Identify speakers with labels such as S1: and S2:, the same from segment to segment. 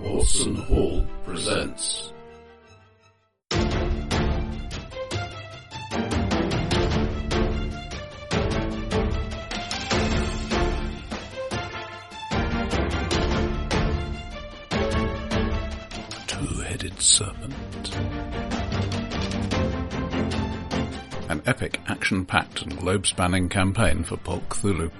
S1: Watson Hall presents. Two-Headed Serpent. An epic, action-packed and globe-spanning campaign for Pulp Cthulhu.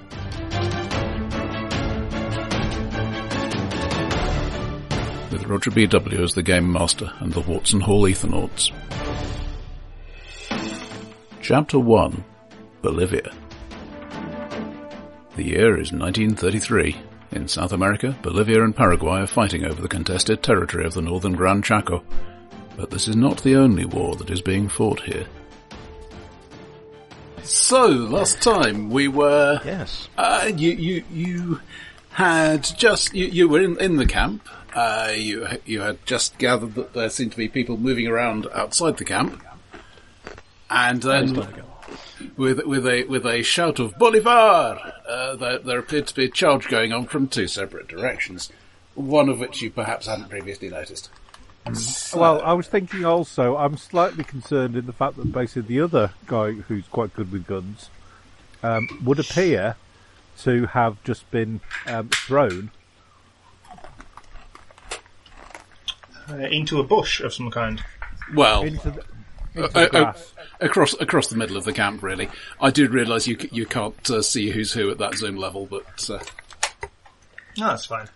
S1: with Roger B.W. as the Game Master and the Watson Hall Ethernauts. Chapter 1 Bolivia. The year is 1933. In South America, Bolivia and Paraguay are fighting over the contested territory of the northern Gran Chaco. But this is not the only war that is being fought here. So, last time we were
S2: Yes.
S1: uh, you, you, you had just, you, you were in, in the camp. Uh, you, you had just gathered that there seemed to be people moving around outside the camp. And then, with, with a, with a shout of Bolivar, uh, there, there appeared to be a charge going on from two separate directions. One of which you perhaps hadn't previously noticed.
S3: Well,
S1: uh,
S3: I was thinking also, I'm slightly concerned in the fact that basically the other guy who's quite good with guns um, would appear to have just been um, thrown.
S4: uh, into a bush of some kind.
S1: Well,
S3: Into the-
S1: Uh, uh,
S3: grass.
S1: across across the middle of the camp, really. I do realise you c- you can't uh, see who's who at that zoom level, but uh,
S4: No, Ah, that's fine.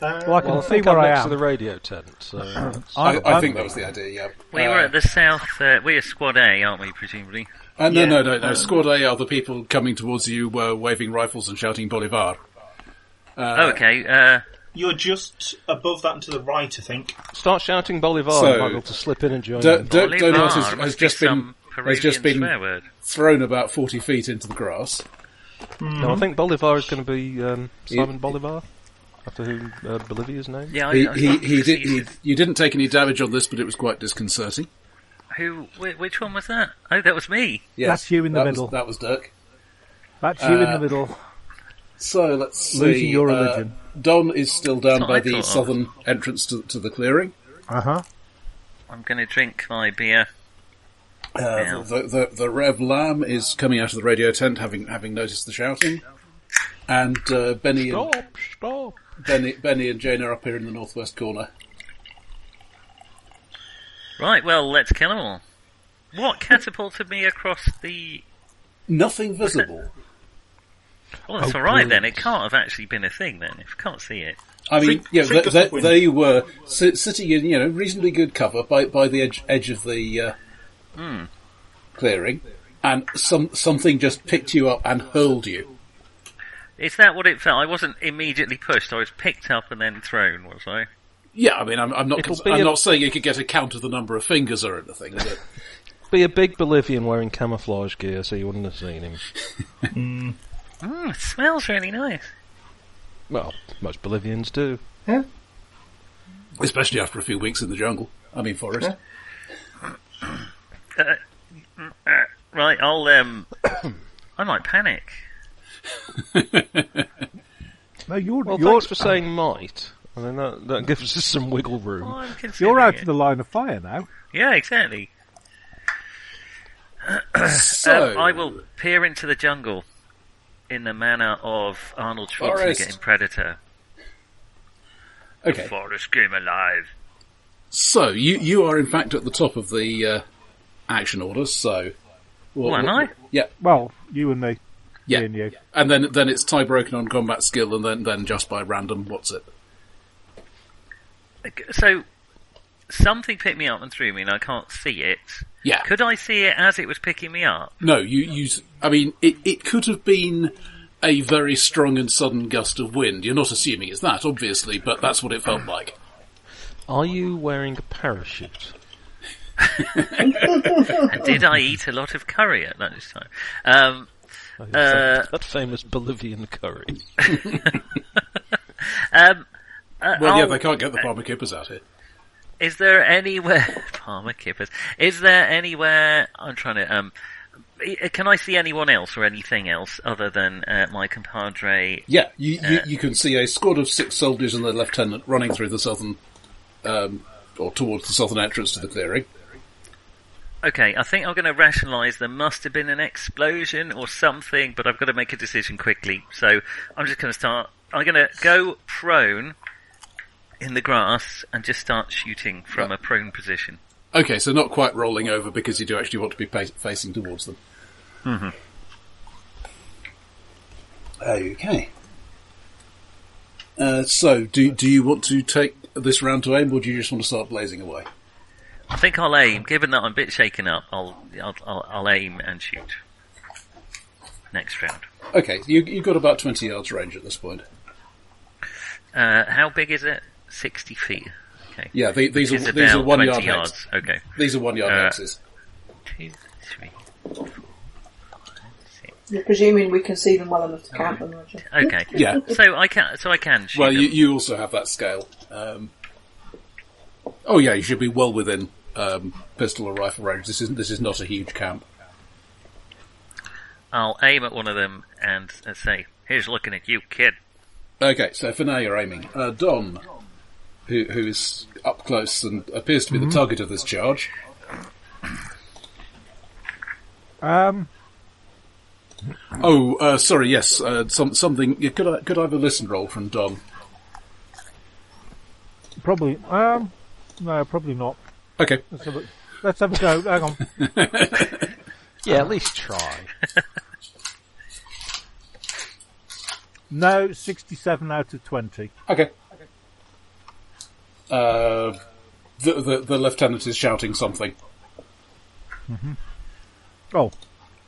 S4: Uh,
S3: Well, I can
S2: Well, I
S3: see
S2: think
S3: where
S2: I'm
S3: I
S2: next to
S3: am.
S2: the radio tent, so that's-
S1: I, I
S3: I'm-
S1: think that was the idea. Yeah.
S5: We
S1: Uh,
S5: were at the south. Uh, we are Squad A, aren't we? Presumably.
S1: uh, no,
S4: Yeah.
S1: no, no, no. Squad A are the people coming towards you, were waving rifles and shouting
S3: Mm.
S1: Bolivar.
S5: okay. Uh,
S4: You're just above that and to the right, I think.
S2: start shouting Bolivar.
S1: So-
S2: I might be able to slip in and join.
S1: D-
S2: in.
S1: D-
S5: Bolivar
S1: Donut has, has
S5: must
S1: just
S5: be
S1: been
S5: some
S1: has just
S5: Peruvian
S1: been
S5: swear word.
S1: thrown about forty feet into the grass.
S2: No, I think Bolivar is going to be um, Simon Bolivar, after whom uh, Bolivia's named.
S5: Yeah, I,
S1: He,
S5: I was
S1: he,
S5: about
S1: he
S5: to
S1: did.
S5: see
S1: He, you didn't take any damage on this, but it was quite disconcerting.
S5: who? whi- Which one was that? Oh, that was me.
S1: Yes,
S3: That's you in the
S1: that was-
S3: middle.
S1: that was Dirk.
S3: That's you in
S1: uh,
S3: the middle.
S1: So let's see.
S3: Losing your
S1: uh,
S3: religion.
S1: Don is still down
S5: That's
S1: by
S5: what I
S1: the
S5: thought of.
S1: southern entrance to, to the clearing.
S3: Uh huh.
S5: I'm going to drink my beer.
S1: Uh,
S5: Yeah.
S1: the, the the Rev Lamb is coming out of the radio tent, having having noticed the shouting, and uh, Benny and
S2: Stop! Stop!
S1: Benny, Benny and Jane are up here in the northwest corner.
S5: Right. Well, let's kill them all. What catapulted me across the?
S1: Nothing visible.
S5: Well, it's
S2: Oh,
S5: all right then. It
S2: brilliant.
S5: can't have actually been a thing then. If you can't see it.
S1: I mean,
S4: Freak-
S1: yeah, they,
S4: freak us
S1: they,
S4: up, Wynne.
S1: they were si- sitting in you know reasonably good cover by by the edge edge of the uh, clearing, and some something just picked you up and hurled you.
S5: Is that what it felt? I wasn't immediately pushed. I was picked up and then thrown. Was I?
S1: Yeah, I mean, I'm, I'm not
S2: It'll
S1: cons-
S2: be
S1: I'm
S2: a-
S1: not saying you could get a count of the number of fingers or anything, is it?
S2: Be a big Bolivian wearing camouflage gear, so you wouldn't have seen him.
S5: Mm, it smells really nice.
S2: Well, most Bolivians do.
S1: Especially after a few weeks in the jungle. I mean, forest.
S5: Uh, Right. I'll um. I might panic.
S3: No, you're
S2: Well,
S3: you're
S2: thanks for saying might. I mean, that, that gives us some wiggle room.
S5: I'm
S3: you're
S5: considering
S3: out
S5: it.
S3: of the line of fire now.
S5: Yeah, exactly.
S1: So
S5: um, I will peer into the jungle in the manner of Arnold Schwarzenegger
S1: Forest.
S5: in Predator.
S1: Okay.
S5: Forest game alive.
S1: So you you are in fact at the top of the uh, action order. So. Well,
S5: Oh, am I?
S1: Yeah,
S3: Well, you and me.
S1: yeah.
S3: Me and you.
S1: And then then it's tie broken on combat skill, and then then just by random. What's it?
S5: So something picked me up and threw me, and I can't see it.
S1: Yeah.
S5: Could I see it as it was picking me up?
S1: No, you you. s- I mean, it it could have been. A very strong and sudden gust of wind. You're not assuming it's that, obviously, but that's what it felt like.
S2: Are you wearing a parachute?
S5: And did I eat a lot of curry at lunchtime? Um,
S2: Oh, yes,
S5: Uh,
S2: that, that famous Bolivian curry.
S5: um, uh,
S1: Well, yeah,
S5: I'll-
S1: they can't get the farmer kippers out here.
S5: Is there anywhere Palmer Kippers? Is there anywhere I'm trying to um I- Can I see anyone else or anything else other than uh, my compadre?
S1: Yeah, you, you, you can see a squad of six soldiers and their lieutenant running through the southern, um, or towards the southern entrance to the clearing.
S5: Okay, I think I'm going to rationalise there must have been an explosion or something, but I've got to make a decision quickly. So I'm just going to start. I'm going to go prone in the grass and just start shooting from a prone position.
S1: Okay, so not quite rolling over because you do actually want to be pa- facing towards them. Mm-hmm. Okay. Uh, so, do do you want to take this round to aim, or do you just want to start blazing away?
S5: I think I'll aim. Given that I'm a bit shaken up, I'll I'll, I'll, I'll aim and shoot next round.
S1: Okay, you, you've got about twenty yards range at this point.
S5: Uh, how big is it? Sixty feet. Okay.
S1: Yeah, the, these
S5: Which
S1: are
S5: is
S1: these are
S5: about
S1: one
S5: 20
S1: yard
S5: yards.
S1: hexes.
S5: Okay.
S1: These are one yard
S5: Uh,
S1: hexes.
S5: Two, three,
S6: You're presuming we can see them well enough to count them, Roger.
S5: Okay.
S1: Yeah.
S5: So I can. So I can shoot
S1: Well,
S5: them.
S1: you, you also have that scale. Um, oh yeah, you should be well within um, pistol or rifle range. This isn't. This is not a huge camp.
S5: I'll aim at one of them and uh, say, "Here's looking at you, kid."
S1: Okay, so for now you're aiming. Uh, Don, who, who is up close and appears to be the target of this charge.
S3: Um,
S1: Oh, uh, sorry, yes, uh, some, something. yeah, Could I, could I have a listen roll from Don?
S3: probably. Um, no, probably not.
S1: Okay,
S3: Let's have a, let's have a go. Hang on.
S7: Yeah, at least try.
S3: No, 67 out of 20.
S1: okay. Uh, the, the the lieutenant is shouting something.
S3: Oh,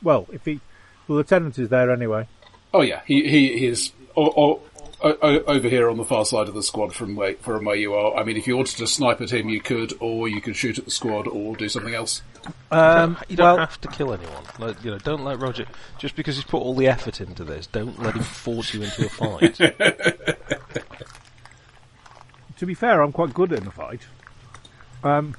S3: well, if he, the lieutenant is there anyway.
S1: Oh yeah, he he, he is o- o- o- o- over here on the far side of the squad from where from where you are. I mean, if you wanted to snipe at him, you could, or you could shoot at the squad, or do something else.
S3: Um,
S7: You don't
S3: well,
S7: have to kill anyone. Like, you know, don't let Roger just because he's put all the effort into this. Don't let him force you into a fight.
S3: to be fair, I'm quite good in a fight. Um,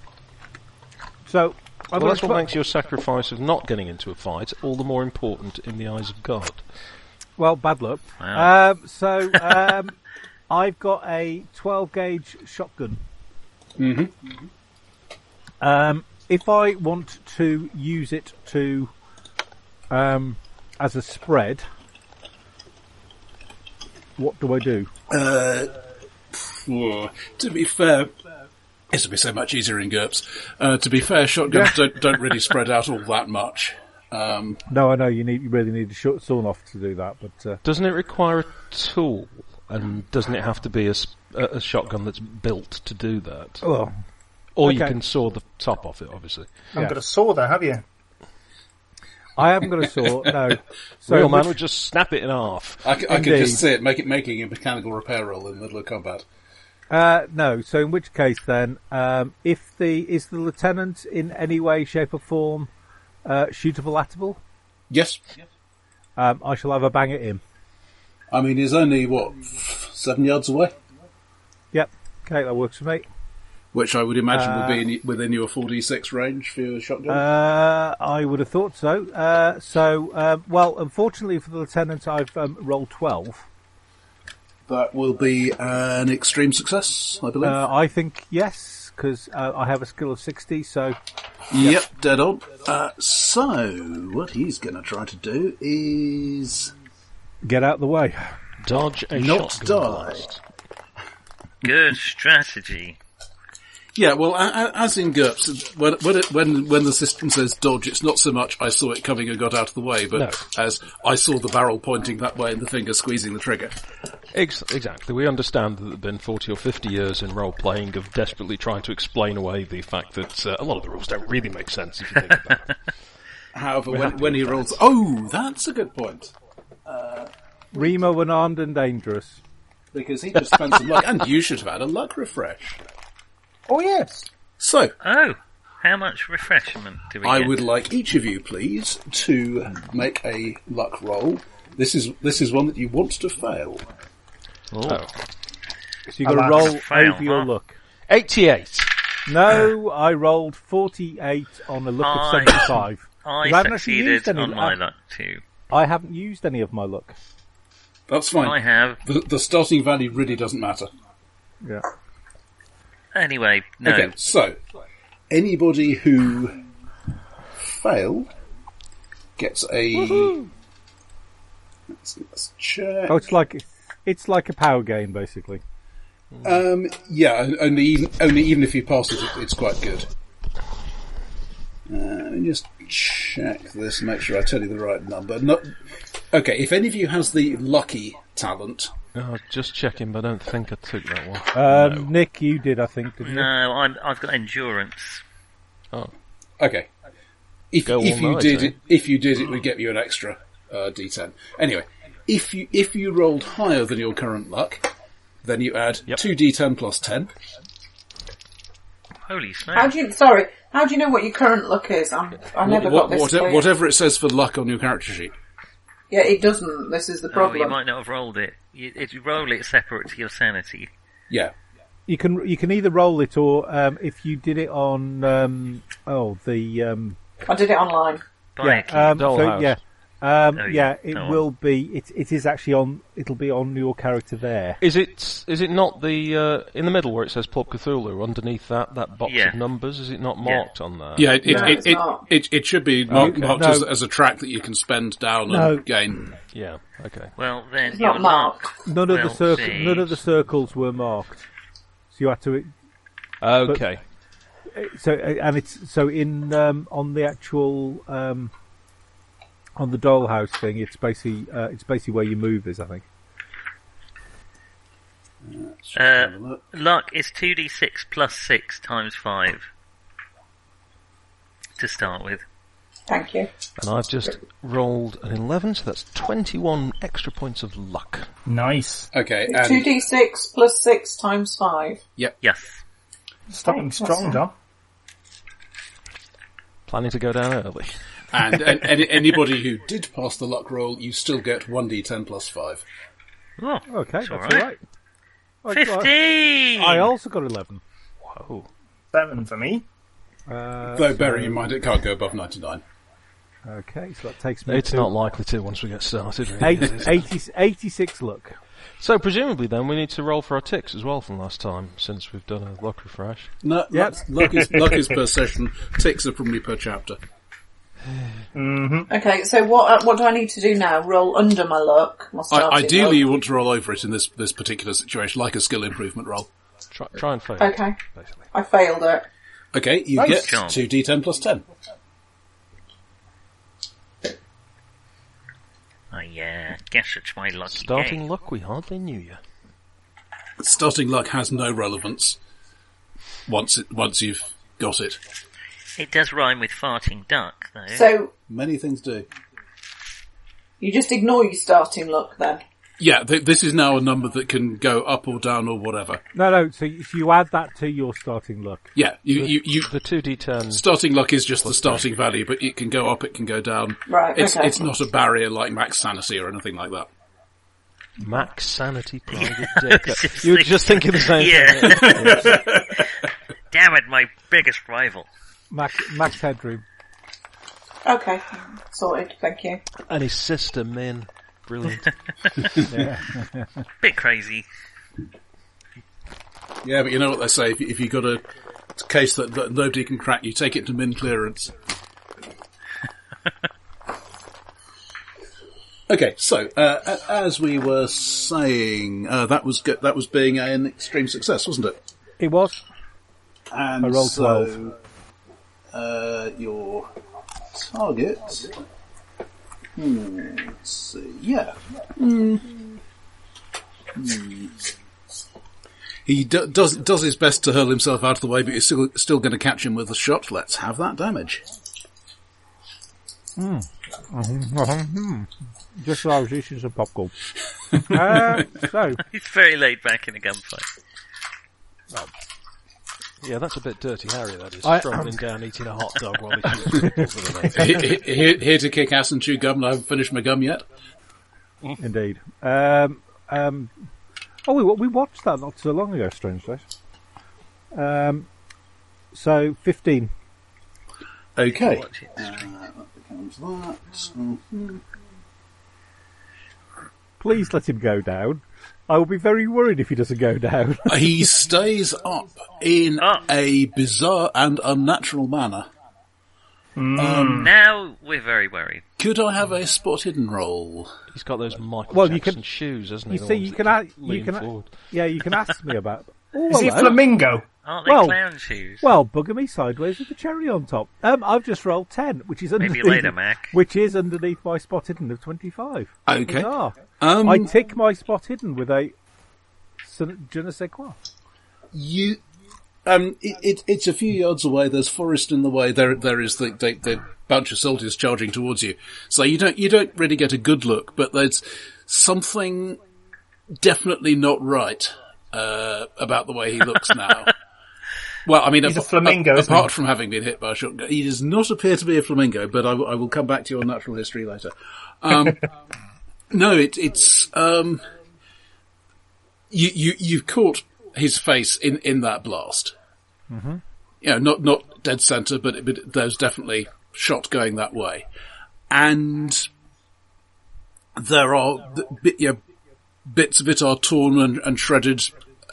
S3: so, I'm
S7: well, that's what
S3: gonna-
S7: makes your sacrifice of not getting into a fight all the more important in the eyes of God.
S3: well, bad luck.
S5: Wow.
S3: Um, so, um, I've got a 12 gauge shotgun. Mm-hmm. Um, if I want to use it to, um, as a spread, what do I do?
S1: Whoa. To be fair, this would be so much easier in GURPS. Uh, to be fair, shotguns don't, don't really spread out all that much. Um,
S3: No, I know you need you really need a short sawn off to do that, but uh,
S7: Doesn't it require a tool? And doesn't it have to be a, s- a- a shotgun that's built to do that?
S3: well,
S7: Or you
S3: okay.
S7: can saw the top off it, obviously.
S4: I've
S3: Yeah.
S4: got a saw there, have you?
S3: I haven't got a saw. No, so
S7: Real man
S3: which-
S7: would just snap it in half.
S1: I, c- I can
S3: Indeed.
S1: just see it make it making a mechanical repair roll in the middle of combat.
S3: uh, no. So in which case then, um, if the is the lieutenant in any way, shape or form uh, shootable, attable,
S1: Yes,
S3: um, I shall have a bang at him.
S1: I mean he's only what seven yards away,
S3: Yep. Okay, that works for me.
S1: which I would imagine would be in, within your four d six range for your shotgun.
S3: Uh, I would have thought so. Uh, so, um, well, unfortunately for the lieutenant, I've um, rolled twelve.
S1: that will be an extreme success, I believe.
S3: Uh, I think yes, because uh, I have a skill of sixty. So,
S1: Yep, dead on. Uh, so, what he's going to try to do is
S3: get out of the way.
S7: Dodge a
S1: Not
S7: shotgun
S1: die.
S7: blast.
S5: Good strategy.
S1: Yeah, well, a- a- as in GURPS, when when, it, when when the system says dodge, it's not so much I saw it coming and got out of the way, but as I saw the barrel pointing that way and the finger squeezing the trigger.
S7: Ex- exactly. We understand that there have been 40 or 50 years in role playing of desperately trying to explain away the fact that uh, a lot of the rules don't really make sense if you think about it.
S1: However, when, when he rolls, oh, that's a good point
S3: Remo unarmed and dangerous.
S1: because he just spent some luck, and you should have had a luck refresh.
S4: Oh, yes.
S1: So,
S5: Oh, how much refreshment do we
S1: I
S5: get?
S1: would like each of you, please, to make a luck roll. This is this is one that you want to fail.
S7: Oh.
S3: So you've got to
S4: Alas.
S3: roll
S5: Fail,
S3: over your
S5: huh?
S3: look.
S7: 88.
S3: No, I rolled 48 on a look
S5: Aye.
S3: of 75.
S5: I
S3: Well, I've not actually
S5: succeeded
S3: used any
S5: on
S3: of
S5: my
S3: that.
S5: luck too.
S3: I haven't used any of my luck.
S1: That's
S5: I
S1: fine.
S5: have.
S1: The, the starting value really doesn't matter.
S3: Yeah.
S5: Anyway, no.
S1: Okay, so anybody who failed gets a. Let's, let's check.
S3: Oh, it's like it's like a power game basically.
S1: Um, yeah, and- only even, only even if you pass it, it it's quite good. Uh, let me just check this, make sure I tell you the right number. No, okay, if any of you has the lucky talent,
S7: Oh, just checking, but I don't think I took that one.
S3: Um, Nick, you did, I think, didn't
S5: No, I'm, I've got endurance.
S7: Oh.
S1: okay, if,
S7: Go
S1: if
S7: all
S1: you
S7: night,
S1: did
S7: eh?
S1: it, if you did it, would get you an extra uh, d10. Anyway, if you if you rolled higher than your current luck, then you add
S7: Yep.
S1: two d10 plus ten.
S5: Holy
S6: How
S5: smokes.
S6: do you? Sorry, how do you know what your current luck is? I'm, I never
S1: What-
S6: got this.
S1: whatever,
S6: clear.
S1: whatever it says for luck on your character sheet.
S6: Yeah, it doesn't. This is the
S5: Oh, you
S6: problem.
S5: might not have rolled it. You, if you roll it separate to your sanity.
S1: Yeah,
S3: You can you can either roll it or um, if you did it on um, oh the um,
S6: I did it online.
S5: By
S3: yeah um, so
S7: Dollhouse.
S3: yeah um,
S5: Oh, yeah.
S3: yeah it
S5: Go on.
S3: will be it it is actually on it'll be on your character there.
S7: Is it is it not the uh, in the middle where it says Plop Cthulhu underneath that that box
S5: Yeah.
S7: of numbers? Is it not
S5: Yeah.
S7: marked on there?
S1: Yeah, it it,
S6: No,
S1: it,
S6: it's
S1: it,
S6: not.
S1: it, it should be marked,
S3: Okay.
S1: marked
S3: No.
S1: as, as a track that you can spend down
S3: No.
S1: and gain.
S7: Yeah. Okay.
S5: Well, then
S6: It's
S5: you're
S6: not marked.
S3: None of the
S5: Well,
S3: circle
S5: see.
S3: none of the circles were marked, so you had to
S7: Okay.
S3: so uh, and it's so in um, on the actual um, on the dollhouse thing. It's basically uh, it's basically where your move is. I think.
S5: Uh, luck is 2d6 plus 6 times 5 to start with.
S6: Thank you.
S7: and I've just rolled an eleven, so that's twenty-one extra points of luck.
S4: Nice.
S1: Okay,
S6: Two
S1: and
S6: d six plus six times five.
S5: Yes.
S4: Starting strong, John.
S7: Planning to go down early.
S1: and, and, any- anybody who did pass the luck roll, you still get one d10 plus five.
S5: Oh,
S3: Okay,
S5: it's
S3: that's all
S5: alright.
S3: right. I- I-
S5: 15!
S3: I also got eleven.
S7: Whoa.
S4: Seven for me.
S3: Uh,
S1: Though bearing in mind it can't go above 99.
S3: okay, so that takes me.
S7: It's
S3: to
S7: not likely to once we get started. Really,
S3: eight,
S7: is it?
S3: 80 86 Look,
S7: So presumably, then we need to roll for our ticks as well from last time, since we've done a luck refresh.
S1: No,
S3: Yep.
S1: luck- luck, is, luck is per session, ticks are probably per chapter.
S6: Okay, so what uh, what do I need to do now? Roll under my luck. My
S1: I,
S6: starting
S1: ideally, you
S6: luck.
S1: want to roll over it in this, this particular situation, like a skill improvement roll.
S7: Try, try and fail.
S6: Okay,
S7: Basically.
S6: I failed it.
S1: Okay, you
S4: Nice
S1: get
S5: job.
S1: 2d10 plus 10.
S5: Oh, yeah. Guess it's my lucky
S7: Starting
S5: day.
S7: luck, we hardly knew you.
S1: Starting luck has no relevance once it, once you've got it.
S5: It does rhyme with farting duck, though.
S6: So
S1: Many things do.
S6: you just ignore your starting luck then.
S1: Yeah, th- this is now a number that can go up or down or whatever.
S3: no, no. So if you add that to your starting look,
S1: Yeah, you, you, you
S7: The two d10.
S1: starting luck is just the starting value, but it can go up, it can go down.
S6: Right,
S1: It's
S6: okay.
S1: it's not a barrier like max sanity or anything like that.
S7: Max sanity private dick.
S5: just
S7: You were
S5: like-
S7: just thinking the same thing.
S5: yeah. Damn it, my biggest rival.
S3: max max headroom.
S6: Okay, sorted. Thank you.
S7: And his sister, Min. Brilliant.
S5: Bit crazy.
S1: Yeah, but you know what they say: if, if you got a case that, that nobody can crack, you take it to min clearance. okay, so uh, a- as we were saying, uh, that was go- that was being an extreme success, wasn't it?
S3: It was
S1: And
S3: I rolled
S1: so,
S3: 12.
S1: Uh, your target. Hmm, let's see. Yeah. Hmm. He do- does does his best to hurl himself out of the way, but you're still still going to catch him with a shot. Let's have that damage.
S3: just so I was eating some popcorn. uh, so
S5: It's very laid back in a gunfight.
S7: yeah, that's a bit dirty, Harry, that is.
S3: I-
S7: Struggling down, eating a hot dog while he shoots people for the next.
S1: here, here- here to kick ass and chew gum, and I haven't finished my gum yet.
S3: Indeed. Um, um, oh, we, we watched that not so long ago, strangely. Um, so, 15.
S1: Okay.
S5: Watch it.
S1: Uh, that becomes that. Mhm.
S3: Please let him go down. I will be very worried if he doesn't go down.
S1: he stays up in
S5: Up.
S1: a bizarre and unnatural manner.
S5: Now we're very worried.
S1: Could I have a spot hidden roll?
S7: He's got those Michael
S3: Well, you
S7: Jackson
S3: can-
S7: shoes, hasn't
S3: you
S7: he?
S3: see, you can, a- you can, a- yeah, you can ask me about. Oh,
S4: Is he
S3: hello.
S4: flamingo?
S5: Aren't they
S3: Well-
S5: clown shoes?
S3: Well, bugger me sideways with the cherry on top. Um, I've just rolled ten, which is underneath,
S5: later, Mac.
S3: which is underneath my spot hidden of twenty-five.
S1: Okay.
S3: Bizarre.
S1: Um,
S3: I tick my spot hidden with a sun- je ne sais quoi.
S1: you, um, it, it, it's a few yards away. There's forest in the way. There, there is the, the, the bunch of soldiers charging towards you. So you don't, you don't really get a good look, but there's something definitely not right uh, about the way he looks now. Well, I mean,
S4: He's a
S1: apa-
S4: flamingo,
S1: a-
S4: isn't
S1: apart
S4: he?
S1: from having been hit by a shotgun, he does not appear to be a flamingo. But I, w- I will come back to your natural history later. Um, no, it, it's um, you, you you've caught his face in, in that blast.
S4: Mm-hmm.
S1: You know, not not dead center, but, but there's definitely shot going that way, and there are th- bit, yeah, bits of it are torn and, and shredded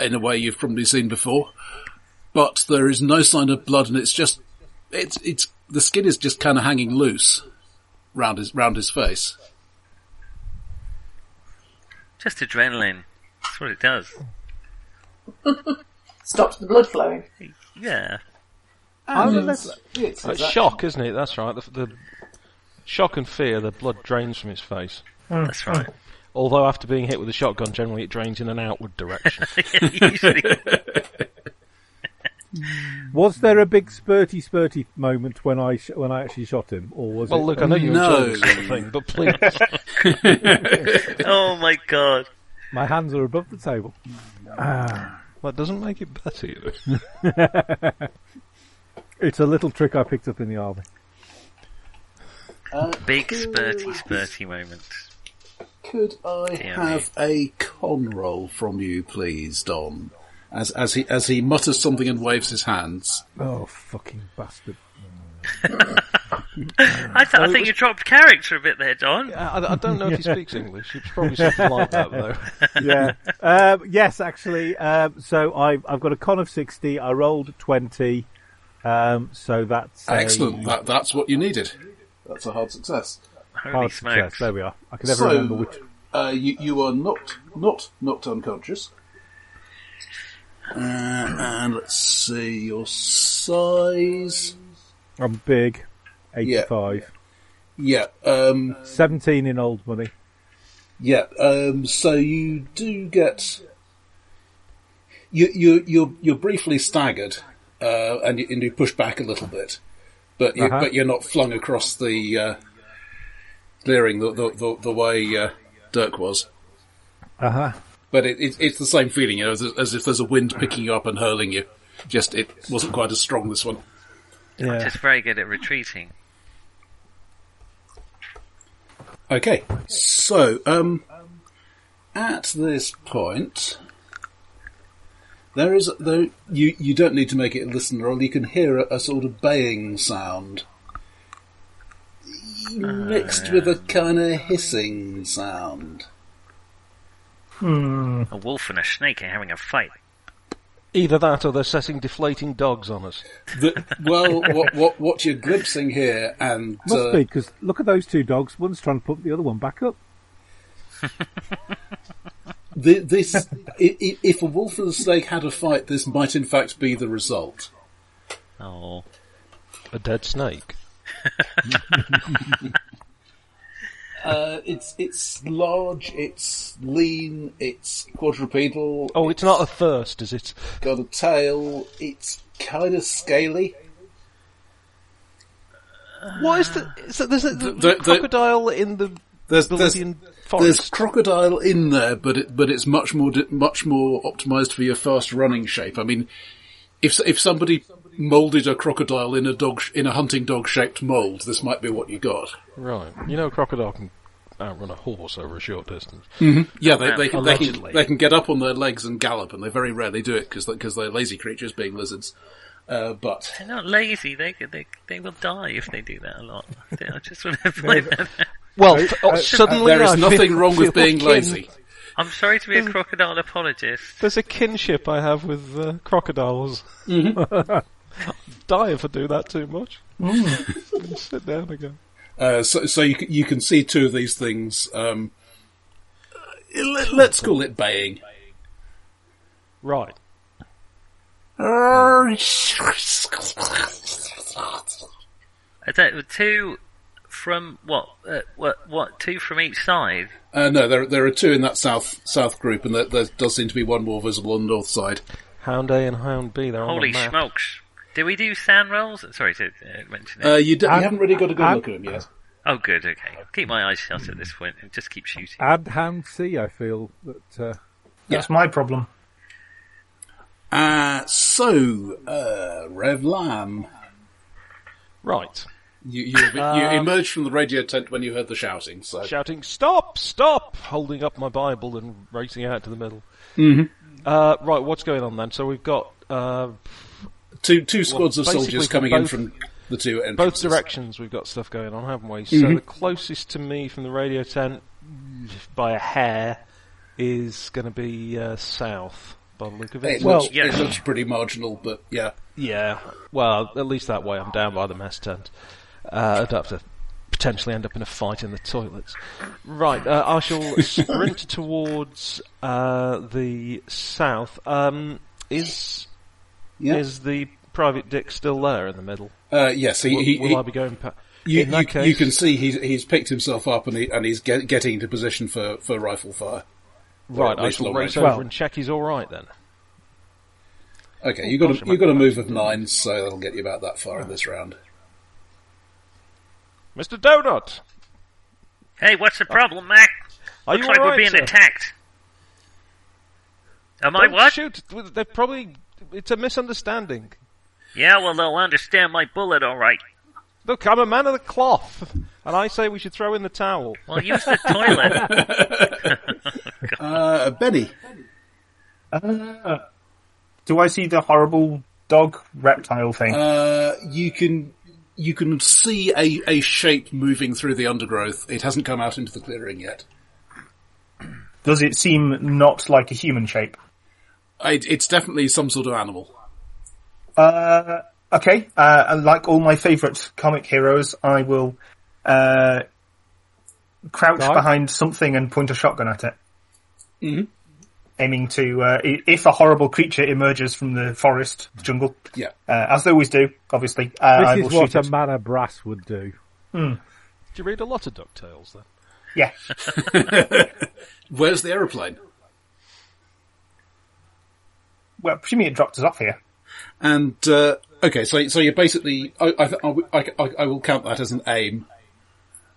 S1: in a way you've probably seen before, but there is no sign of blood, and it's just it's it's the skin is just kind of hanging loose round his round his face.
S5: Just adrenaline. That's what it does.
S6: Stops the blood flowing.
S5: Yeah.
S3: Oh, that's-
S6: It's
S7: That's
S6: exact-
S7: shock, isn't it? That's right. The, the shock and fear, the blood drains from his face.
S5: That's right.
S7: Although after being hit with a shotgun, generally it drains in an outward direction.
S5: Usually.
S3: Was there a big spurty spurty moment when I sh- when I actually shot him, or was
S7: well,
S3: it?
S7: look, I know you
S1: No.
S7: enjoy this sort of thing, but please,
S5: oh my god.
S3: my hands are above the table.
S7: that doesn't make it better. You know?
S3: It's a little trick I picked up in the army.
S5: Big spurty spurty moment.
S1: Could I
S5: Dear
S1: have a con roll from you, please, Don? As as he as he mutters something and waves his hands.
S3: Oh, fucking bastard!
S5: I, th- I think you dropped character a bit there, Don.
S7: I, I don't know if he speaks English. It's probably something like that, though.
S3: yeah. Um, yes, actually. Um, so I've I've got a con of sixty. I rolled twenty. Um, so that's a
S1: Excellent. That, that's what you needed. That's a hard success.
S5: Holy
S3: hard success.
S5: smokes.
S3: There we are. I can never
S1: so,
S3: remember which.
S1: uh, you you are not not knocked unconscious. Uh, and let's see your size.
S3: I'm big. Eighty-five.
S1: Yeah. Um,
S3: Seventeen in old money.
S1: Yeah. Um, so you do get you you you're, you're briefly staggered, uh, and you, and you push back a little bit, but you,
S3: Uh-huh.
S1: but you're not flung across the uh, clearing the the, the, the way uh, Dirk was.
S3: Uh huh.
S1: But it, it, it's the same feeling, you know, as, as if there's a wind picking you up and hurling you. Just it wasn't quite as strong this one.
S3: Yeah.
S5: Just very good at retreating.
S1: Okay. So, um, at this point, there is though you you don't need to make it a listen roll. You can hear a, a sort of baying sound mixed with a kind of hissing sound.
S5: A wolf and a snake are having a fight.
S7: Either that, or they're setting deflating dogs on us.
S1: The, well, what what what you're glimpsing here, and
S3: Must
S1: uh,
S3: be because look at those two dogs. One's trying to put the other one back up.
S1: thi- this i- i- if a wolf and a snake had a fight, this might in fact be the result.
S5: Oh.
S7: A dead snake.
S1: Uh, it's it's large, it's lean, it's quadrupedal.
S7: Oh, it's not a thirst, is it?
S1: got a tail. It's kind of scaly.
S7: What is the? Is that, there's a there's a
S1: the- the-
S7: crocodile in the
S1: There's there's,
S7: Bolivian
S1: there's
S7: forest.
S1: crocodile in there, but it, but it's much more di- much more optimized for your fast running shape. I mean, if if somebody molded a crocodile in a dog sh- in a hunting dog shaped mold, this might be what you got.
S7: Right. You know, a crocodile can outrun a horse over a short distance.
S1: Yeah, they they can, they can
S7: Allegedly.
S1: they can get up on their legs and gallop, and they very rarely do it because because they're lazy creatures, being lizards. Uh, but
S5: They're not lazy. They they they will die if they do that a lot. I just want to point that. out.
S7: Well, f- oh, suddenly
S1: there is
S7: I
S1: nothing
S7: feel-
S1: wrong with
S7: feel
S1: being
S7: kin.
S1: lazy.
S5: I'm sorry to be a crocodile apologist.
S7: There's a kinship I have with uh, crocodiles. Die if I do that too much. Sit down again.
S1: Uh, so, so you c- you can see two of these things. Um, Uh, let, let's call it baying.
S7: Right.
S1: Uh,
S5: I don't, two from what? Uh, what? What? Two from each side.
S1: Uh, no, there there are two in that south south group, and there, there does seem to be one more visible on the north side.
S7: Hound A and Hound B,
S3: Oh,
S7: they're on
S5: Holy
S7: the map.
S5: smokes! Do we do sand rolls? Sorry to uh, mention it.
S1: Uh, you, d- you
S3: And-
S1: haven't really got a good
S7: uh,
S3: and-
S1: look at them yet.
S5: oh, good. Okay, keep my eyes shut at this
S7: Hmm.
S5: point and just keep shooting.
S3: And Hound C, I feel that uh,
S4: That's my problem.
S1: Uh, so, uh, Rev Lam,
S7: Right.
S1: you, you,
S7: Uh,
S1: you emerged from the radio tent when you heard the shouting. So,
S7: Shouting, stop, stop! Holding up my Bible and racing out to the middle. Mm-hmm. Uh, right, what's going on then? So we've got uh,
S1: two two squads of
S7: basically
S1: soldiers
S7: from
S1: coming in
S7: both-
S1: from the two
S7: both
S1: entrances.
S7: directions we've got stuff going on, haven't we? So
S1: Mm-hmm.
S7: the closest to me from the radio tent by a hair is going to be uh, south by the look of it.
S1: It,
S3: Well-
S1: looks, it looks pretty marginal, but yeah.
S7: yeah, well, at least that way I'm down by the mess tent. Uh, I'd have to potentially end up in a fight in the toilets. Right, uh, I shall sprint towards uh, the south. Um, is
S1: Yeah.
S7: is the private dick still there in the middle?
S1: Uh, yes, he,
S7: Will,
S1: he,
S7: will
S1: he-
S7: I be going? Pa-
S1: you,
S7: in that
S1: you,
S7: case,
S1: you can see he's, he's picked himself up and, he, and he's get, getting into position for, for rifle fire.
S7: Right,
S1: Or at
S7: I
S1: least
S7: shall
S1: long
S7: race
S1: range.
S7: over
S3: Well-
S7: and check he's all right then.
S1: Okay, you got
S7: Oh, gosh,
S1: a,
S7: I
S1: you got a
S7: might-
S1: move of nine, so that'll get you about that far
S7: Oh.
S1: in this round.
S7: Mr. Donut,
S5: Hey, what's the problem, Mac?
S7: Uh, are
S5: Looks
S7: you
S5: like
S7: all
S5: we're
S7: right,
S5: being
S7: sir?
S5: attacked. Am I
S7: Don't
S5: what?
S7: Shoot, they're probably. It's a misunderstanding.
S5: Yeah, well, they'll understand my bullet, all right.
S7: Look, I'm a man of the cloth, and I say we should throw in the towel.
S5: Well, use the toilet.
S1: Uh, Benny,
S4: Uh, do I see the horrible dog reptile thing?
S1: uh, you can you can see a, a shape moving through the undergrowth. It hasn't come out into the clearing yet.
S4: Does it seem not like a human shape?
S1: It, it's definitely some sort of animal.
S4: Uh, okay. Uh, and like all my favourite comic heroes, I will uh, crouch
S3: Guy?
S4: behind something and point a shotgun at it. Aiming to, uh, i- if a horrible creature emerges from the forest, jungle,
S1: Yeah.
S4: uh, as they always do, obviously, uh, I
S3: this
S4: will
S3: is what
S4: shoot
S3: a
S4: it.
S3: man of brass would do.
S7: Do you read a lot of DuckTales then?
S4: yeah.
S1: Where's the aeroplane?
S4: Well, presuming it dropped us off here.
S1: And uh, okay, so so you're basically I I, th- I w- I c- I- I will count that as an aim.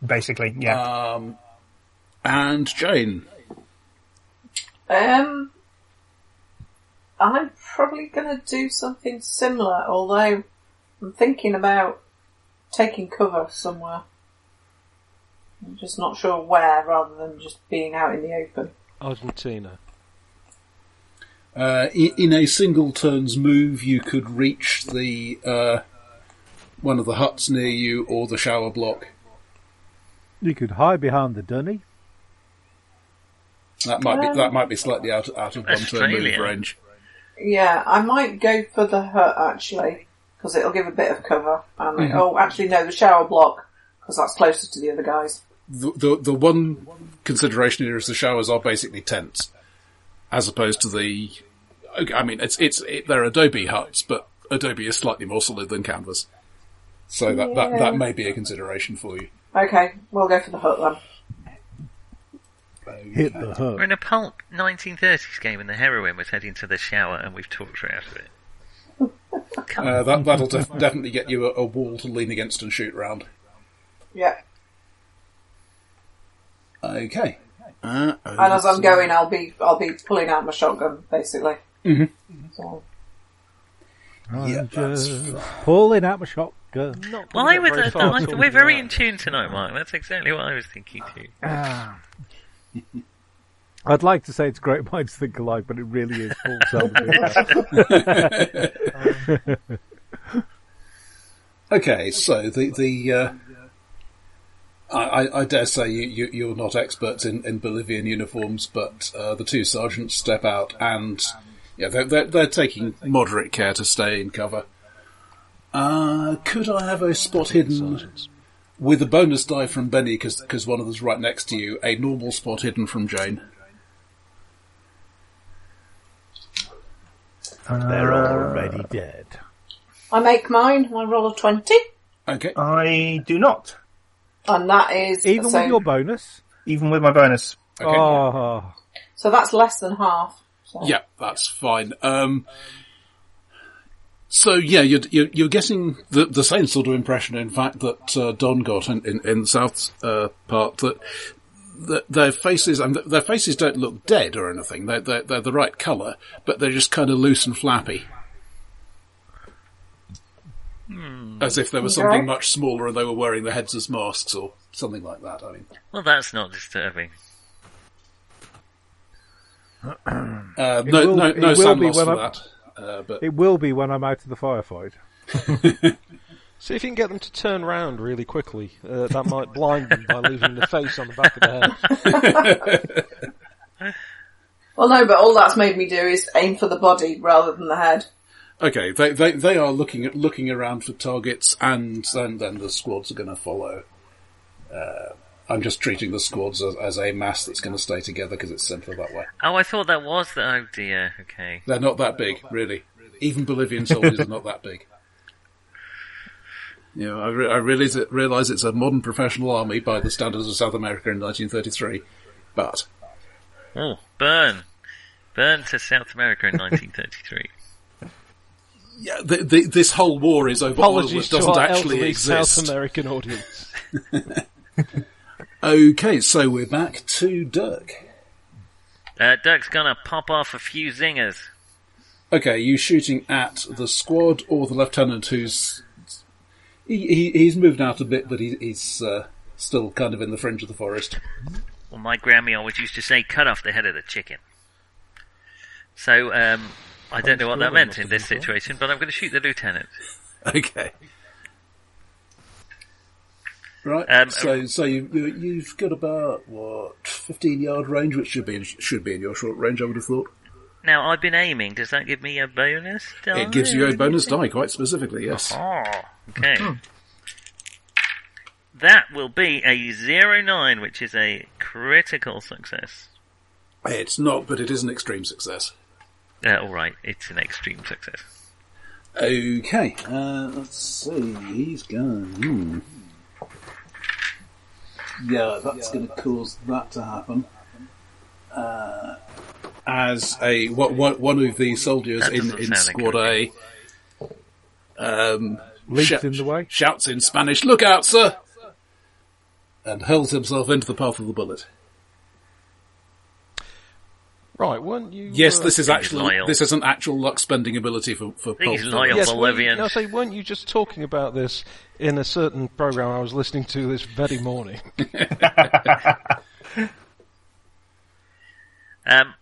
S4: Basically, yeah.
S1: And Jane,
S6: Um, I'm probably going to do something similar, although I'm thinking about taking cover somewhere. I'm just not sure where, rather than just being out in the open.
S7: Argentina.
S1: uh, in, in a single turn's move, you could reach the uh, one of the huts near you or the shower block.
S3: You could hide behind the dunny.
S1: That might be that might be slightly out out of one turn move
S5: Australia.
S1: range.
S6: Yeah, I might go for the hut actually, because it'll give a bit of cover. And oh, actually no, the shower block, because that's closer to the other guys.
S1: The, the the one consideration here is the showers are basically tents, as opposed to the. okay, I mean, it's it's it, they're adobe huts, but adobe is slightly more solid than canvas, so that, that that may be a consideration for you.
S6: Okay, we'll go for the hut then.
S3: Hit the hook.
S5: We're in a pulp 1930s game and the heroine was heading to the shower and we've talked her out of it.
S1: Uh, that that'll def- definitely get you a, a wall to lean against and shoot round.
S6: Yeah,
S1: Okay. Uh,
S6: and as I'm going, I'll be I'll be pulling out my shotgun basically. Mm-hmm. So.
S1: yeah, that's
S3: Pulling out my shotgun.
S7: Not
S5: Well, I
S7: gonna
S5: would,
S7: get very far
S5: I,
S7: at all.
S5: we're very in tune tonight, Mark. That's exactly what I was thinking too.
S3: I'd like to say it's great minds think alike, but it really is full self
S1: Okay, so the the uh, I, I- I dare say you, you you're not experts in, in Bolivian uniforms, but uh, the two sergeants step out and yeah they're, they're they're taking moderate care to stay in cover. Uh, could I have a spot hidden with a bonus die from Benny because one of them's right next to you? A normal spot hidden from Jane.
S8: They're already dead.
S6: I make mine. I roll a twenty,
S1: Okay,
S4: I do not,
S6: and that is the
S3: Even with
S6: same.
S3: your bonus.
S4: even with my bonus.
S1: okay.
S3: Oh,
S6: so that's less than half. So.
S1: Yeah, that's fine. Um, so yeah, you're, you're, you're getting the, the same sort of impression, in fact, that uh, Don got in, in, in the south uh, part that, that their faces and their faces don't look dead or anything. They're, they're, they're the right colour, but they're just kind of loose and flappy.
S3: Hmm.
S1: As if there was something
S6: Okay.
S1: much smaller and they were wearing the heads as masks or something like that. I mean,
S5: Well, that's not disturbing.
S1: uh, no,
S3: will-
S1: no,
S3: it
S1: no
S3: will
S1: sound
S3: be
S1: loss
S3: when
S1: for
S3: I'm-
S1: that. Uh, but
S3: it will be when I'm out of the firefight.
S7: See if you can get them to turn round really quickly. Uh, that might blind them by leaving the face on the back of the head.
S6: Well, no, but all that's made me do is aim for the body rather than the head.
S1: Okay, they, they, they are looking at looking around for targets, and and then the squads are going to follow. Uh, I'm just treating the squads as, as a mass that's going to stay together because it's simpler that way.
S5: Oh, I thought that was the. Oh dear. Okay.
S1: They're not that big, really. Even Bolivian soldiers are not that big. You know, I, re- I realize it, realize it's a modern professional army by the standards of South America in 1933, but
S5: Oh, burn, burn to South America in 1933.
S1: yeah, the, the, this whole war is over. Apologies
S7: Apologies to
S1: doesn't
S7: our
S1: actually
S7: elderly
S1: exist.
S7: South American audience.
S1: Okay, so we're back to Dirk.
S5: Uh, Dirk's gonna pop off a few zingers.
S1: Okay, you shooting at the squad or the lieutenant who's he, he he's moved out a bit, but he, he's uh, still kind of in the fringe of the forest.
S5: Well, my Grammy always used to say, "Cut off the head of the chicken." So um, I don't know what that meant in this situation, but I'm going to shoot the lieutenant.
S1: Okay. Right.
S5: Um,
S1: so so you you- you've got about what fifteen yard range, which should be in, should be in your short range. I would have thought
S5: Now I've been aiming. Does that give me a bonus? die?
S1: it gives you a bonus die quite specifically. Yes.
S5: Oh, okay. that will be a zero nine, which is a critical success.
S1: It's not, but it is an extreme success.
S5: Uh, all right, it's an extreme success.
S1: Okay. Uh, let's see. He's going. Hmm. Yeah, that's going to cause that to happen. Uh, as a what, what, one of the soldiers
S5: That
S1: in,
S5: doesn't
S1: in
S5: sound
S1: Squad A um,
S3: Leaps
S1: shou-
S3: in the way.
S1: shouts in Spanish, "Look out, sir!" and hurls himself into the path of the bullet.
S7: Right, weren't you?
S1: Yes,
S7: uh,
S1: this is actually
S5: Oh, loyal.
S1: this is an actual luck spending ability for for.
S5: He's
S1: Paul.
S5: loyal.
S7: Yes, Weren't
S5: Bolivian.
S7: you, no, say, weren't you just talking about this in a certain program I was listening to this very morning?
S5: Um,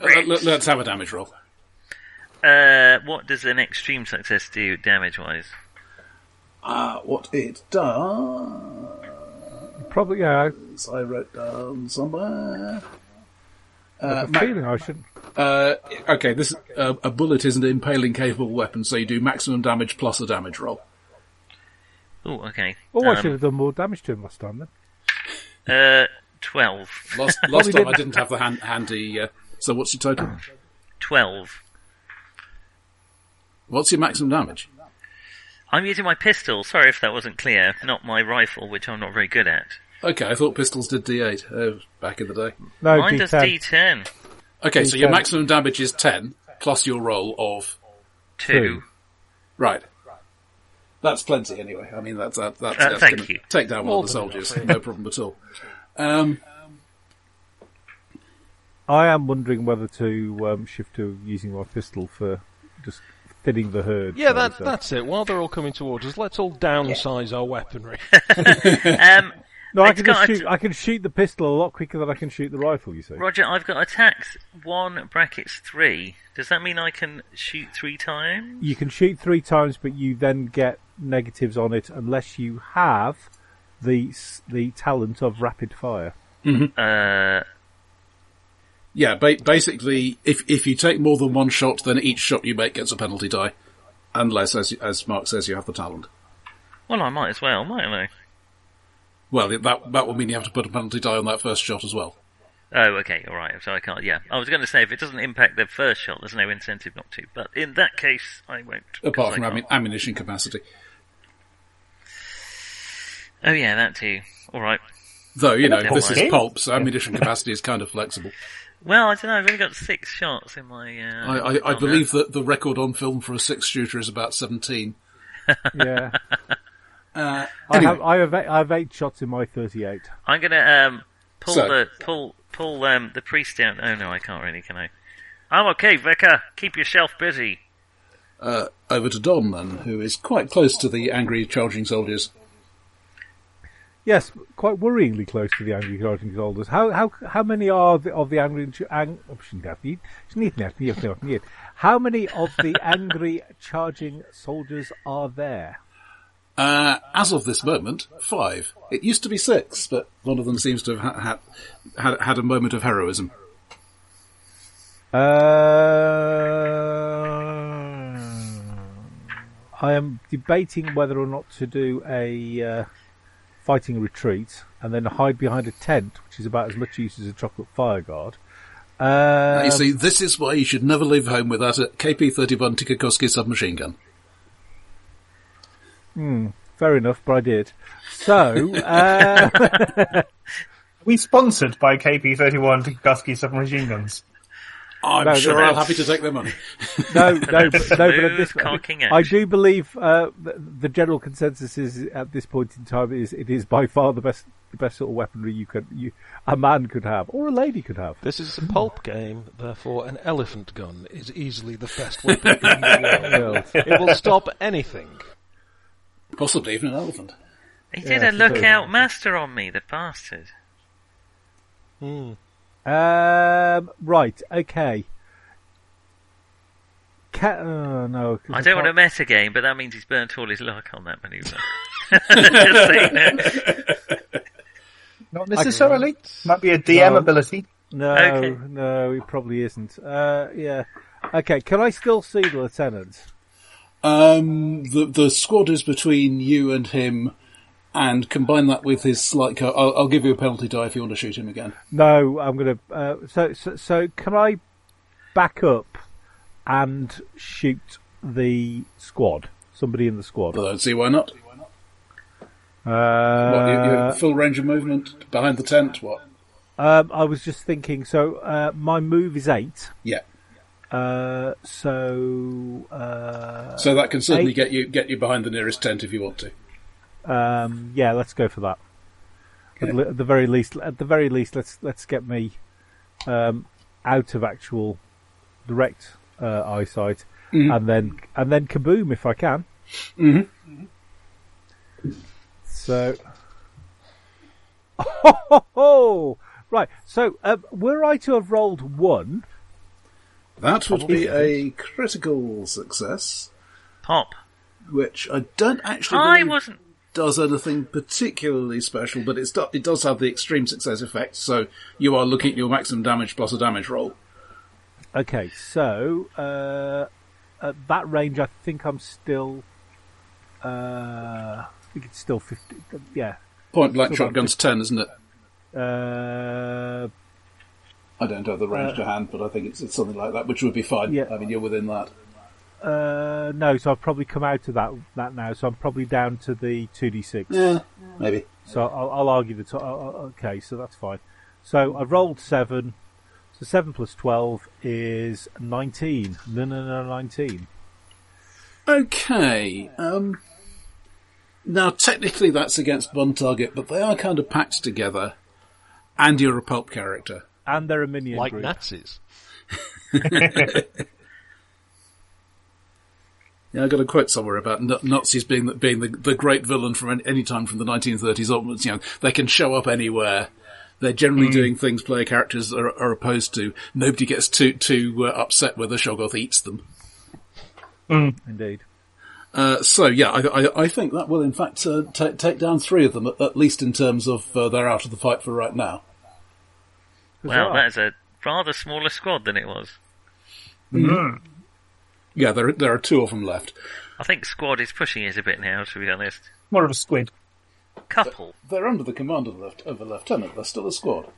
S1: Uh, let- let's have a damage roll.
S5: uh, what does an extreme success do damage wise?
S1: Uh, what it does.
S3: Probably, yeah.
S1: I wrote down somewhere.
S3: I
S1: Uh,
S3: have a
S1: ma-
S3: feeling I should.
S1: uh, okay, this uh, a bullet is an impaling capable weapon, so you do maximum damage plus a damage roll.
S5: Oh, okay.
S3: Oh, I
S5: Um,
S3: should have done more damage to him last time then.
S5: Uh, 12.
S1: Last, last time I didn't have the hand, handy. Uh, so what's your total?
S5: 12.
S1: What's your maximum damage?
S5: I'm using my pistol, sorry if that wasn't clear, not my rifle, which I'm not very good at.
S1: Okay, I thought pistols did D8 uh, back in the day.
S3: No,
S5: Mine does
S3: D10.
S5: D10.
S1: Okay, so your
S3: D10.
S1: maximum damage is 10 plus your roll of
S5: Two.
S1: right. That's plenty anyway. I mean, that's that, that's,
S5: Uh,
S1: that's
S5: thank
S1: gonna
S5: you.
S1: take down one of the soldiers. No problem at all. Um,
S3: I am wondering whether to um, shift to using my pistol for just thinning the herd. uh,
S7: yeah,
S3: shall we
S7: that,
S3: say.
S7: that's it. While they're all coming towards us, let's all downsize our weaponry.
S5: Um,
S3: No, I
S5: It's
S3: can just
S5: got a-
S3: shoot. I can shoot the pistol a lot quicker than I can shoot the rifle. You see?
S5: Roger, I've got attacks one brackets three. Does that mean I can shoot three times?
S3: You can shoot three times, but you then get negatives on it unless you have the s- the talent of rapid fire.
S5: Uh,
S1: Yeah, ba- basically, if if you take more than one shot, then each shot you make gets a penalty die, unless, as as Mark says, you have the talent.
S5: well, I might as well, mightn't I?
S1: Well, that that will mean you have to put a penalty die on that first shot as well.
S5: Oh, okay, all right. So I can't. Yeah, I was going to say if it doesn't impact the first shot, there's no incentive not to. But in that case, I won't. 'cause
S1: Apart from
S5: I
S1: ammu-
S5: can't.
S1: ammunition capacity,
S5: Oh yeah, that too. All right.
S1: though you know
S5: Never
S1: this is
S5: mind.
S1: pulp, so ammunition capacity is kind of flexible.
S5: Well, I don't know. I've only got six shots in my. Uh,
S1: I, I, I
S5: armour.
S1: believe that the record on film for a six shooter is about seventeen.
S3: Yeah.
S1: Uh,
S3: I
S1: Anyway.
S3: have I have eight, I have eight shots in my thirty-eight.
S5: I'm going to um, pull
S1: So-
S5: the pull pull um, the priest down. Oh no, I can't really. Can I? I'm okay, Vicar. Keep yourself busy.
S1: uh, over to Don then, who is quite close to the angry charging soldiers.
S3: Yes, quite worryingly close to the angry charging soldiers. How how how many are the, of the angry ch- ang, oh, shouldn't have need- shouldn't have need- shouldn't have need. How many of the angry charging soldiers are there?
S1: Uh, as of this moment, five. It used to be six, but one of them seems to have ha- ha- had had a moment of heroism.
S3: Uh, I am debating whether or not to do a uh, fighting retreat and then hide behind a tent, which is about as much use as a chocolate fire guard. Uh,
S1: you see, this is why you should never leave home without a KP-31 Tikhokovsky submachine gun.
S3: Fair enough, but I did. So, uh,
S4: We sponsored by KP-31 Gusky submachine guns.
S1: I'm
S3: No,
S1: sure
S3: no.
S1: I'm happy to take their money.
S3: no, no, but- no, but at this,
S5: Smooth cocking
S3: I
S5: action.
S3: do believe uh, the, the general consensus is at this point in time is it is by far the best, the best sort of weaponry you could, you, a man could have or a lady could have.
S7: This is a pulp game, therefore an elephant gun is easily the best weapon in the world. It will stop anything.
S1: Possibly even an elephant.
S5: He did
S3: Yeah,
S5: a
S3: it's a bit
S5: lookout master on me, the bastard.
S3: Um, right, okay. Ca oh, no, 'cause
S5: I don't want
S3: can't-
S5: to meta game, but that means he's burnt all his luck on that manoeuvre. Just saying.
S4: Not necessarily. Might be a DM
S3: No.
S4: ability.
S3: No,
S5: Okay.
S3: no, it probably isn't. Uh, yeah. Okay, can I still see the lieutenant?
S1: Um, the the squad is between you and him, and combine that with his slight. Co- I'll, I'll give you a penalty die if you want to shoot him again.
S3: No, I'm gonna. Uh, so, so, so, can I back up and shoot the squad? Somebody in the squad.
S1: But I don't see why not.
S3: Uh,
S1: What, you, you have full range of movement behind the tent. What?
S3: um, I was just thinking. So, uh, my move is eight.
S1: Yeah.
S3: Uh, so, uh,
S1: So that can certainly
S3: eight.
S1: get you get you behind the nearest tent if you want to.
S3: um, yeah, let's go for that. At, le- at the very least, at the very least, let's let's get me um, out of actual direct uh, eyesight, and then and then kaboom if I can. So, right. So, um, were I to have rolled one,
S1: That would be a critical success,
S5: Pop.
S1: which I don't actually.
S5: I
S1: believe
S5: wasn't.
S1: Does anything particularly special, but it's do- it does have the extreme success effect. So you are looking at your maximum damage plus a damage roll.
S3: okay. So, uh, at that range, I think I'm still. Uh, I think it's still fifty. Yeah.
S1: Point blank
S3: So
S1: shotgun's ten, isn't it?
S3: Uh,
S1: I don't have the range to hand, but I think it's, it's something like that, which would be fine.
S3: Yeah.
S1: I mean, you're within that.
S3: Uh, no, so I've probably come out of that that now. So I'm probably down to the two d six.
S1: Yeah, maybe.
S3: So I'll, I'll argue the top. uh, Okay, so that's fine. So I've rolled seven. So seven plus twelve is nineteen. No, no, no, nineteen.
S1: Okay. Um, now, technically, that's against one target, but they are kind of packed together, and you're a pulp character.
S3: And they're a minion
S7: Like
S3: group.
S7: Nazis.
S1: Yeah, I got a quote somewhere about Na- Nazis being the, being the, the great villain from any, any time from the 1930s onwards. You know, they can show up anywhere. They're generally doing things player characters are, are opposed to. Nobody gets too too uh, upset whether Shoggoth eats them.
S3: Indeed.
S1: Uh, so yeah, I, I, I think that will in fact uh, ta take down three of them at, at least in terms of uh, they're out of the fight for right now.
S5: Wow, that is a rather smaller squad than it was.
S1: Yeah, there there are two of them left.
S5: I think squad is pushing it a bit now, to be honest.
S4: More of a squid.
S5: Couple.
S1: They're under the command of the, left, of the lieutenant. They're still a squad.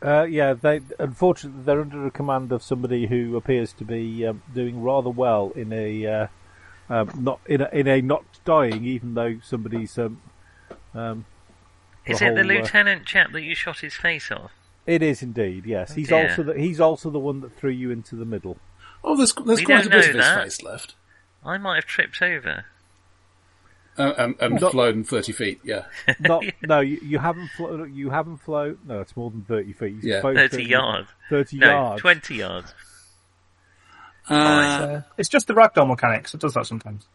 S3: Uh, yeah, they unfortunately they're under the command of somebody who appears to be um, doing rather well in a uh, um, not in a, in a not dying, even though somebody's. Um,
S5: Is it the
S3: whole, uh,
S5: lieutenant chap that you shot his face off?
S3: it is indeed yes. He's
S5: Yeah.
S3: also the, he's also the one that threw you into the middle.
S1: Oh, there's there's
S5: We
S1: quite a bit
S5: don't know
S1: of his
S5: that.
S1: face left.
S5: I might have tripped over.
S1: Uh, and and flown thirty feet. Yeah,
S3: Not no, you, you haven't flown. You haven't flown. No, it's more than thirty feet. You
S1: Yeah.
S3: flown
S5: 30 yards.
S3: Thirty
S5: No,
S3: yards.
S5: 20 yards.
S1: uh,
S4: It's just the ragdoll mechanics. It does that sometimes.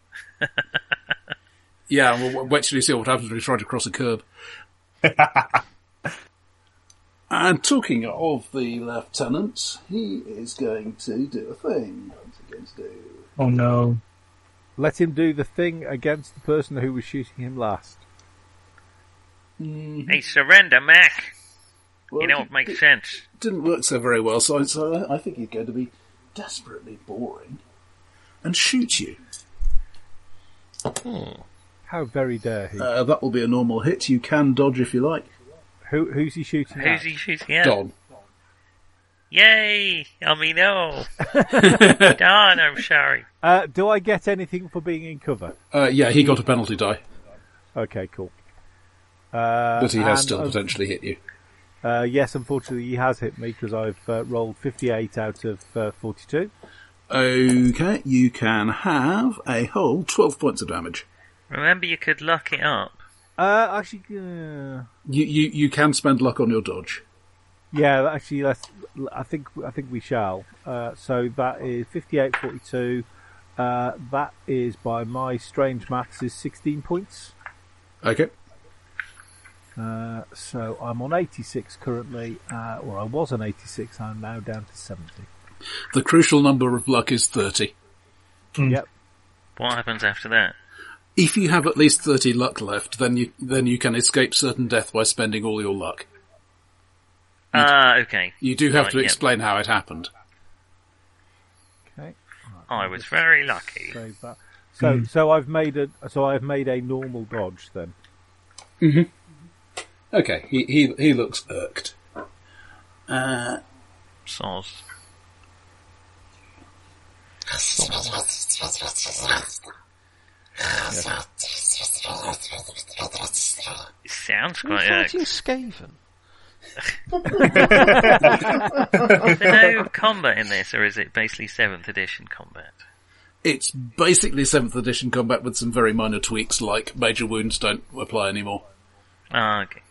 S1: yeah. Well, w- wait till you see what happens when you try to cross a curb. and talking of the lieutenant, he is going to do a thing. What's he going to do?
S4: Oh no.
S3: Let him do the thing against the person who was shooting him last.
S5: Hey, surrender, Mac.
S1: Well,
S5: you know what
S1: it-
S5: makes
S1: it
S5: sense.
S1: Didn't work so very well, so, so I- I think he's going to be desperately boring and shoot you.
S3: How very dare he?
S1: Uh, that will be a normal hit. You can dodge if you like.
S3: Who, who's he shooting at?
S5: Who's he shooting at?
S1: Don.
S5: Yay! I mean, no. Don, I'm sorry.
S3: Uh, do I get anything for being in cover?
S1: Uh, yeah, he got a penalty die,
S3: Okay, cool. Uh,
S1: but he has
S3: and,
S1: still
S3: uh,
S1: potentially hit you.
S3: Uh, yes, unfortunately, he has hit me because I've uh, rolled 58 out of uh, 42.
S1: Okay, you can have a whole 12 points of damage.
S5: Remember, you could lock it up.
S3: Uh, actually, uh,
S1: You, you, you can spend luck on your dodge.
S3: yeah, actually, let's, I think I think we shall. Uh, so that is 58, 42. Uh, that is by my strange maths is 16 points.
S1: Okay.
S3: Uh, so I'm on 86 currently, uh, or I was on 86. I'm now down to 70.
S1: The crucial number of luck is 30. Hmm.
S3: Yep.
S5: What happens after that?
S1: If you have at least 30 luck left, then you, then you can escape certain death by spending all your luck.
S5: Ah, okay.
S1: You do have
S5: Right,
S1: to
S5: yeah.
S1: explain how it happened.
S3: Okay.
S5: I was very lucky.
S3: save that. So,
S1: Mm.
S3: so I've made a so I've made a normal dodge then.
S1: Okay, he, he, he looks irked. Uh,
S5: Soz. It sounds
S7: Who
S5: quite
S7: fighting
S5: irked.
S7: Skaven?
S5: Is there no combat in this, or is it basically 7th edition combat?
S1: it's basically 7th edition combat with some very minor tweaks like major wounds don't apply anymore.
S5: Ah, okay.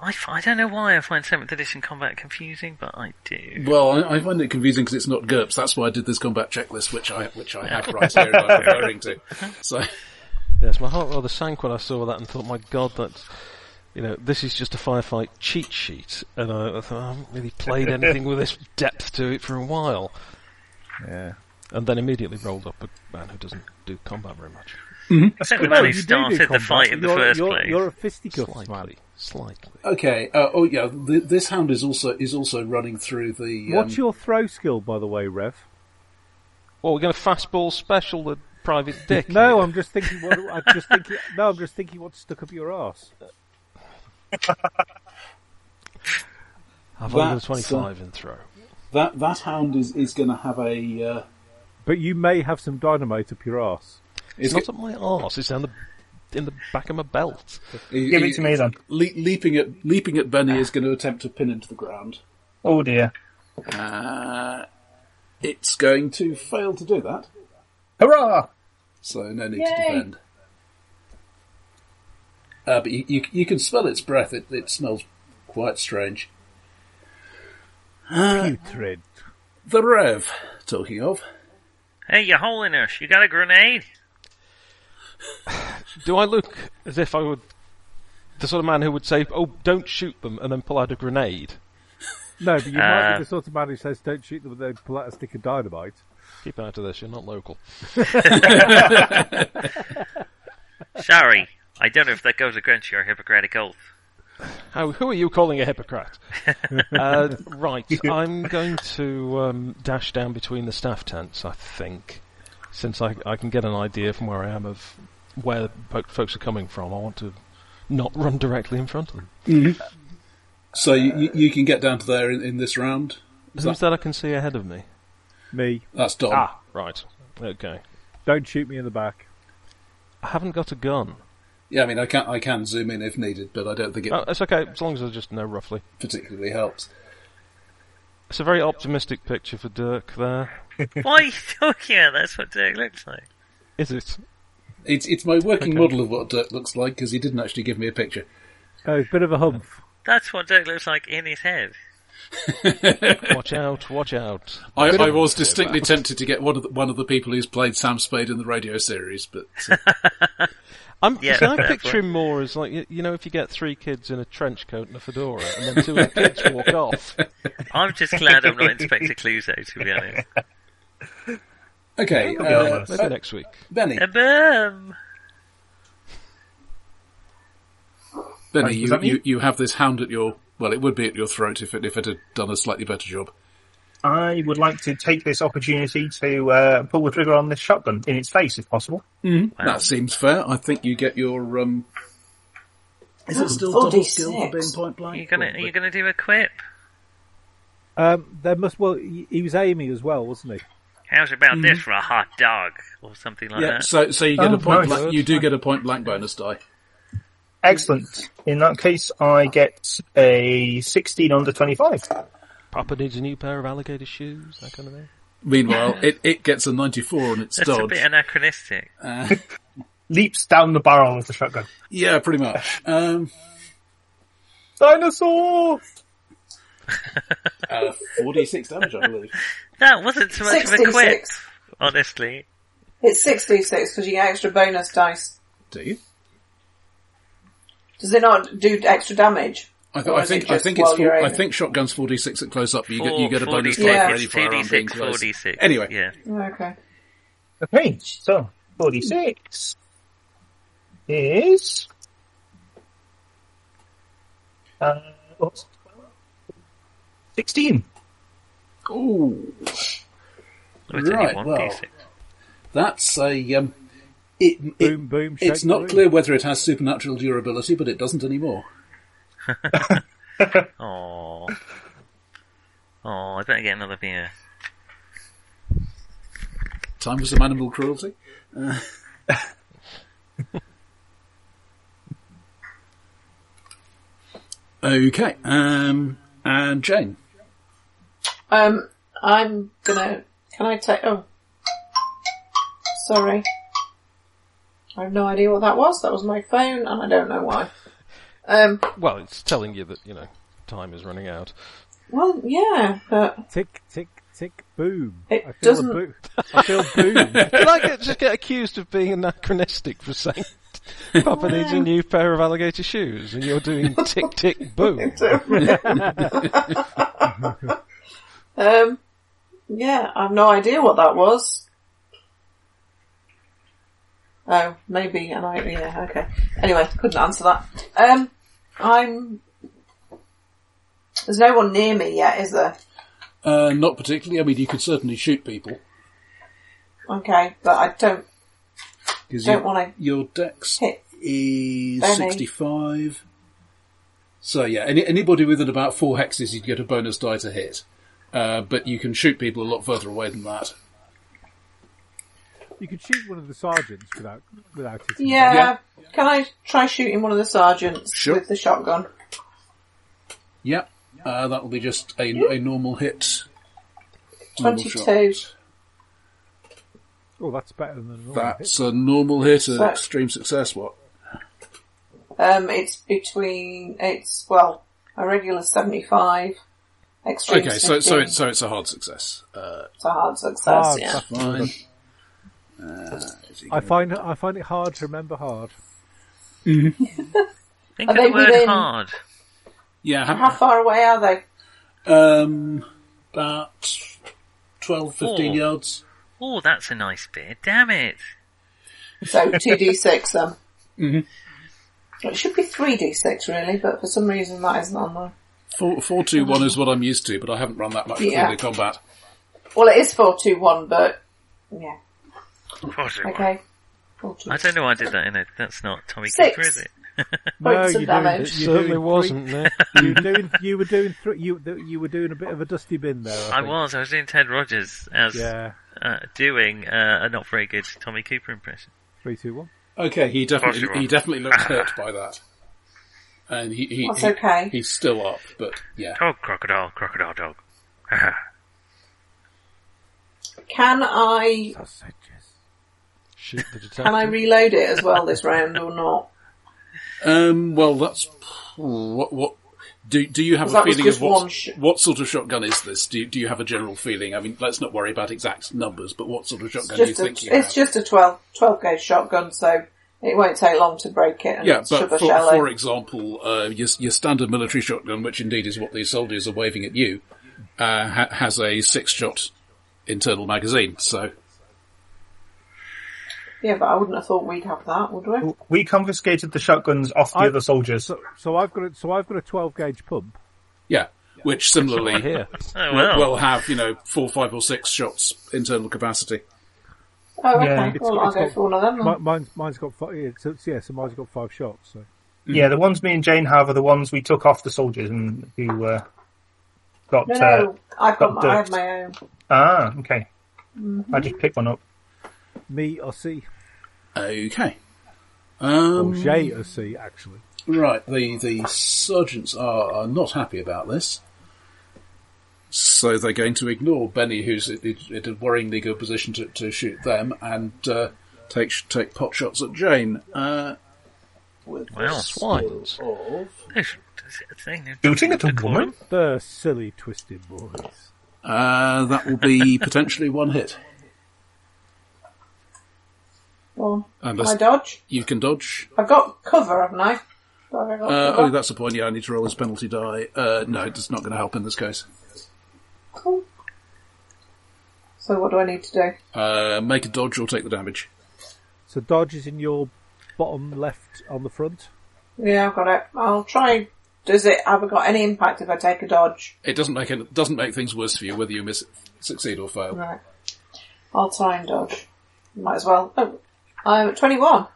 S5: I, f- I don't know why I find 7th edition combat confusing, but I do.
S1: Well, I, I find it confusing because it's not GURPS. That's why I did this combat checklist, which I which I have right here and I'm referring to. So,
S7: Yes, my heart rather sank when I saw that and thought, my God, that's you know, this is just a firefight cheat sheet, and I, I thought I haven't really played anything with this depth to it for a while,
S3: Yeah.
S7: and then immediately rolled up a man who doesn't do combat very much.
S5: That's the man who started the fight in the 1st
S3: you're,
S5: place.
S3: You're a fisticuffs man.
S7: Slightly, slightly.
S1: okay. Uh, oh yeah, th- this hound is also is also running through the. Um,
S3: What's your throw skill, by the way, Rev?
S7: Well, we're going to fastball special the private dick.
S3: No, I'm just thinking. What, I'm just thinking. No, I'm just thinking. What's stuck up your ass?
S7: I've only got
S1: That's, uh,
S7: twenty-five in throw.
S1: that that hound is is going to have a. Uh,
S3: But you may have some dynamite up your ass.
S7: It's
S1: is
S7: not up my arse. It's down the in the back of my belt.
S4: Give it to me then. Ah.
S1: Le- leaping at leaping at Benny is going to attempt to pin him to the ground.
S4: Oh dear.
S1: Uh, it's going to fail to do that,
S4: Hurrah!
S1: so no need to
S6: Yay.
S1: defend. Uh, but you, you you can smell its breath. It it smells quite strange.
S3: Putrid.
S1: The Rev, talking of.
S5: Hey, you holiness, you got a grenade?
S7: Do I look as if I would. The sort of man who would say, "Oh, don't shoot them," and then pull out a grenade.
S3: No, but you might
S5: Uh,
S3: be the sort of man who says, "Don't shoot them," and they pull out a stick of dynamite.
S7: Keep out of this. You're not local.
S5: Sorry, I don't know if that goes against your Hippocratic oath.
S7: How, who are you calling a hypocrite? uh, right, I'm going to um, dash down between the staff tents, I think, since I, I can get an idea from where I am of where the po- folks are coming from. I want to not run directly in front of them.
S1: So you, you- you can get down to there in, in this round. Is
S7: Who's
S1: that,
S7: that I can see ahead of me?
S3: Me,
S1: that's Dom.
S7: Ah, right. Okay.
S3: don't shoot me in the back.
S7: I haven't got a gun.
S1: Yeah, I mean, I can I can zoom in if needed, but I don't think it
S7: Oh, it's okay, as long as I just know roughly.
S1: particularly helps.
S7: It's a very optimistic picture for Dirk there.
S5: Why are you talking? about? That's what Dirk looks like.
S7: Is it?
S1: It's it's my working
S7: Okay.
S1: model of what Dirk looks like because he didn't actually give me a picture.
S3: Oh, bit of a humph.
S5: That's what Dirk looks like in his head.
S7: Watch out, watch out.
S1: I, I was distinctly tempted to get one of the, one of the people who's played Sam Spade in the radio series, but uh,
S7: I'm,
S5: Yeah,
S7: see, I
S5: fair
S7: picture
S5: point.
S7: him more as like, y- you know, if you get three kids in a trench coat and a fedora and then two of the kids walk off.
S5: I'm just glad I'm not Inspector Clouseau, to be honest.
S1: okay, uh,
S7: Uh, maybe next week.
S1: Benny,
S5: Abum.
S1: Benny,
S4: was
S1: you,
S4: that me?
S1: you you have this hound at your well, it would be at your throat if it if it had done a slightly better job.
S4: I would like to take this opportunity to uh, pull the trigger on this shotgun in its face, if possible.
S1: That seems fair. I think you get your um. Is
S6: Oh,
S1: it still
S6: double skill for being
S1: point
S5: Are
S1: blank?
S5: you gonna are you gonna do a quip?
S3: Um, there must. Well, he, he was aiming as well, wasn't he?
S5: How's about this for a hot dog or something like
S1: Mm-hmm. Yeah,
S5: that?
S1: so so you get
S4: Oh,
S1: a point.
S4: nice.
S1: Blank, you do get a point blank bonus die.
S4: Excellent. In that case, I get a 16 under 25.
S7: Papa needs a new pair of alligator shoes, that kind of thing.
S1: Meanwhile, it, it gets a ninety four on its
S5: That's a
S1: dodge.
S5: bit anachronistic.
S4: Leaps down the barrel of the shotgun.
S1: Yeah, pretty much. Um,
S4: Dinosaur!
S1: uh, forty six damage, I believe.
S5: That wasn't so much of a quip,
S6: 66.
S5: honestly.
S6: It's 66 because you get extra bonus dice.
S1: Do you?
S6: Does it not do extra damage?
S1: I, th-
S6: Or
S1: I
S6: is it
S1: think I
S6: just
S1: think
S6: while
S1: it's
S6: you're
S1: four, I
S6: aiming?
S1: think shotgun's forty six at close up. But you get you
S5: Or
S1: get a bonus die
S5: 46,
S6: yeah.
S1: for any
S5: it's
S1: fire arm being
S5: 2d6,
S1: close.
S5: 46.
S1: Anyway,
S5: Yeah.
S6: Okay.
S4: Okay, so 46 is. Uh, what's 16.
S1: Ooh,
S5: Or it's only
S1: Right,
S5: 1d6.
S1: that's a um, it, it-
S3: Boom, boom. Shake,
S1: It's not
S3: boom.
S1: clear whether it has supernatural durability, but it doesn't anymore.
S5: Oh. Oh, I better get another beer.
S1: Time for some animal cruelty. Uh. okay, um, and Jane.
S6: Um, I'm gonna. Can I take? Oh, sorry. I have no idea what that was. That was my phone, and I don't know why. Um,
S7: Well, it's telling you that, you know, time is running out.
S6: well, yeah, but
S3: Tick, tick, tick. Boom.
S6: It
S3: I feel
S6: doesn't-
S3: A boo- I feel boom.
S7: Did I get, just get accused of being anachronistic for saying Papa needs a new pair of alligator shoes and you're doing tick, tick, boom?
S6: um, yeah, I've no idea what that was. Oh, maybe, and I yeah, okay. Anyway, couldn't answer that. Um, I'm. There's no one near me yet, is there?
S1: Uh, not particularly. I mean, you could certainly shoot people
S6: Okay, but I don't
S1: because
S6: Don't
S1: your,
S6: wanna
S1: your dex
S6: hit
S1: is
S6: Benny.
S1: sixty-five. So yeah, any, anybody within about four hexes, you'd get a bonus die to hit. Uh, but you can shoot people a lot further away than that.
S3: You could shoot one of the sergeants without without it.
S6: Yeah.
S1: Yeah.
S6: Can I try shooting one of the sergeants
S1: Sure.
S6: with the shotgun?
S1: Yeah, uh, that will be just a, a normal hit. Normal
S6: 22.
S1: shot.
S3: Oh, that's better than a normal hit.
S1: That's a normal hit, an
S6: So-
S1: extreme success. What?
S6: Um, it's between, it's, well, a regular 75, extreme
S1: Okay, so so
S6: 15.
S1: it's so it's a hard success. Uh,
S6: It's a hard success,
S3: Ah,
S6: yeah.
S3: fuck.
S1: fine. Uh, is he
S3: I
S1: gonna-
S3: find I find it hard to remember hard.
S5: Think
S6: Are
S5: of the
S6: they
S5: word
S6: within-
S5: hard.
S1: yeah,
S6: How
S1: ha-
S6: far away are they? Uh-huh.
S1: um, about 12, 15
S5: Oh.
S1: yards.
S5: Oh, that's a nice beer. Damn it.
S6: So 2d6 then. um. It should be 3d6 really, but for some reason that isn't on there.
S1: Four, four, two, one is what I'm used to, but I haven't run that much
S6: Yeah.
S1: in combat.
S6: Well, it is 421, but yeah.
S5: What a-
S6: Okay. 421.
S5: I don't know why I did that in it. That's not Tommy
S6: Six.
S5: Cooper, is it?
S6: Points of
S3: it
S6: damage.
S7: certainly wasn't there.
S3: you were doing you were doing thr- you you were doing a bit of a dusty bin there. I,
S5: I
S3: think.
S5: was. I was doing Ted Rogers as
S3: Yeah,
S5: uh, doing uh, a not very good Tommy Cooper impression.
S3: three, two, one.
S1: Okay, he
S5: Of course you
S1: definitely
S5: are.
S1: he definitely looked hurt by that, and he, he,
S6: That's
S1: he-
S6: okay.
S1: he's still up, but yeah,
S5: Dog, Oh, crocodile, crocodile, dog.
S6: Can I
S7: Shoot the detective.
S6: can I reload it as well this round or not?
S1: Um, well, that's what. What do do you have a
S6: That was
S1: feeling of
S6: just one
S1: what
S6: sh-
S1: what sort of shotgun is this? Do you, do you have a general feeling? I mean, let's not worry about exact numbers, but what sort of
S6: It's
S1: shotgun do you
S6: just a,
S1: think you have?
S6: it's just a 12, 12 gauge shotgun, so it won't take long to break it and
S1: Yeah,
S6: shove
S1: but for,
S6: a shell
S1: for
S6: in.
S1: example, uh, your, your standard military shotgun, which indeed is what these soldiers are waving at you, uh, ha- has a six-shot internal magazine. So
S6: Yeah, but I wouldn't have thought we'd have that, would we?
S4: We confiscated the shotguns off the
S3: I-
S4: other soldiers.
S3: So so I've got a, so I've got a twelve gauge pump.
S1: yeah, which similarly
S7: Here.
S5: Oh, well.
S1: will, will have you know four, five, or six shots internal capacity.
S6: Oh, okay.
S4: Yeah,
S6: well, I'll
S3: it's
S6: go
S3: got-
S6: for one of them then.
S3: Mi- mine's mine's got five. Yeah, so, yeah, so mine's got five shots. So mm.
S4: Yeah, the ones me and Jane have are the ones we took off the soldiers and who uh, got.
S6: No,
S4: uh,
S6: no, I've
S4: got
S6: got my, I have
S4: dirt.
S6: my own.
S4: ah, okay.
S6: Mm-hmm.
S4: I just picked one up.
S3: me or C
S1: Okay.
S3: or
S1: Um,
S3: J or C actually.
S1: Right, the, the sergeants are, are not happy about this. So they're going to ignore Benny, who's in, in in a worryingly good position to, to shoot them, and uh, take sh- take pot shots at Jane. Uh, with a
S5: Well,
S1: score
S7: swines.
S1: of-
S5: There's- there's a thing-
S4: Shooting at a
S5: decorum.
S4: woman?
S3: They're silly twisted boys.
S1: uh, that will be potentially one hit,
S6: Well,
S1: unless
S6: my dodge.
S1: you can dodge.
S6: I've got cover, haven't I? Have I got
S1: Uh,
S6: cover?
S1: oh, that's the point. Yeah, I need to roll this penalty die. Uh, no, it's not going to help in this case.
S6: Cool. So what do I need to do?
S1: Uh, make a dodge or take the damage.
S3: So dodge is in your bottom left on the front.
S6: Yeah, I've got it. I'll try. Does it? Have I got any impact if I take a dodge?
S1: It doesn't make it doesn't make things worse for you whether you miss, succeed or fail.
S6: Right. I'll try and dodge. Might as well. Oh, I'm at 21.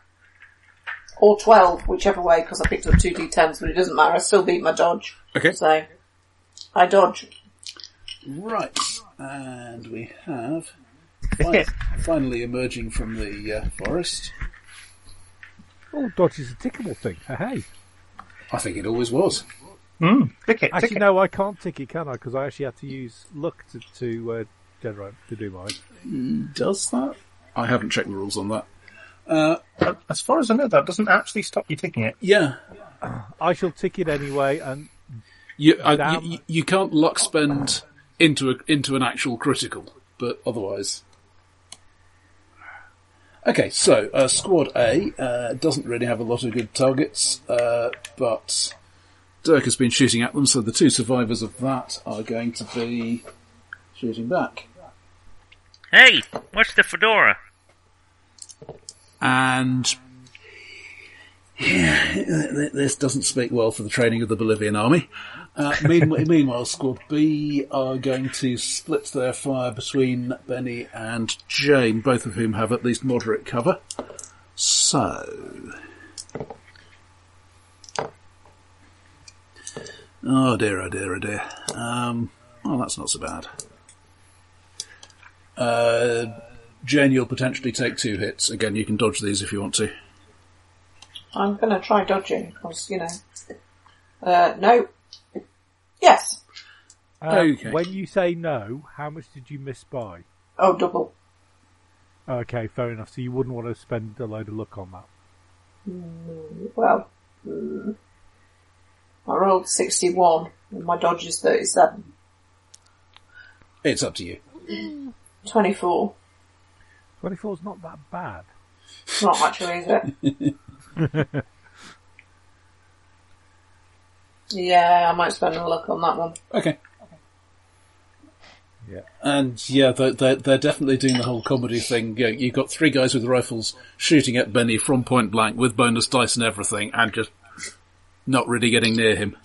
S6: Or 12, whichever way, because I picked up two d10s, but it doesn't matter. I still beat my dodge.
S1: Okay.
S6: So, I dodge.
S1: Right, and we have fi- finally emerging from the uh, forest.
S3: Oh, dodge is a tickable thing. Hey,
S1: I think it always was.
S4: Mm, pick it, pick
S3: actually
S4: it.
S3: no, I can't tick it, can I? Because I actually had to use luck to to uh, generate to do mine.
S1: Does that? I haven't checked the rules on that.
S4: As far as I know, that doesn't actually stop you taking it.
S1: Yeah,
S3: I shall tick it anyway, and
S1: you I,
S3: Damn.
S1: you, you can't luck spend into a, into an actual critical, but otherwise. Okay, so uh, squad A uh, doesn't really have a lot of good targets, uh, but Dirk has been shooting at them, so the two survivors of that are going to be shooting back.
S5: Hey, what's the fedora?
S1: and yeah, th- th- this doesn't speak well for the training of the Bolivian army. Uh, meanwhile, meanwhile, Squad B are going to split their fire between Benny and Jane, both of whom have at least moderate cover. So, oh dear, oh dear, oh dear. Um, well, that's not so bad. Uh, Jane, you'll potentially take two hits. Again, you can dodge these if you want to.
S6: I'm going to try dodging, because, you know. Uh, no. Yes.
S3: uh,
S1: Okay.
S3: when you say no, how much did you miss by?
S6: Oh, double.
S3: Okay, fair enough. So you wouldn't want to spend a load of luck on that.
S6: Well, mm, I rolled 61, and my dodge is 37.
S1: It's up to you.
S6: 24.
S3: 24's not that bad.
S6: It's not actually, is it? yeah, I might spend a look on that one.
S1: Okay.
S3: Yeah.
S1: And yeah, they're, they're, they're definitely doing the whole comedy thing. Yeah, you've got three guys with rifles shooting at Benny from point blank with bonus dice and everything and just not really getting near him.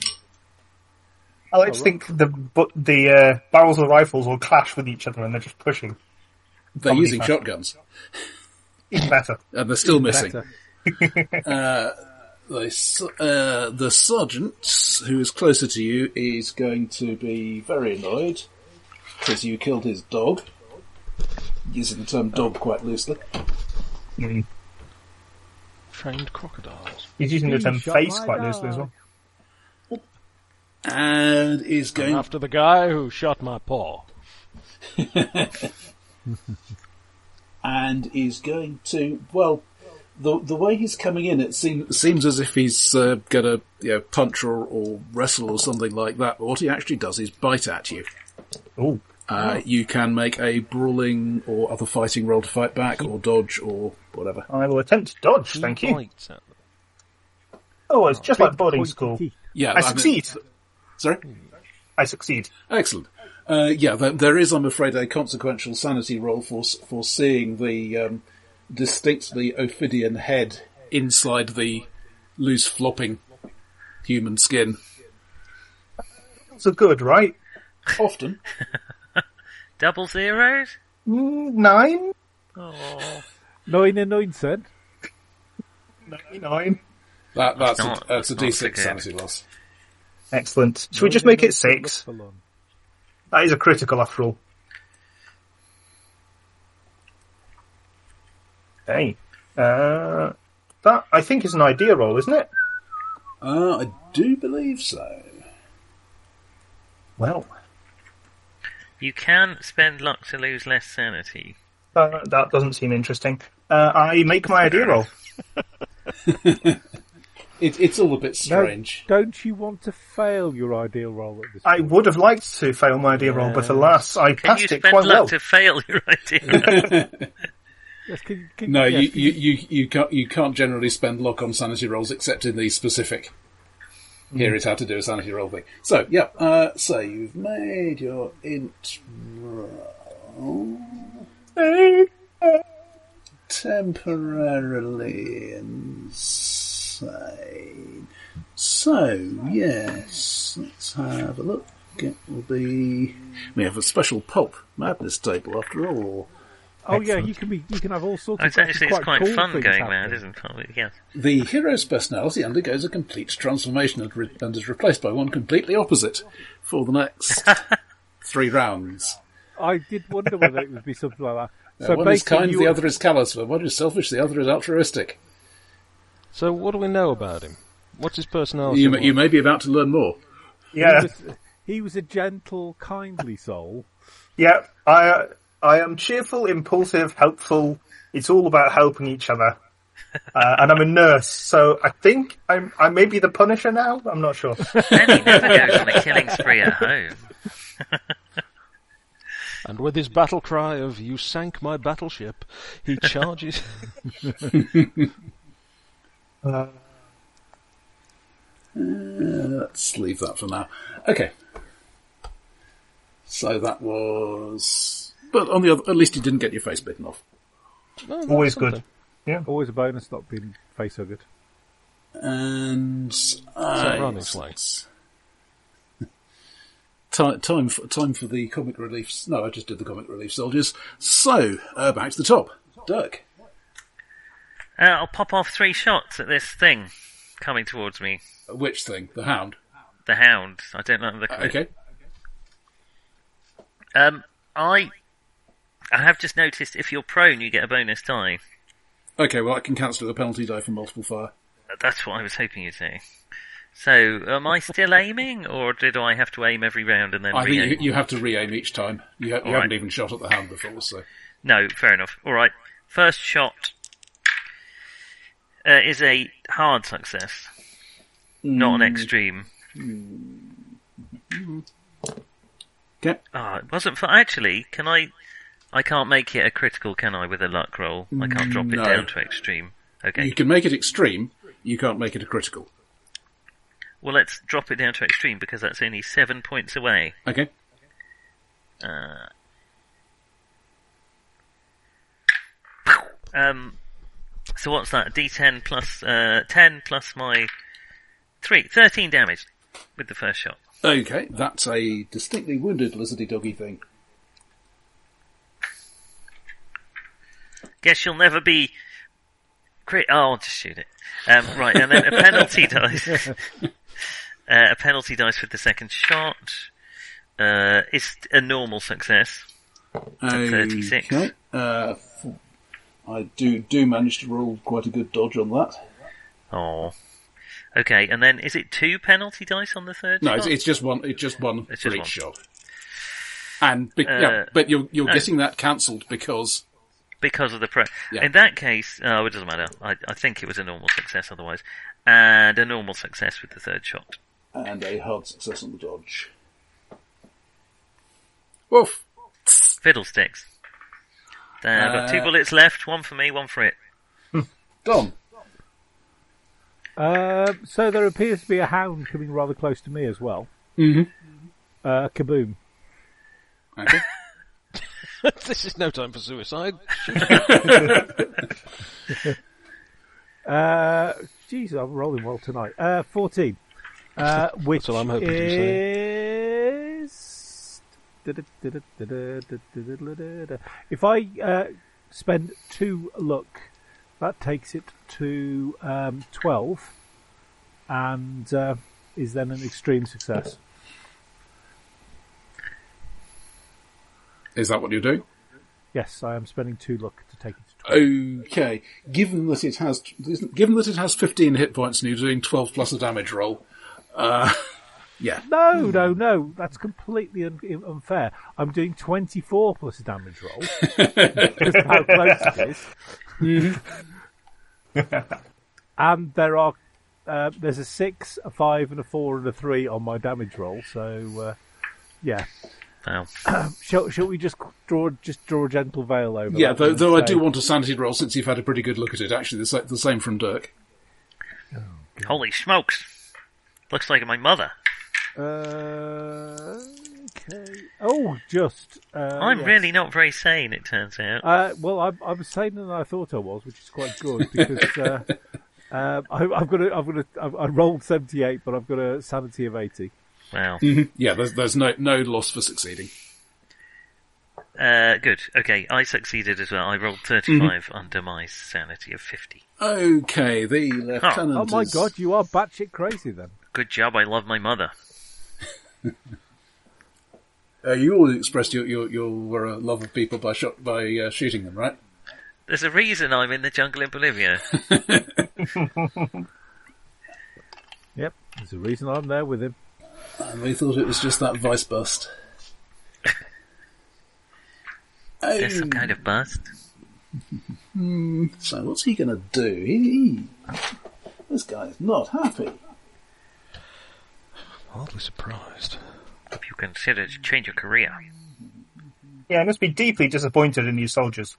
S4: I like to think the bu- the uh, barrels of the rifles will clash with each other and they're just pushing.
S1: They're
S4: Comedy
S1: using
S4: fan.
S1: shotguns
S4: Even better.
S1: and they're still missing.
S3: Better.
S1: The, su- uh, the sergeant, who is closer to you, is going to be very annoyed because you killed his dog. Using the term dog quite loosely.
S7: Trained crocodiles.
S4: He's using the
S3: He
S4: term
S3: shot
S4: face
S3: my
S4: quite loosely as
S3: dog.
S4: well.
S1: And is going
S7: I'm after the guy who shot my paw.
S1: and is going to well the the way he's coming in it seems seems as if he's uh, going to you know, punch or, or wrestle or something like that but what he actually does is bite at you
S4: Ooh.
S1: uh, you can make a brawling or other fighting roll to fight back or dodge or whatever
S4: I will attempt to dodge,
S7: He
S4: thank you.
S7: bites at them.
S4: Oh, it's just like boarding
S3: Pointy
S4: school.
S3: teeth.
S1: yeah
S4: I
S1: mean-
S4: succeed.
S1: sorry
S4: I succeed.
S1: excellent uh, yeah there, there is i'm afraid a consequential sanity roll for s- for seeing the um, distinctly ophidian head inside the loose flopping human skin
S4: That's a good, right?
S1: often
S5: Double zeros?
S4: Mm, Nine?
S5: Oh,
S3: Nine and nine cent.
S4: Ninety-nine.
S1: That, that's
S5: It's not-
S1: a, that's a
S5: it's not
S1: D6
S5: okay.
S1: sanity loss.
S4: Excellent. Should we just make it six? That is a critical after all. Hey. Uh, that, I think, is an idea roll, isn't it?
S1: Uh, I do believe so.
S4: Well,
S5: you can spend luck to lose less sanity.
S4: uh, that doesn't seem interesting. Uh, I make my idea roll.
S1: It, it's all a bit
S3: No,
S1: strange.
S3: don't you want to fail your ideal role at this
S4: I
S3: point?
S4: would have liked to fail my idea roll, but alas, I
S5: Can you
S4: passed it
S5: spend
S4: quite
S5: luck
S4: well.
S5: to fail your idea?
S3: Yes, can- can-
S1: No,
S3: yes,
S1: you, you, you, you can't you can't generally spend luck on sanity rolls except in the specific. Here is how to do a sanity roll thing. So yeah, uh, so you've made your int roll temporarily insane. So yes, let's have a look. It will be we have a special pulp madness table after all.
S3: Oh yeah, you can be. You can have all sorts
S5: it's
S3: of.
S5: actually it's quite
S3: cool
S5: fun
S3: things
S5: going
S3: happening.
S5: mad, isn't it? Yes.
S1: The hero's personality undergoes a complete transformation and, re- and is replaced by one completely opposite for the next three rounds.
S3: I did wonder whether it would be something
S1: Uh,
S3: like that. So
S1: one is
S3: basically,
S1: kind,
S3: you
S1: the other is callous. But one is selfish, the other is altruistic.
S7: So what do we know about him? What's his personality?
S1: You, ma-
S7: like?
S1: you may be about to learn more.
S4: Yeah,
S3: He was, he was a gentle, kindly soul.
S4: yeah. I I am cheerful, impulsive, helpful. It's all about helping each other. Uh, and I'm a nurse, so I think I'm I may be the Punisher now. I'm not sure.
S5: And he never goes on a killing spree at home.
S7: And with his battle cry of "You sank my battleship," he charges.
S4: Uh,
S1: Let's leave that for now. Okay. So that was, but on the other, at least you didn't get your face bitten off.
S7: Oh, No, that's
S4: always
S7: something.
S4: good.
S3: Always a bonus not being face hugged.
S1: And
S7: that
S1: I-
S7: running slang?
S1: Ti- time for, time for the comic relief. No, I just did the comic relief soldiers. So uh, back to the top, Dirk.
S5: Uh, I'll pop off three shots at this thing coming towards me.
S1: Which thing? The hound.
S5: The hound. I don't like the look of it.
S1: Okay.
S5: Um, I I have just noticed if you're prone, you get a bonus die.
S1: Okay. Well, I can cancel the penalty die for multiple fire.
S5: That's what I was hoping you'd say. So, am I still aiming, or did I have to aim every round and then
S1: I think
S5: re-aim?
S1: you, you have to re-aim each time. You, ha- you
S5: Alright.
S1: haven't even shot at the hound before, so
S5: No, fair enough. All right, first shot uh, is a hard success, not an
S1: Hmm.
S5: extreme.
S1: okay.
S5: Ah, it wasn't for actually. Can I? I can't make it a critical, can I, with a luck roll? I can't drop it
S1: Hmm, No.
S5: down to extreme. Okay.
S1: You can make it extreme, you can't make it a critical.
S5: Well, let's drop it down to extreme because that's only seven points away.
S1: Okay?
S5: Uh, um, so what's that? D10 plus uh, 10 plus my three, 13 damage with the first shot.
S1: Okay, that's a distinctly wounded lizardy doggy thing.
S5: Guess you'll never be. Crit- oh, I'll just shoot it. Um, right, and then a penalty dice. uh, a penalty dice with the second shot. Uh, it's a normal success.
S1: Okay.
S5: 36.
S1: Uh, f- I do do manage to roll quite a good dodge on that.
S5: Oh. Okay, and then is it two penalty dice on the third
S1: No,
S5: shot?
S1: it's, it's just one. It's just one
S5: It's
S1: for
S5: just
S1: each
S5: one.
S1: shot. And be- yeah,
S5: Uh,
S1: but you're you're
S5: no.
S1: getting that cancelled because
S5: because of the pre.
S1: Yeah.
S5: In that case, oh, it doesn't matter. I, I think it was a normal success otherwise, and a normal success with the third shot.
S1: and a hard success on the dodge. Woof.
S5: Fiddlesticks. There, I've got two
S1: Uh,
S5: bullets left. One for me, one for it.
S1: Gone.
S3: Uh, so there appears to be a hound coming rather close to me as well. Mm-hmm. Uh, kaboom.
S1: Okay.
S7: this is no time for suicide.
S3: Uh, jeez, I'm rolling well tonight. Uh, 14. Uh, which
S7: what I'm hoping to
S3: is... If I uh, spend two luck, that takes it to um, 12 and uh, is then an extreme success.
S1: Is that what you're doing?
S3: Yes, I am spending two luck to take it to 12.
S1: Okay. Given that it has, given that it has 15 hit points and you're doing 12 plus a damage roll, uh, yeah.
S3: No, no, no. That's completely un- un- unfair. I'm doing 24 plus a damage roll. Just how close it is.
S1: Mm-hmm.
S3: and there are, uh, there's a six, a five, and a four, and a three on my damage roll. So, uh, yeah.
S5: Wow.
S3: Shall, shall we just draw just draw a gentle veil over?
S1: Yeah,
S3: that
S1: though,
S3: and
S1: though I
S3: say-
S1: do want a sanity roll since you've had a pretty good look at it. Actually, the, sa- the same from Dirk.
S5: Holy smokes! Looks like my mother.
S3: Uh, okay. Oh, just. Uh,
S5: I'm
S3: yes.
S5: really not very sane, it turns out.
S3: Uh, well, I, I was saying than I thought I was, which is quite good because uh, uh, I, I've got a, I've got a, I've, I rolled seventy eight, but I've got a sanity of eighty.
S5: wow.
S3: mm-hmm.
S1: Yeah, there's, there's no, no loss for succeeding.
S5: Uh, good. Okay, I succeeded as well. I rolled 35
S3: Mm-hmm.
S5: under my sanity of 50.
S1: Okay, the lieutenant.
S3: Oh my
S1: is-
S3: god, you are batshit crazy then.
S5: Good job. I love my mother.
S1: Uh, you all expressed your your, your uh, love of people by shot by uh, shooting them, right?
S5: There's a reason I'm in the jungle in Bolivia.
S3: Yep, there's a reason I'm there with him.
S1: And we thought it was just that vice bust. Oh,
S5: There's some kind of bust.
S1: Um, so what's he going to do? He, he- this guy's not happy.
S7: Hardly surprised.
S5: Have you considered change of career?
S4: Yeah, he must be deeply disappointed in his soldiers.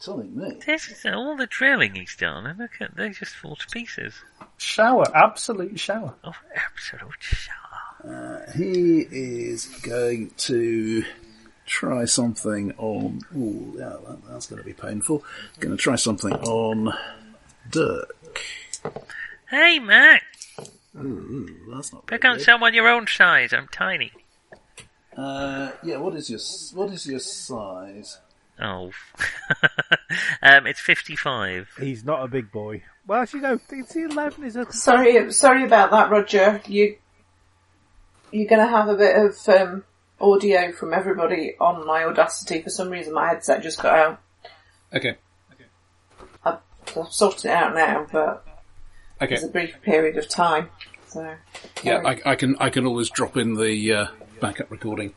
S1: Telling me.
S5: This is all the drilling he's done, and look at they just fall to pieces.
S4: Shower, absolute shower.
S5: Oh, absolute shit.
S1: He is going to try something on. Ooh, yeah, that, that's going to be painful. Going to try something on Dirk.
S5: Hey, Mac,
S1: That's not very
S5: pick on
S1: good.
S5: someone your own size. I'm tiny.
S1: Uh, yeah, what is your s- what is your size?
S5: Oh, um, it's 55.
S3: He's not a big boy. Well, actually, no. It's the eleven is a
S6: Sorry, sorry about that, Roger. You, you're going to have a bit of um, audio from everybody on my Audacity. For some reason, my headset just got out.
S1: Okay,
S6: I've, I've sorted it out now, but
S1: okay,
S6: there's a brief period of time. So
S1: yeah, I, I can I can always drop in the uh, backup recording.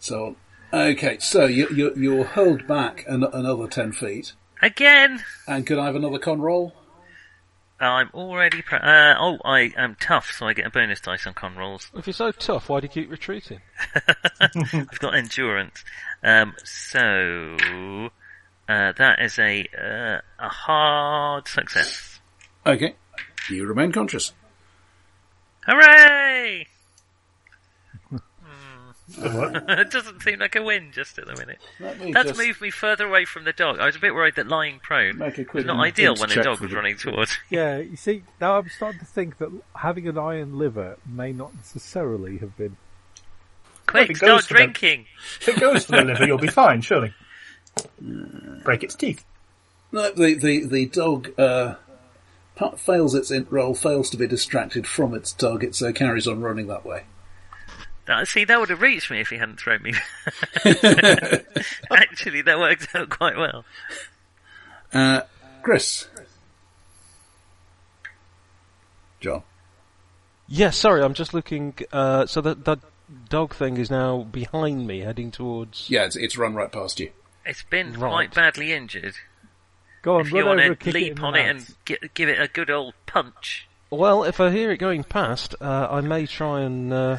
S1: So, okay, so you you you'll hold back an, another ten feet,
S5: Again!
S1: and could I have another con roll?
S5: I'm already. Pre- uh, oh, I am tough, so I get a bonus dice on con rolls.
S7: If you're so tough, why do you keep retreating?
S5: I've got endurance. Um, so uh, that is a uh, a hard success.
S1: Okay. You remain conscious.
S5: Hooray!
S4: What?
S5: it doesn't seem like a win just at the minute.
S1: Let me
S5: That's
S1: just
S5: moved me further away from the dog. I was a bit worried that lying prone
S1: Make a quick
S5: was not ideal when a
S1: check
S5: dog
S1: for
S5: was
S1: the-
S5: running towards.
S3: Yeah, you see, now I'm starting to think that having an iron liver may not necessarily have been.
S5: Quick,
S4: it
S5: start
S4: goes for them.
S5: drinking.
S4: If it goes for the liver, you'll be fine, surely. Break its teeth.
S1: No, the the the dog uh, pa- fails its int roll, fails to be distracted from its target, so carries on running that way.
S5: That- see, that would have reached me if he hadn't thrown me. Actually, that worked out quite well.
S1: Uh, Chris, John,
S7: Yeah, sorry, I'm just looking. Uh, so that that dog thing is now behind me, heading towards.
S1: yeah, it's, it's run right past you.
S5: It's been
S7: Right.
S5: quite badly injured.
S3: Go on,
S5: if you
S3: run
S5: want
S3: over,
S5: to
S3: kick it in
S5: leap
S3: the
S5: on it
S3: nuts.
S5: and gi- give it a good old punch.
S7: Well, if I hear it going past, uh, I may try and. Uh,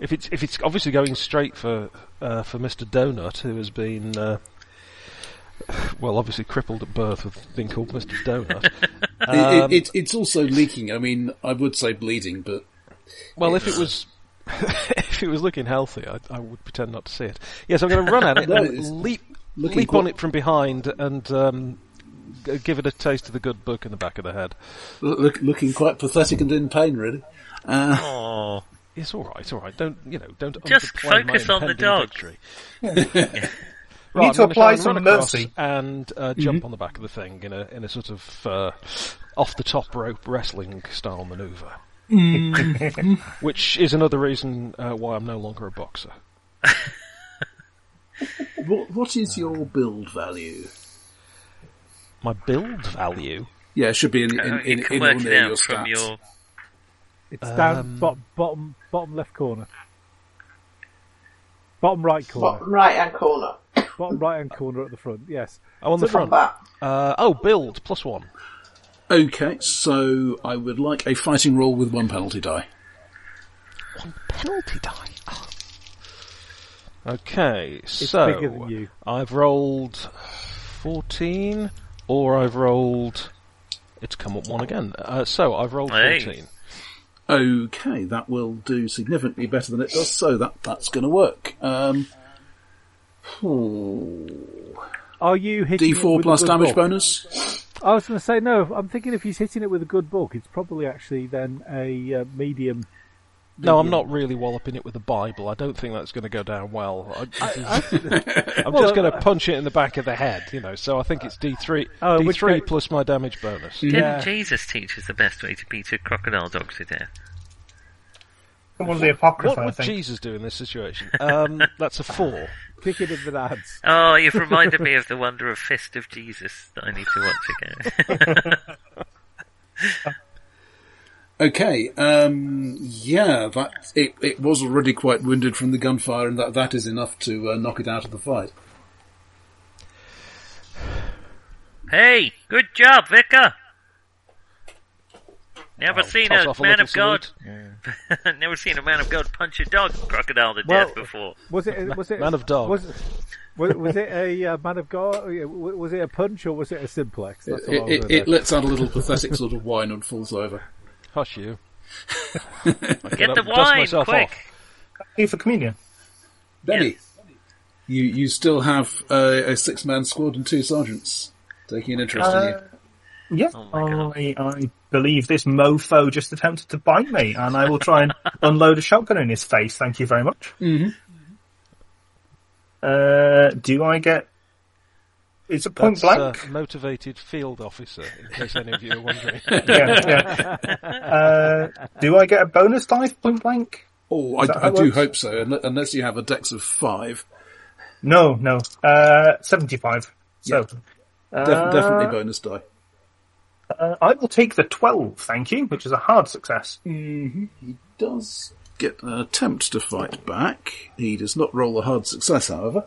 S7: if it's if it's obviously going straight for uh, for Mister Donut, who has been uh, well, obviously crippled at birth with being called Mister Donut.
S1: It- it, it, it's also leaking. I mean, I would say bleeding, but
S7: Well, if it was if it was looking healthy, I, I would pretend not to see it. Yes, I'm going to run at it
S1: No, it's
S7: and leap
S1: looking
S7: leap
S1: cool.
S7: on it from behind and um, g- give it a taste of the good book in the back of the head.
S1: look, look- looking quite pathetic and in pain, really.
S5: Oh,
S7: It's all right. It's all right. Don't you know? Don't
S5: Just
S7: underplay my
S5: focus on the
S7: impending
S5: dog.
S7: Victory.
S4: We
S7: Right,
S4: need
S7: I'm
S4: to
S7: gonna
S4: apply
S7: try and
S4: some
S7: run across
S4: mercy. Mm-hmm.
S7: and uh, jump on the back of the thing in a in a sort of uh, off the top rope wrestling style maneuver,
S4: Mm.
S7: which is another reason uh, why I'm no longer a boxer.
S1: What, what is your build value?
S7: My build value
S1: Yeah, it should be in, in,
S5: Oh,
S1: in, in
S5: you can
S1: or
S5: work it
S1: near
S5: out
S1: your
S5: from
S1: stats.
S5: your.
S3: It's
S5: um,
S3: down bottom, bottom, bottom left corner. Bottom right corner.
S6: Bottom right hand corner.
S3: Bottom right hand corner at the front, yes.
S7: Oh, on the front.
S6: Combat.
S7: Uh, oh, build plus one.
S1: Okay, so I would like a fighting roll with one penalty die.
S7: Penalty die. Ah. Okay,
S3: It's
S7: so
S3: bigger than you.
S7: I've rolled fourteen, or I've rolled. It's come up one again. Uh, so I've rolled
S5: Hey.
S7: fourteen.
S1: Okay, that will do significantly better than it does, so that, that's going to work. Um, hmm,
S3: Are you hitting it
S1: D4
S3: with
S1: plus
S3: a good
S1: damage
S3: book?
S1: bonus?
S3: I was going to say no. I'm thinking if he's hitting it with a good book, it's probably actually then a uh, medium.
S7: No, I'm not really walloping it with the Bible. I don't think that's going to go down well. I, am just going to punch it in the back of the head, you know. So I think it's D3,
S3: uh, Oh, in which
S7: D3
S3: case-
S7: plus my damage bonus.
S5: Didn't
S3: Yeah.
S5: Jesus teach us the best way to beat a crocodile dog to death?
S4: One of the Apocrypha,
S7: What
S4: I
S7: would
S4: think.
S7: Jesus do in this situation? Um, that's a four.
S3: Kick it in the nuts.
S5: Oh, you've reminded me of the wonder of Fist of Jesus that I need to watch again.
S1: Okay, um, yeah, that it, it was already quite wounded from the gunfire, and that, that is enough to uh, knock it out of the fight.
S5: hey, good job, Vicar. Never seen
S7: Toss
S5: a
S7: off
S5: man
S7: little
S5: of God.
S7: salute.
S5: Never seen a man of God punch a dog crocodile to
S3: Well-
S5: death before.
S3: Was it? Was it?
S7: Man of dog.
S3: Was it, was, was it a uh, man of God? Was it a punch or was it a simplex? That's all I
S1: It,
S3: was
S1: it,
S3: gonna
S1: it lets out a little pathetic sort of whine and falls over.
S7: Hush you.
S5: Get the
S7: dust
S5: wine,
S7: myself
S5: quick.
S7: off.
S4: Here for communion.
S1: Benny, you, you still have uh, a six man squad and two sergeants taking an interest in
S4: Uh,
S1: you.
S4: Yeah,
S5: Oh my God.
S4: I, I believe this mofo just attempted to bite me, and I will try and unload a shotgun in his face. Thank you very much. Uh, do I get? It's a point
S7: That's,
S4: blank.
S7: uh, motivated field officer, in case any of you are wondering.
S4: yeah, yeah. Uh, do I get a bonus die for point blank?
S1: Oh,
S4: that
S1: I,
S4: how
S1: I
S4: it
S1: do
S4: works?
S1: hope so, unle- unless you have a dex of five.
S4: No, no. Uh, seventy-five. So
S1: Def-
S4: uh,
S1: definitely bonus die.
S4: uh, I will take the twelve. Thank you, which is a hard success.
S1: Mm.
S4: mm-hmm.
S1: does get an attempt to fight back. He does not roll a hard success, however.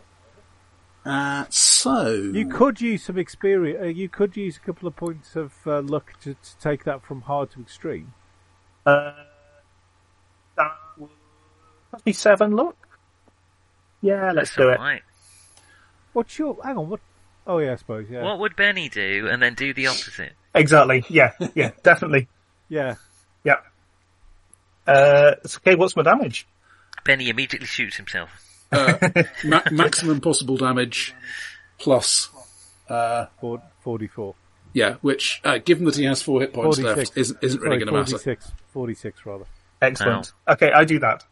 S1: Uh, so
S3: You could use some experience. Uh, you could use a couple of points of uh, luck to, to take that from hard to extreme.
S4: Uh, that would must be seven. Look, yeah, let's do it.
S5: Right.
S3: What's your? Hang on. What? Oh yeah, I suppose. Yeah.
S5: What would Benny do and then do the opposite?
S4: Exactly. Yeah, yeah, definitely.
S3: Yeah.
S4: Yeah. Uh, it's okay. What's my damage?
S5: Benny immediately shoots himself.
S1: ma- maximum possible damage plus
S3: Four, Forty-four.
S1: yeah, which uh, given that he has four hit points left,
S3: 46.
S1: isn't, isn't really
S3: Sorry,
S1: going to matter.
S3: 46, 46 rather.
S4: Excellent. Okay, I do that.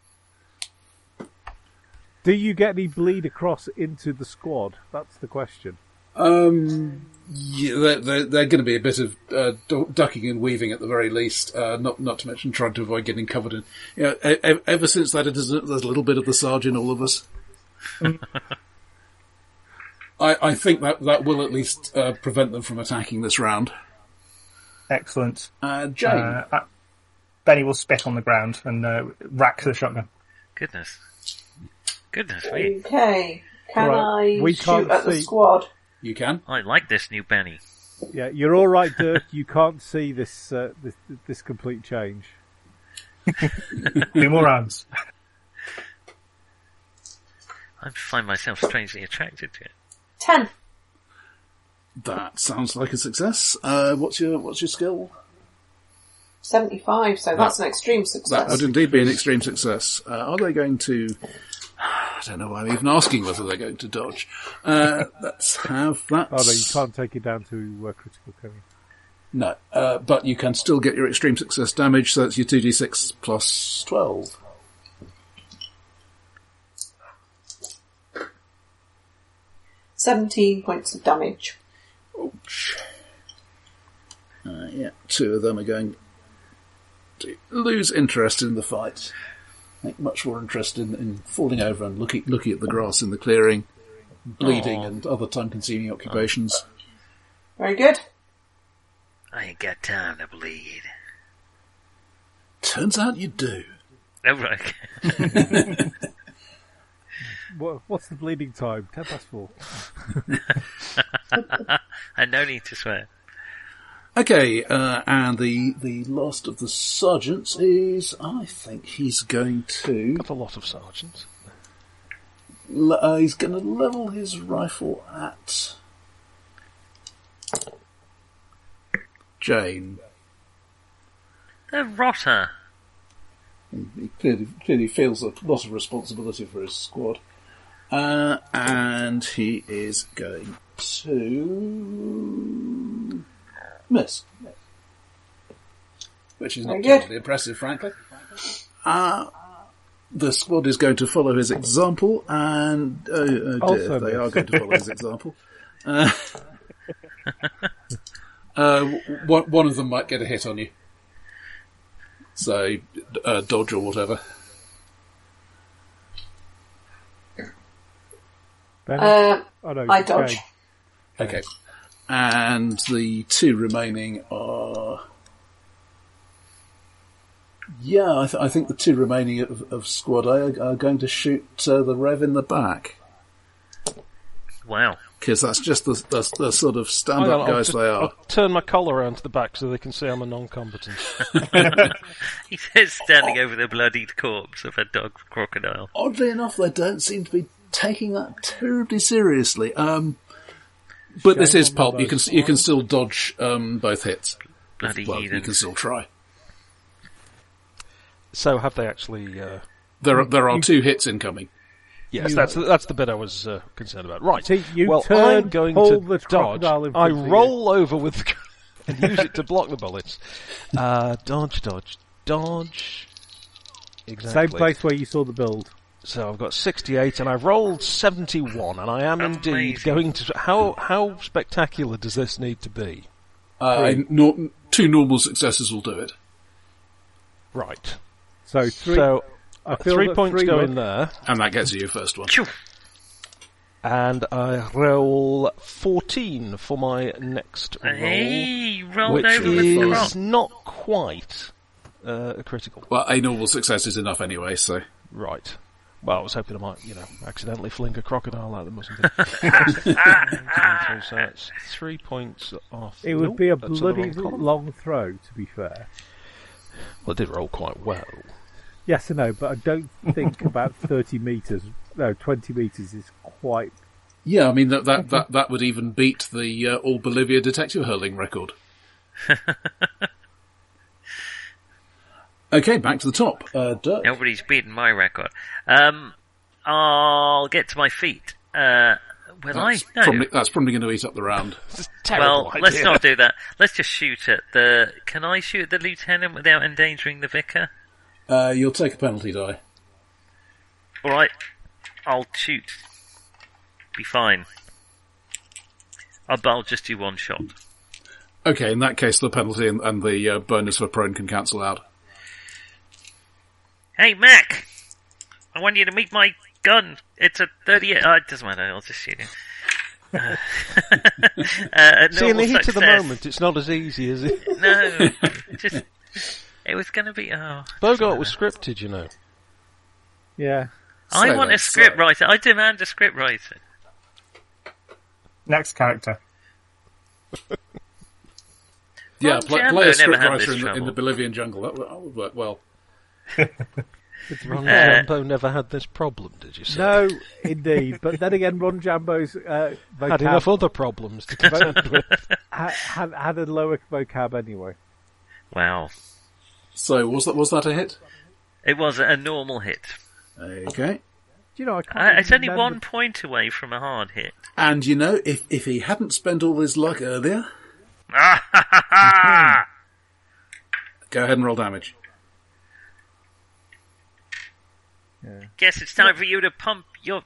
S3: Do you get any bleed across into the squad? That's the question.
S1: Um, yeah, they're, they're, they're going to be a bit of uh, du- ducking and weaving at the very least. Uh, not not to mention trying to avoid getting covered in. You know, e- e- ever since that, it is a, there's a little bit of the Sarge in all of us. I, I think that that will at least uh, prevent them from attacking this round.
S4: Excellent.
S1: Uh, Jane,
S4: Uh, I- Benny will spit on the ground and uh, rack the shotgun.
S5: Goodness. Goodness me.
S6: Okay. Can
S3: Right,
S6: I
S3: we
S6: shoot
S3: can't
S6: at the
S3: see.
S6: squad?
S1: you can.
S5: I like this new Benny.
S3: Yeah, you're all right, Dirk. you can't see this uh, this, this complete change.
S4: Two more rounds.
S5: I find myself strangely attracted to it.
S6: Ten.
S1: That sounds like a success. Uh, what's your what's your skill?
S6: 75, so that's an extreme
S1: That
S6: success.
S1: would indeed be an extreme success. Uh, are they going to? I don't know why I'm even asking whether they're going to dodge. Uh, let's have that.
S3: Oh no, you can't take it down to uh, critical, can you?
S1: No, uh, but you can still get your extreme success damage, so that's your 2d6 plus 12.
S6: Seventeen points of damage.
S1: Ouch. Oh, Uh, yeah, two of them are going to lose interest in the fight. I think much more interest in, in falling over and looking, looking at the grass in the clearing, bleeding and other time consuming occupations.
S6: Very good.
S5: I ain't got time to bleed.
S1: Turns out you do.
S5: Oh, right. okay.
S3: What, what's the bleeding time? Ten past four.
S5: And no need to swear.
S1: Okay, uh, and the the last of the sergeants is, I think he's going to
S7: Got a lot of sergeants.
S1: le- uh, he's going to level his rifle at Jane.
S5: The rotter.
S1: He clearly clearly feels a lot of responsibility for his squad, uh, and he is going to miss, which is not
S6: Very good.
S1: terribly impressive, frankly. Uh, the squad is going to follow his example, and oh, oh dear,
S3: Also
S1: they
S3: miss.
S1: are going to follow his example. Uh, uh, w- one one of them might get a hit on you. So, uh, dodge or whatever.
S3: Benny?
S6: Uh,
S3: oh, no,
S6: I
S3: okay.
S6: dodge.
S1: Okay. And the two remaining are. Yeah, I, th- I think the two remaining of, of squad A are, are going to shoot uh, the Rev in the back.
S5: Wow.
S1: Because that's just the, the, the sort of stand
S7: Hang on,
S1: up
S7: I'll
S1: guys
S7: just-
S1: they are.
S7: I'll turn my collar around to the back so they can see I'm a non-combatant.
S5: He says standing over the bloodied corpse of a dog crocodile.
S1: Oddly enough, they don't seem to be taking that terribly seriously. Um, but this is pulp. You can s- you can still dodge um, both hits.
S5: Bloody
S1: Well, you
S5: heathen.
S1: can still try.
S7: so have they actually? Uh,
S1: There are, there are two hits incoming.
S7: yes, that's the, that's the bit I was uh, concerned about. Right.
S3: See, you
S7: well,
S3: turn,
S7: I'm going
S3: pull
S7: to
S3: the
S7: dodge.
S3: crocodile in
S7: I
S3: front of you.
S7: roll over with the co- and use it to block the bullets. Uh, dodge, dodge, dodge.
S3: Same
S7: Exactly.
S3: place where you saw the build.
S7: So I've got 68, and I've rolled 71, and I am indeed
S5: Amazing.
S7: going to. How how spectacular does this need to be?
S1: Uh, nor- two normal successes will do it.
S7: Right.
S3: So three.
S7: So
S3: I feel
S7: three
S3: that
S7: points
S3: three
S7: go
S3: would-
S7: in there,
S1: And that gets you your first one.
S7: and I roll 14 for my next roll,
S5: Hey, rolled
S7: which
S5: over with the rock.
S7: is not quite uh, a critical.
S1: Well, a normal success is enough anyway, so.
S7: Right. Well, I was hoping I might, you know, accidentally fling a crocodile at them or something. Coming through, so that's three points off.
S3: It would
S7: Nope,
S3: be a
S7: that's another
S3: bloody
S7: one column.
S3: long throw, to be fair.
S7: Well, it did roll quite well.
S3: Yes, I know, but I don't think about 30 metres, no, 20 metres is quite.
S1: Yeah, I mean that that that, that would even beat the uh, all Bolivia detective hurling record. okay, back to the top. Uh, Dirk.
S5: Nobody's beaten my record. Um, I'll get to my feet. Uh, will
S1: That's
S5: I? No.
S1: probably, that's probably going to eat up the round.
S5: well, let's not do that. Let's just shoot at the. Can I shoot at the lieutenant without endangering the vicar?
S1: Uh, you'll take a penalty die.
S5: All right, I'll shoot. Be fine. I'll, but I'll just do one shot.
S1: Okay, in that case, the penalty and, and the uh, bonus for prone can cancel out.
S5: Hey, Mac, I want you to meet my gun. It's a thirty. Oh, it doesn't matter. I'll just shoot him. uh, a
S7: See, in the
S5: normal
S7: heat of the
S5: success.
S7: moment, it's not as easy as it.
S5: No, just it was going to be. Oh,
S7: Bogart was scripted, you know.
S3: Yeah.
S5: I
S1: Say
S5: want
S1: that,
S5: a script writer. I demand a script writer.
S4: Next character.
S1: Yeah,
S5: Well,
S1: play,
S5: Jambo
S1: play a
S5: never had
S1: scriptwriter in,
S5: this
S1: the- in
S5: trouble.
S1: the Bolivian jungle. That would, that would work well.
S7: Ron
S5: Uh,
S7: Jambo never had this problem, did you say?
S3: No, indeed. But then again, Ron Jambo's uh, vocab
S7: Had enough other problems to contend with.
S3: ha- had, had a lower vocab anyway.
S5: Wow,
S1: So was that was that a hit?
S5: it was a normal hit.
S1: Okay.
S3: Do you know, I can't
S5: Uh,
S3: even
S5: it's only
S3: remember-
S5: one point away from a hard hit.
S1: And you know, if if he hadn't spent all his luck earlier, go ahead and roll damage.
S5: Guess it's time for you to pump your.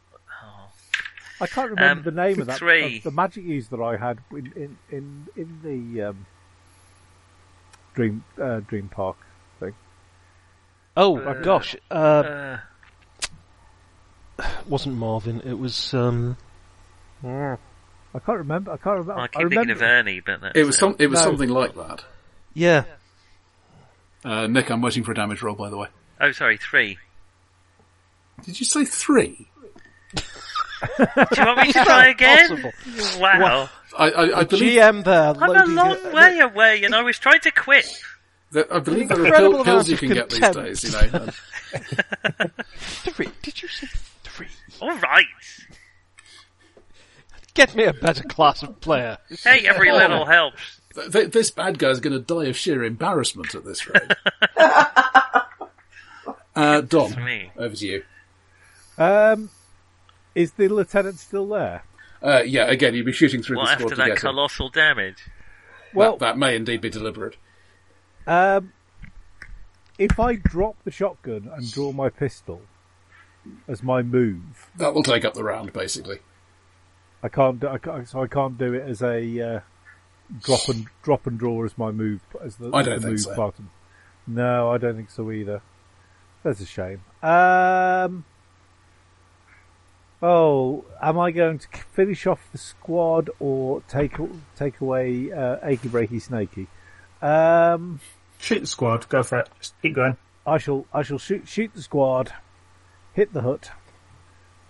S3: I can't remember
S5: Um,
S3: the name of that.
S5: three.
S3: of the magic use that I had in in in, in the um, dream uh, dream park thing.
S7: Oh my gosh, uh, wasn't Marvin? It was um,
S3: I can't remember. I can't
S7: Oh,
S3: remember.
S5: I keep
S3: I
S5: thinking
S3: remember.
S5: of Ernie, but that's
S1: It was
S5: it.
S1: some, it was
S3: No.
S1: something like that.
S7: yeah,
S1: Uh, Nick, I'm waiting for a damage roll, by the way.
S5: Oh, sorry, three.
S1: Did you say three?
S5: Do you want me to try again?
S7: possible.
S5: Wow.
S1: I, I, I believe
S7: GM there.
S5: I'm a
S7: loading
S5: long
S7: it-
S5: way away, and I was trying to quit.
S1: that, I believe there are
S7: Incredible
S1: pill, pills
S7: amount
S1: you
S7: of
S1: can get these
S7: contempt.
S1: days. You know,
S7: Three? Did you say three?
S5: All right.
S7: Get me a better class of player.
S5: Hey, every little helps.
S1: Th- th- this bad guy's going to die of sheer embarrassment at this rate. uh, Dom,
S5: me.
S1: over to you.
S3: Um, is the lieutenant still there?
S1: Uh, yeah, again, you'd be shooting through
S5: Well,
S1: the squad
S5: after
S1: to
S5: that
S1: get him.
S5: colossal damage.
S3: Well,
S1: that, that may indeed be deliberate.
S3: um, if I drop the shotgun and draw my pistol as my move,
S1: That will take up the round, basically.
S3: I can't. Do, I can't so I can't do it as a uh, drop and drop and draw as my move as the,
S1: I don't
S3: the
S1: think
S3: move
S1: so.
S3: button. No, I don't think so either. That's a shame. Um. Oh, am I going to k- finish off the squad or take a- take away uh, achy breaky snaky? Um,
S4: Shoot the squad. Go for it. Just keep going.
S3: I shall I shall shoot shoot the squad, hit the hut,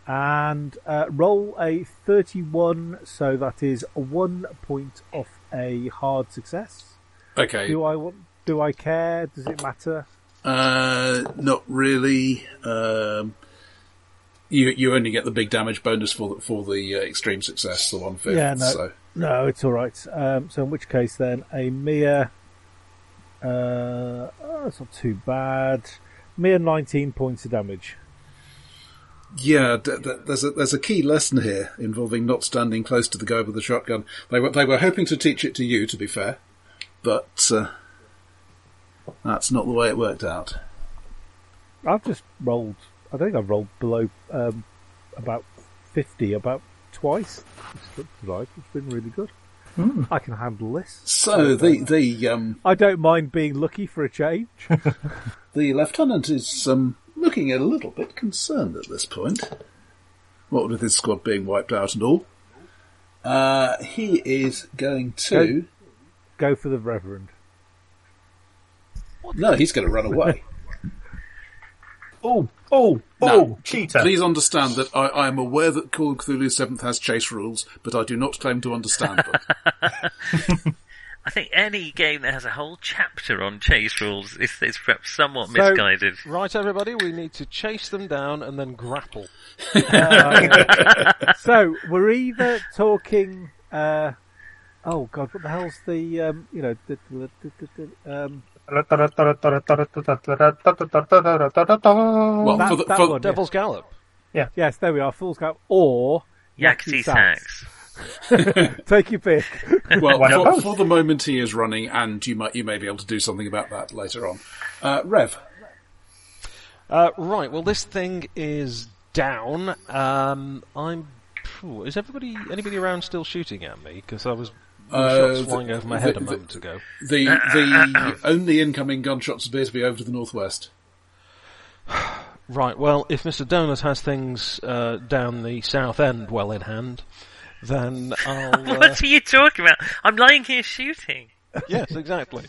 S3: and uh, roll a thirty-one. So that is one point off a hard success.
S1: Okay.
S3: Do I want? Do I care? Does it matter?
S1: Uh, not really. Um, you you only get the big damage bonus for the, for the uh, extreme success, the one fifth.
S3: Yeah, no.
S1: So
S3: No, it's all right. Um, so in which case, then a mere. Uh, oh, it's not too bad. Mere nineteen points of damage.
S1: yeah, d- d- there's a there's a key lesson here involving not standing close to the guy with the shotgun. They were they were hoping to teach it to you, to be fair, but uh, that's not the way it worked out.
S3: I've just rolled. I think I've rolled below um, about fifty about twice. It's looked like it's been really good. I can handle this.
S1: So the the um,
S3: I don't mind being lucky for a change.
S1: the lieutenant is um, looking a little bit concerned at this point. What with his squad being wiped out and all. Uh, he is going to.
S3: Go for the reverend.
S1: No, he's going to run away.
S4: Oh, oh,
S1: Now,
S4: oh, cheater.
S1: Please understand that I, I am aware that Call of Cthulhu 7th has chase rules, but I do not claim to understand them.
S5: I think any game that has a whole chapter on chase rules is, is perhaps somewhat misguided.
S7: Right, everybody, we need to chase them down and then grapple.
S3: So we're either talking. Uh, oh God, what the hell's the um, you know the, the, the, the, the, um,
S1: Well,
S3: that,
S1: for the,
S3: that
S1: for,
S3: one, yeah.
S7: Devil's Gallop.
S3: Yes, there we are. Fool's Gap or
S5: Yakety Sax.
S3: Take your pick.
S1: well,
S4: Why not
S1: for,
S4: both?
S1: for the moment he is running, and you might you may be able to do something about that later on. Uh, Rev,
S7: Uh, right, well, this thing is down. Um, I'm. phew, Is everybody, anybody around still shooting at me? Because I was
S1: Uh,
S7: shots flying
S1: the-
S7: over my head
S1: the-
S7: a moment ago.
S1: the the only incoming gunshots appear to be over to the northwest.
S7: Right, well, if Mr. Donut has things uh, down the south end well in hand, then I'll. Uh,
S5: What are you talking about? I'm lying here shooting.
S7: yes, exactly.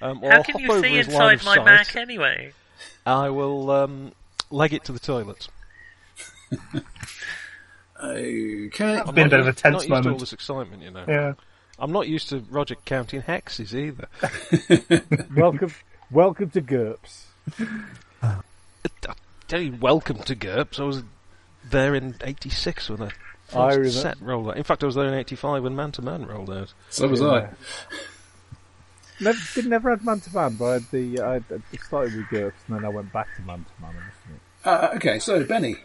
S7: Um, well,
S5: How
S7: I'll
S5: can
S7: hop
S5: you
S7: over
S5: see
S7: his line
S5: inside
S7: of
S5: my
S7: sight.
S5: Mac anyway?
S7: I will um, leg it to the toilet.
S1: Okay,
S7: I'm
S4: been a
S7: not
S4: bit of a
S7: used-
S4: tense
S7: not used to
S4: moment.
S7: all this excitement, you know.
S4: Yeah.
S7: I'm not used to Roger counting hexes either.
S3: welcome, welcome to GURPS.
S7: I tell you, welcome to GURPS. I was there in '86 when the
S3: I
S7: first
S3: remember-
S7: set rolled out. In fact, I was there in '85 when Man to Man rolled out.
S1: so was I.
S3: Never, did never had man to man, but I had the I had- I started with GURPS and then I went back to man to man. wasn't it?
S1: Uh, okay, so Benny,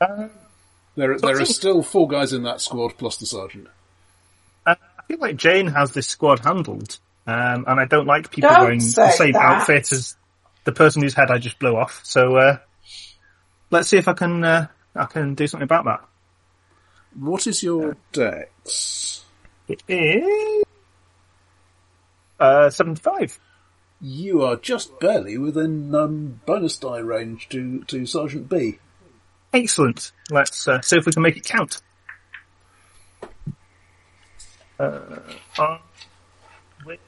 S4: Uh,
S1: there there are still four guys in that squad plus the sergeant.
S4: Uh, I feel like Jane has this squad handled, um, and I don't like people
S6: Don't
S4: wearing
S6: say
S4: the same
S6: that.
S4: outfit as the person whose head I just blew off. So uh, let's see if I can uh, I can do something about that.
S1: What is your dex?
S4: It is uh, seventy-five.
S1: You are just barely within um, bonus die range to to Sergeant B.
S4: Excellent. Let's uh, see if we can make it count. Uh, uh, wait.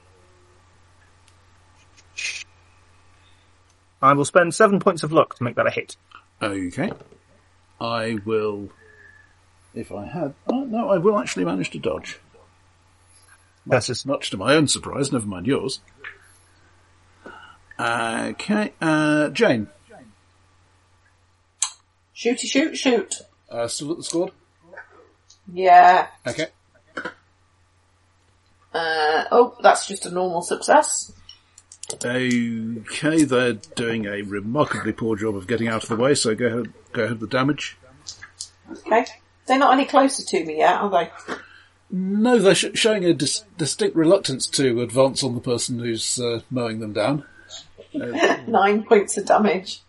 S4: I will spend seven points of luck to make that a hit.
S1: Okay. I will. If I had. Oh, no, I will actually manage to dodge.
S4: That's just
S1: Much to my own surprise, never mind yours. Okay, uh, Jane,
S6: Shooty, shoot, shoot.
S1: uh, still at the squad?
S6: Yeah.
S1: Okay.
S6: Uh, oh, that's just a normal success.
S1: Okay, they're doing a remarkably poor job of getting out of the way, so go ahead, go ahead with the damage.
S6: Okay. They're not any closer to me yet, are they?
S1: No, they're sh- showing a dis- distinct reluctance to advance on the person who's uh, mowing them down.
S6: Nine points of damage.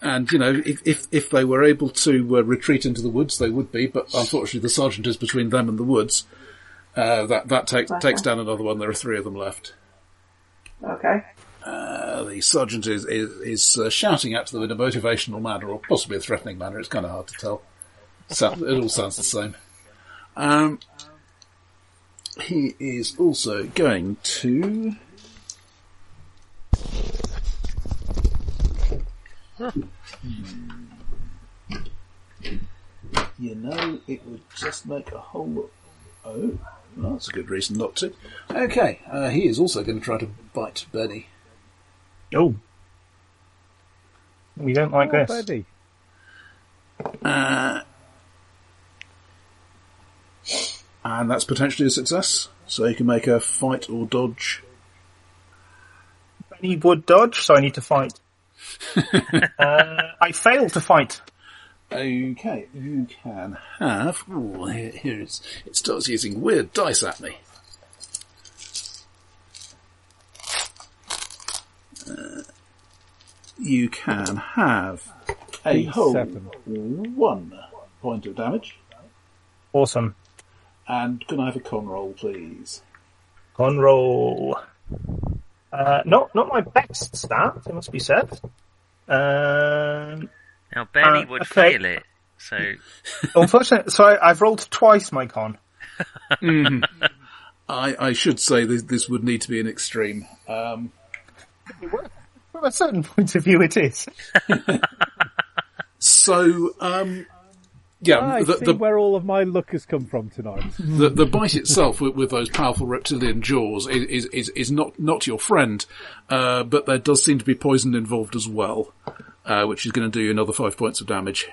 S1: And you know, if if, if they were able to uh, retreat into the woods, they would be. But unfortunately, the sergeant is between them and the woods. Uh, that that take, takes down another one. There are three of them left.
S6: Okay.
S1: Uh, the sergeant is is, is uh, shouting at them in a motivational manner, or possibly a threatening manner. It's kind of hard to tell. So, it all sounds the same. Um, he is also going to. Hmm. You know, it would just make a whole lot. Oh, well, that's a good reason not to. Okay, uh, he is also going to try to bite Benny.
S4: oh, we don't like
S3: Oh,
S4: this.
S3: Benny.
S1: Uh, and that's potentially a success. So you can make a fight or dodge.
S4: Benny would dodge, so I need to fight. uh, I failed to fight.
S1: Okay, you can have. Ooh, here, here it's, it starts using weird dice at me. Uh, You can have a whole
S3: seven.
S1: one point of damage,
S4: Awesome.
S1: and can I have a con roll, please?
S4: Con roll. Uh, not not my best stat, it must be said. Um,
S5: Now, Benny
S4: Uh,
S5: would
S4: okay.
S5: fail it. So,
S4: unfortunately, so I, I've rolled twice my con.
S1: I, I should say this, this would need to be an extreme. Um,
S4: From a certain point of view, it is.
S1: So, um, yeah,
S3: I
S1: Um, the,
S3: see
S1: the,
S3: where all of my luck has come from tonight.
S1: the, the bite itself with, with those powerful reptilian jaws is, is, is, is not, not your friend, uh, but there does seem to be poison involved as well, uh, which is going to do you another five points of damage.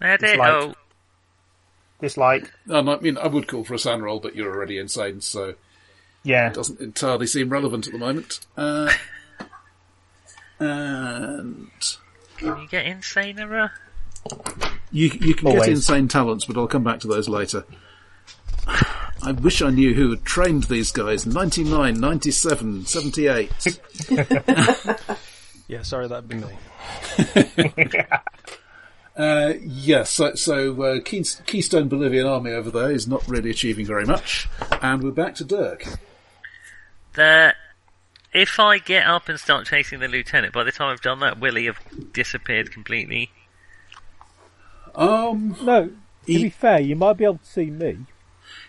S5: Medic.
S4: like-
S5: Oh,
S4: It's like,
S1: And I mean, I would call for a sand roll, but you're already insane, so it
S4: yeah,
S1: doesn't entirely seem relevant at the moment. Uh, and
S5: can you get insaner?
S1: you, you can
S4: Always.
S1: get insane talents, but I'll come back to those later. I wish I knew who had trained these guys. 99, 97, 78.
S7: Yeah, sorry, that'd be me.
S1: Uh, yes, so, so uh, Keys- Keystone Bolivian Army over there is not really achieving very much, and we're back to Dirk.
S5: That if I get up and start chasing the lieutenant, by the time I've done that, Willie have disappeared completely.
S1: Um,
S3: No, to
S1: He-
S3: be fair, you might be able to see me.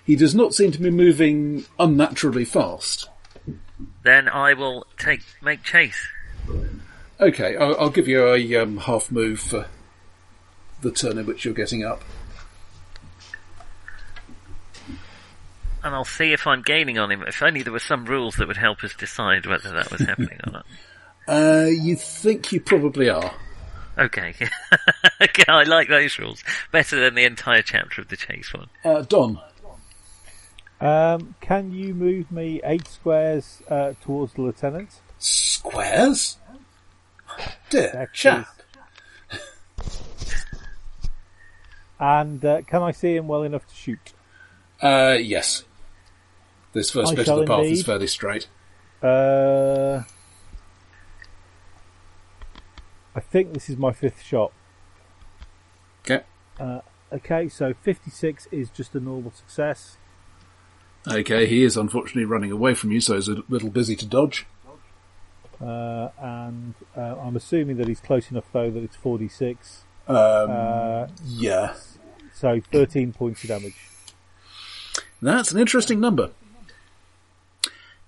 S1: he does not seem to be moving unnaturally fast.
S5: Then I will take make chase.
S1: Okay, I'll, I'll give you a um, half move for the turn in which you're getting up.
S5: and I'll see if I'm gaining on him. If only there were some rules that would help us decide whether that was happening or not.
S1: Uh, you think you probably are.
S5: Okay. okay, I like those rules. Better than the entire chapter of the chase one.
S1: Uh, Don,
S3: Um, can you move me eight squares uh, towards the lieutenant?
S1: squares? Dear
S3: That
S1: chap.
S3: And uh, can I see him well enough to shoot?
S1: Uh, yes. This first
S3: I
S1: bit of the
S3: shall
S1: path is
S3: indeed.
S1: fairly straight.
S3: Uh, I think this is my fifth shot.
S1: Okay.
S3: Okay, so 56 is just a normal success.
S1: Okay, he is unfortunately running away from you, so he's a little busy to dodge.
S3: Uh, and uh, I'm assuming that he's close enough though that it's 46.
S1: Um,
S3: Uh,
S1: yeah.
S3: so 13 points of damage.
S1: That's an interesting number.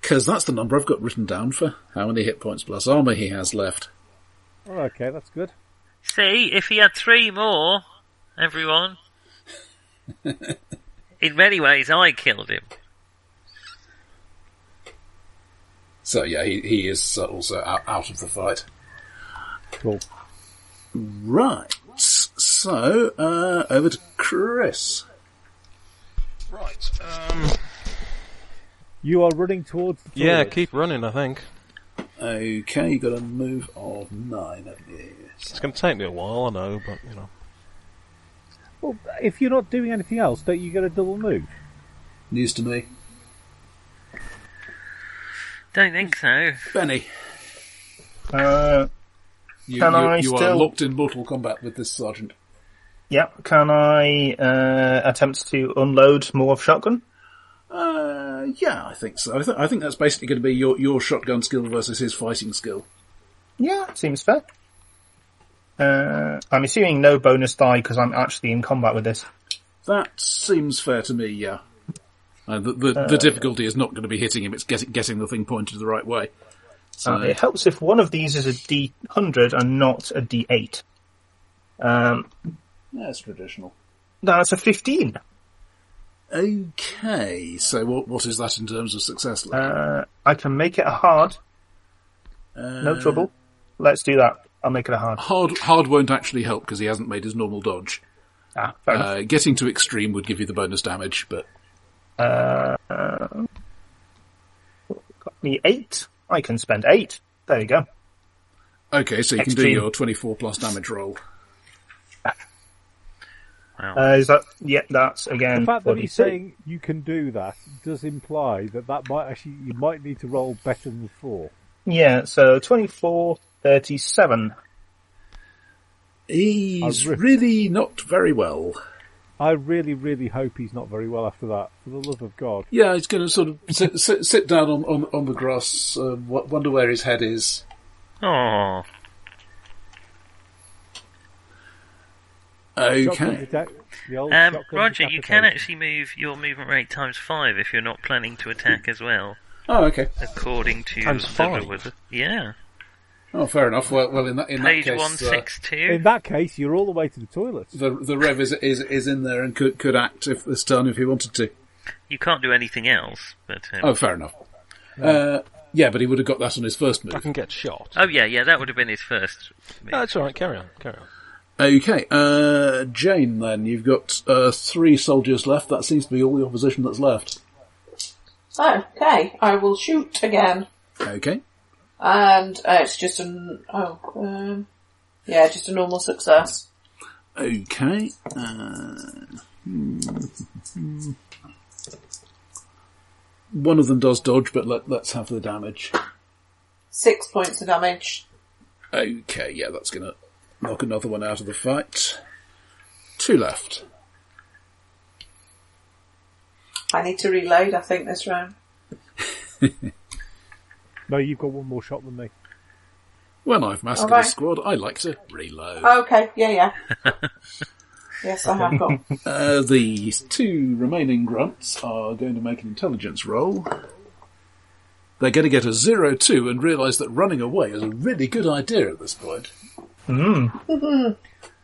S1: Because that's the number I've got written down for how many hit points plus armour he has left.
S3: Oh, okay, that's good.
S5: See, if he had three more, everyone. In many ways, I killed him.
S1: So yeah, he, he is uh, also out, out of the fight.
S3: Cool.
S1: Right. So, uh, over to Chris.
S2: Right. Um,
S3: You are running towards the
S7: Yeah,
S3: toilet.
S7: keep running, I think.
S1: Okay, you got a move of nine, haven't you?
S7: It's going to take me a while, I know, but, you know.
S3: Well, if you're not doing anything else, don't you get a double move?
S1: News to me.
S5: Don't think so.
S1: Benny,
S4: uh,
S1: you,
S4: Can
S1: you,
S4: I
S1: you are
S4: still-
S1: locked in mortal combat with this sergeant.
S4: yeah. Can I uh, attempt to unload more of shotgun?
S1: Uh, yeah, I think so. I, th- I think that's basically going to be your, your shotgun skill versus his fighting skill.
S4: Yeah, seems fair. Uh, I'm assuming no bonus die because I'm actually in combat with this.
S1: That seems fair to me, yeah. Uh, the, the, the difficulty is not going to be hitting him, it's getting, getting the thing pointed the right way. So,
S4: Uh, it helps if one of these is a D100 and not a D8. Um,
S1: that's traditional.
S4: that's a 15.
S1: Okay, so what, what is that in terms of success? Like?
S4: Uh, I can make it a hard. no trouble. Let's do that. I'll make it a hard.
S1: hard, hard won't actually help because he hasn't made his normal dodge.
S4: Ah, fair enough.
S1: Uh, getting to extreme would give you the bonus damage, but
S4: Me eight. I can spend eight. There you go.
S1: okay, so you can do
S4: Extreme.
S1: your 24 plus damage roll.
S4: Uh, is that? Yeah, that's again.
S3: The fact that
S4: 42.
S3: he's saying you can do that does imply that that might actually you might need to roll better than four.
S4: Yeah, so 24, 37.
S1: He's
S3: I re-
S1: really not very well.
S3: I really, really hope he's not very well after that. For the love of God,
S1: Yeah, he's going to sort of sit, sit, sit down on, on, on the grass, uh, wo- wonder where his head is.
S5: Oh,
S3: Shotgun
S1: Okay.
S3: detect- the old
S5: um,
S3: shotgun
S5: Roger, you can
S3: decapitation.
S5: actually move your movement rate times five if you're not planning to attack as well.
S1: Oh, okay.
S5: according to
S7: Times
S5: the
S7: five.
S5: Wizard. Yeah,
S1: Oh, fair enough. Well, well in that in
S5: page
S1: that case,
S5: one
S1: uh,
S5: six two.
S3: In that case, you're all the way to the toilet.
S1: the the rev is, is is in there and could could act if this turn if he wanted to.
S5: You can't do anything else, but um,
S1: Oh, fair enough. Uh, yeah, but he would have got that on his first
S7: I
S1: move.
S7: can get shot.
S5: oh yeah, yeah, that would have been his first.
S7: No, that's all right. Carry on. Carry on.
S1: Okay, uh, Jane. Then you've got uh, three soldiers left. That seems to be all the opposition that's left.
S6: Okay, I will shoot again.
S1: Okay.
S6: And uh, it's just an, oh, um, yeah, just a normal success.
S1: Okay. Uh, hmm. one of them does dodge, but let, let's have the damage.
S6: Six points of damage.
S1: Okay, yeah, that's going to knock another one out of the fight. Two left.
S6: I need to reload, I think, this round.
S3: No, you've got one more shot than me.
S1: When I've massacred
S6: All
S1: a
S6: right.
S1: squad, I like to reload.
S6: Okay, yeah, yeah. yes, I have got.
S1: Uh, the two remaining grunts are going to make an intelligence roll. They're going to get a zero two and realise that running away is a really good idea at this point. and,
S3: Well,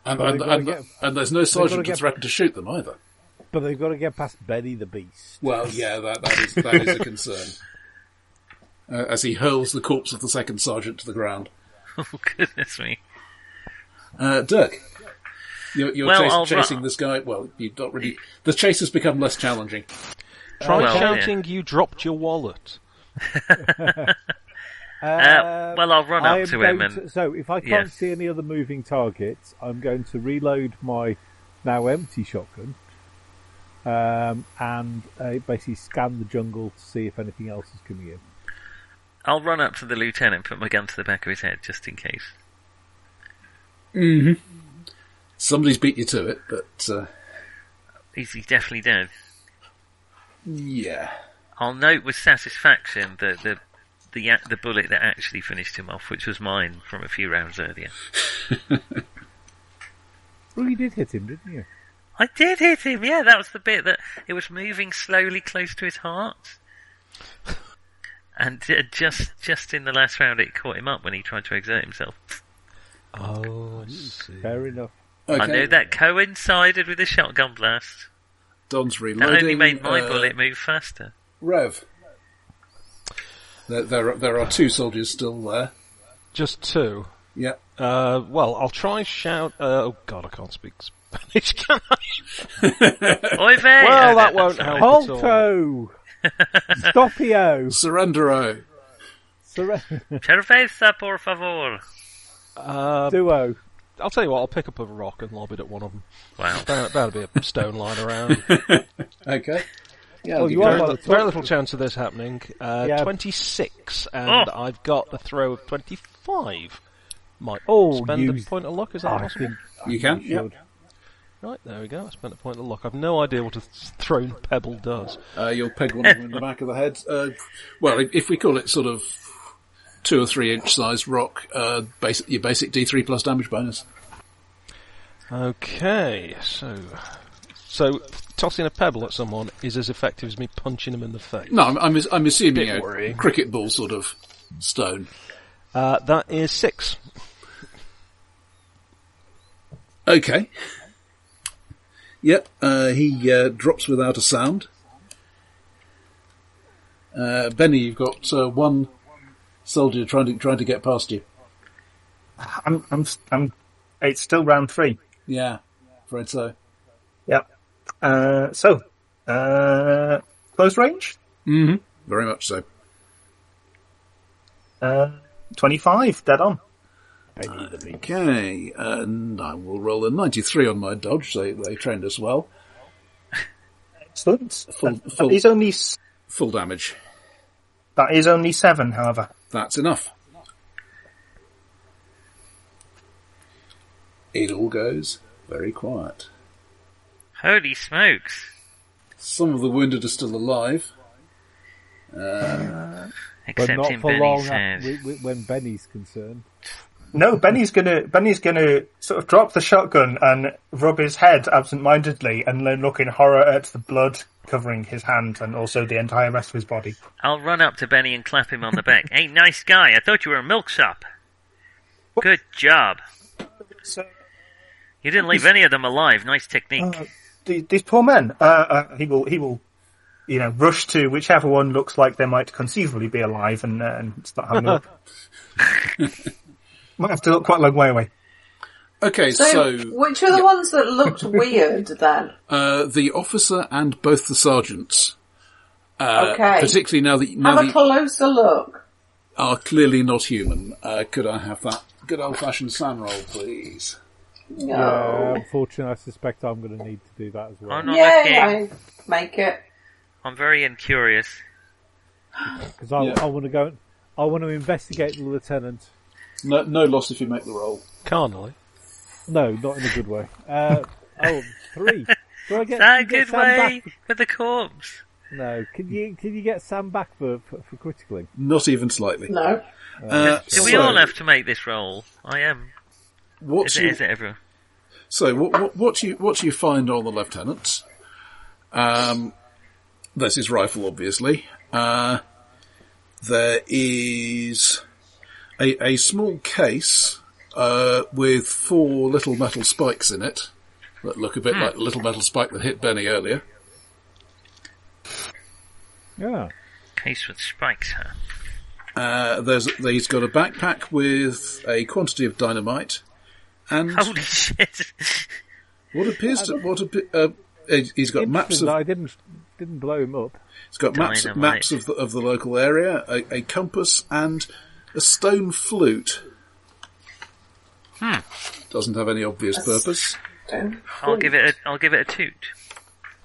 S1: and,
S3: they've gotta
S1: and,
S3: get-
S1: and there's no sergeant to
S3: get-
S1: threaten to shoot them either.
S3: But they've got to get past Benny the Beast.
S1: Well, yeah, that, that, is, that is a concern. Uh, as he hurls the corpse of the second sergeant to the ground.
S5: Oh goodness me!
S1: Uh, Dirk, you're, you're
S5: Well,
S1: chas-
S5: I'll ru-
S1: chasing this guy. Well, you've not really. The chase has become less challenging.
S7: Try
S5: well,
S7: shouting, "You dropped your wallet."
S5: Uh, well, I'll run
S3: I
S5: up
S3: am
S5: to him
S3: going
S5: and
S3: to- so if I can't
S5: Yes.
S3: see any other moving targets, I'm going to reload my now empty shotgun um, and uh, basically scan the jungle to see if anything else is coming in.
S5: I'll run up to the lieutenant and put my gun to the back of his head just in case.
S1: Somebody's beat you to it, but uh,
S5: He's, he's definitely dead.
S1: yeah.
S5: I'll note with satisfaction the the the a- the bullet that actually finished him off, which was mine from a few rounds earlier.
S3: Well, you did hit him, didn't you?
S5: I did hit him. Yeah, that was the bit that it was moving slowly close to his heart, and uh, just just in the last round, it caught him up when he tried to exert himself.
S7: Oh, I see.
S3: Fair enough.
S1: Okay.
S5: I know that coincided with the shotgun blast.
S1: Don's
S5: That
S1: reloading.
S5: only made my
S1: Uh,
S5: bullet move faster.
S1: Rev. There, there, are, there are two soldiers still there.
S7: Just two.
S1: Yeah.
S7: Uh, well, I'll try shout. Uh, oh God, I can't speak Spanish. Can I?
S5: Oy vey!
S7: Well,
S5: Oh,
S7: that
S5: that's
S7: won't
S5: all right.
S7: help. at all.
S3: Alto! Stoppio!
S1: Surrendero.
S3: Surre-
S5: Cerveza, por favor. Um,
S7: Uh,
S3: Duo.
S7: I'll tell you what. I'll pick up a rock and lob it at one of them.
S5: Wow.
S7: That, that'll be a stone lying around.
S1: Okay. Yeah.
S3: Well,
S1: you go.
S3: Oh, you are
S7: Very,
S3: well,
S7: li-
S3: it's
S7: very
S3: all-
S7: little chance of this happening. Uh,
S3: Yeah.
S7: 26, and
S5: Oh.
S7: I've got the throw of 25. Might
S3: Oh,
S7: spend a
S3: you-
S7: point of luck, is that
S3: I
S7: possible?
S3: think
S1: You can.
S3: you
S1: Yeah.
S3: should.
S7: Right, there we go. I spent a point of luck. I've no idea what a th- thrown pebble does.
S1: Uh, you'll peg one of them in the back of the head. Uh, well, if, if we call it sort of two or three inch sized rock, uh, basic, your basic D3 plus damage bonus.
S7: Okay, so. So, tossing a pebble at someone is as effective as me punching them in the face.
S1: No, I'm, I'm, I'm assuming
S7: Bit
S1: a
S7: worrying.
S1: cricket ball sort of stone.
S7: Uh, that is six.
S1: Okay. Yep, uh, he uh, drops without a sound. Uh, Benny, you've got uh, one soldier trying to trying to get past you.
S4: I'm, I'm, I'm. It's still round three.
S1: Yeah, afraid so.
S4: Yep. Uh, so, uh, close range,
S1: Very much so.
S4: uh, 25, dead on.
S1: Okay, and I will roll a 93 on my dodge. They they trained us well.
S4: Excellent.
S1: Full-
S4: That-
S1: full-
S4: That is only, s-
S1: Full damage.
S4: that is only seven, however.
S1: That's enough. It all goes very quiet.
S5: Holy smokes.
S1: Some of the wounded are still alive.
S3: But
S5: Except
S3: not
S5: in
S3: for
S5: Benny's
S3: long
S5: head.
S3: after, when Benny's concerned.
S4: No, Benny's gonna Benny's gonna sort of drop the shotgun and rub his head absentmindedly, and then look in horror at the blood covering his hand and also the entire rest of his body.
S5: I'll run up to Benny and clap him on the back. hey, nice guy. I thought you were a milksop. Good job.
S4: So,
S5: You didn't leave any of them alive. Nice technique.
S4: uh, the- these poor men. Uh, uh, he will he will, you know, rush to whichever one looks like they might conceivably be alive and uh, and start having a look. might have to look quite a long way away.
S1: Okay,
S6: So,
S1: so,
S6: which were the ones that looked weird then?
S1: uh, the officer and both the sergeants, uh,
S6: okay.
S1: particularly now that now
S6: Have a
S1: that
S6: closer look.
S1: are clearly not human. Uh, could I have that good old-fashioned sand roll, please?
S6: No.
S3: Uh, unfortunately, I suspect I'm going to need to do that as well.
S5: I'm not looking.
S6: Yeah, I make it.
S5: I'm very incurious.
S3: Because I,
S1: Yeah.
S3: I want to go. and- I want to investigate the lieutenant.
S1: No, no loss if you make the roll.
S7: Carnally.
S3: No, not in a good way. Uh, oh, three. Do I get,
S5: That
S3: you get
S5: good
S3: Sam
S5: way
S3: Back?
S5: with the corpse.
S3: No. Can you can you get Sam back for for, for criticaling?
S1: Not even slightly.
S6: No.
S1: Uh,
S5: Do we
S1: so
S5: all have to make this roll? I am.
S1: What's
S5: Is it,
S1: your,
S5: is it everyone?
S1: So what, what, what you what you find on the lieutenant? Um, there's his rifle, obviously. Uh, there is a, a small case uh, with four little metal spikes in it that look a bit like the little metal spike that hit Benny earlier.
S3: Yeah.
S5: Case with spikes, huh?
S1: Uh, there's he's got a backpack with a quantity of dynamite and
S5: Holy shit.
S1: what appears to what appe- uh, he's got maps
S3: Interesting
S1: of
S3: that I didn't didn't blow him up.
S1: It's got maps,
S5: Dynamite.
S1: maps of the, of the local area, a, a compass, and a stone flute. Doesn't have any obvious purpose.
S6: Don't.
S5: I'll give it a, I'll give it a toot.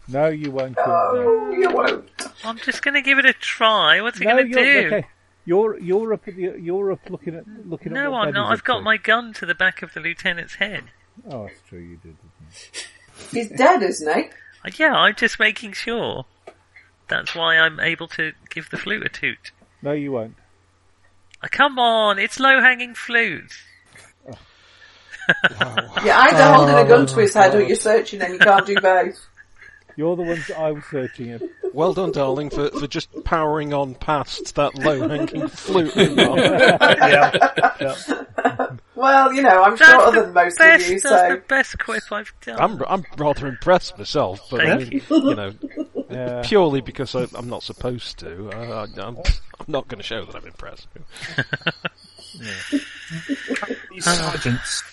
S3: No, you won't. No,
S6: Oh, you won't.
S5: I'm just gonna give it a try. What's it
S3: no
S5: gonna do?
S3: you're okay. You're you're up you're, you're up looking at looking at.
S5: No,
S3: what
S5: I'm
S3: Benny's
S5: not. I've
S3: up
S5: got
S3: to.
S5: my gun to the back of the lieutenant's head.
S3: Oh, that's true. You did.
S6: He's dead, isn't he?
S5: Uh, Yeah, I'm just making sure. That's why I'm able to give the flute a toot.
S3: No, you won't.
S5: Uh, come on, it's low hanging flute.
S6: Yeah, either holding a gun to his head or you're searching and you can't do both.
S3: You're the ones that I was searching in.
S7: Well done, darling, for, for just powering on past that low-hanging flute. remark.
S4: Yeah,
S6: Well, you know, I'm
S5: That's
S6: shorter
S5: the
S6: than most
S5: best,
S6: of you,
S5: that's the
S6: so
S5: best quip I've done.
S7: I'm, I'm rather impressed myself, but I
S5: Thank
S7: mean, you know,
S3: Yeah.
S7: purely because I, I'm not supposed to. I, I, I'm, I'm not going to show that I'm impressed.
S4: these sergeants.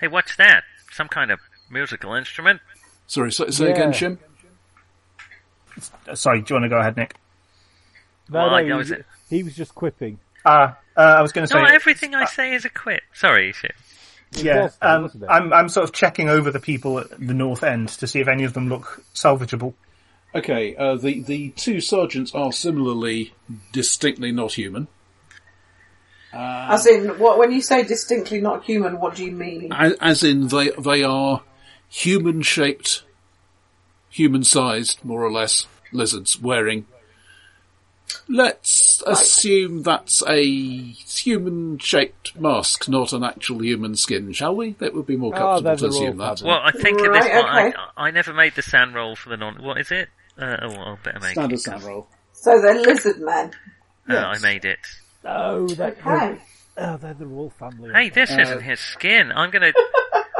S5: Hey, what's that? Some kind of musical instrument?
S1: Sorry, say, say again,
S3: Yeah.
S1: Shim.
S4: Uh, Sorry, do you want to go ahead, Nick?
S3: No,
S5: Why
S3: no,
S5: goes
S3: he,
S5: it-
S3: he was just quipping.
S4: Ah, uh, I was going to say.
S5: Not everything I say is a quip. Sorry, shit.
S4: Yeah,
S3: was, though,
S4: um,
S3: wasn't it?
S4: I'm I'm sort of checking over the people at the north end to see if any of them look salvageable.
S1: Okay, uh, the the two sergeants are similarly distinctly not human,
S6: as in, what when you say distinctly not human, what do you mean?
S1: as, as in they they are human shaped, human sized, more or less lizards wearing. Let's assume that's a human shaped mask, not an actual human skin, shall we? That would be more
S3: Ah,
S1: comfortable
S3: they're
S1: to
S3: the
S1: assume
S3: royal
S1: that.
S3: family.
S5: Well, I think at this
S6: Right,
S5: point,
S6: okay.
S5: I, I never made the sand roll for the non. What is it? Uh, oh, well, I better make
S1: Standard
S5: it.
S1: sound roll.
S6: So they're lizard men.
S5: Uh, I made it.
S3: No, they're,
S6: Okay.
S3: oh, they're the royal family.
S5: Hey, this
S1: Uh,
S5: isn't his skin. I'm gonna,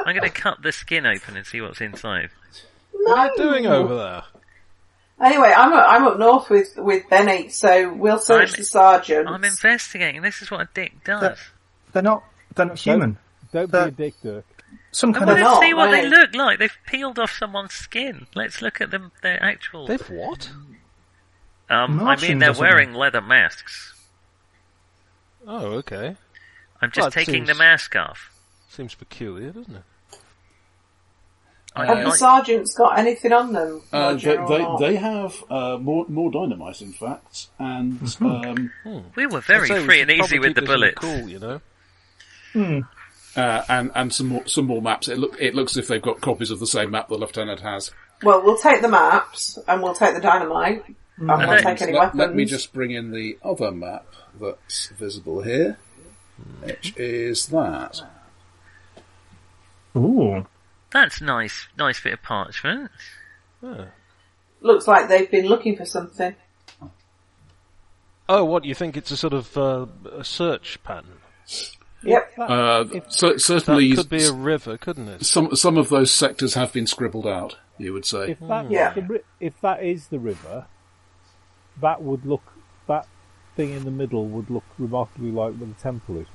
S5: I'm gonna cut the skin open and see what's inside.
S7: What are you doing over there?
S6: Anyway, I'm up, I'm up north with with Benny, so we'll search
S5: I'm-
S6: the sergeant.
S5: I'm investigating. This is what a dick does.
S4: They're not they're not human.
S3: Don't be
S4: That-
S3: a dick, Dirk.
S4: Some
S5: I
S4: kind
S5: want
S4: of
S6: not,
S5: to see what they
S6: right.
S5: look like. They've peeled off someone's skin. Let's look at them. Their actual.
S7: They've what?
S5: Um, I mean,
S4: Martians
S5: they're
S4: or something.
S5: wearing leather masks.
S7: Oh, okay. Well,
S5: I'm just
S7: it
S5: taking
S7: seems-
S5: the mask off.
S7: Seems peculiar, doesn't it?
S5: I,
S6: Have the
S5: I-
S6: sergeants got anything on them?
S1: Uh,
S6: Roger,
S1: they,
S6: or
S1: they,
S6: not?
S1: they have uh, more more dynamite, in fact, and
S3: Mm-hmm.
S1: um,
S5: we were
S7: I'd
S5: very
S7: say we
S5: free
S7: should
S5: and easy
S7: probably
S5: with
S7: keep
S5: the
S7: this under
S5: bullets.
S7: Cool, you know.
S1: uh, and and some more some more maps. It look it looks as if they've got copies of the same map the lieutenant has.
S6: Well, we'll take the maps and we'll take the dynamite. And we'll
S5: Okay.
S6: take any
S1: Mm. Let,
S6: weapons.
S1: let me just bring in the other map that's visible here. which is that.
S4: Ooh.
S5: That's nice, nice bit of parchment.
S6: Looks like they've been looking for something.
S7: Oh, what you think? It's a sort of uh, a search pattern.
S6: Yep.
S1: Uh, so,
S7: That
S1: certainly,
S7: could be a river, couldn't it?
S1: some some of those sectors have been scribbled out. You would say.
S3: If
S5: Mm.
S3: that,
S6: Yeah.
S3: the ri- if that is the river, that would look that thing in the middle would look remarkably like where the temple is.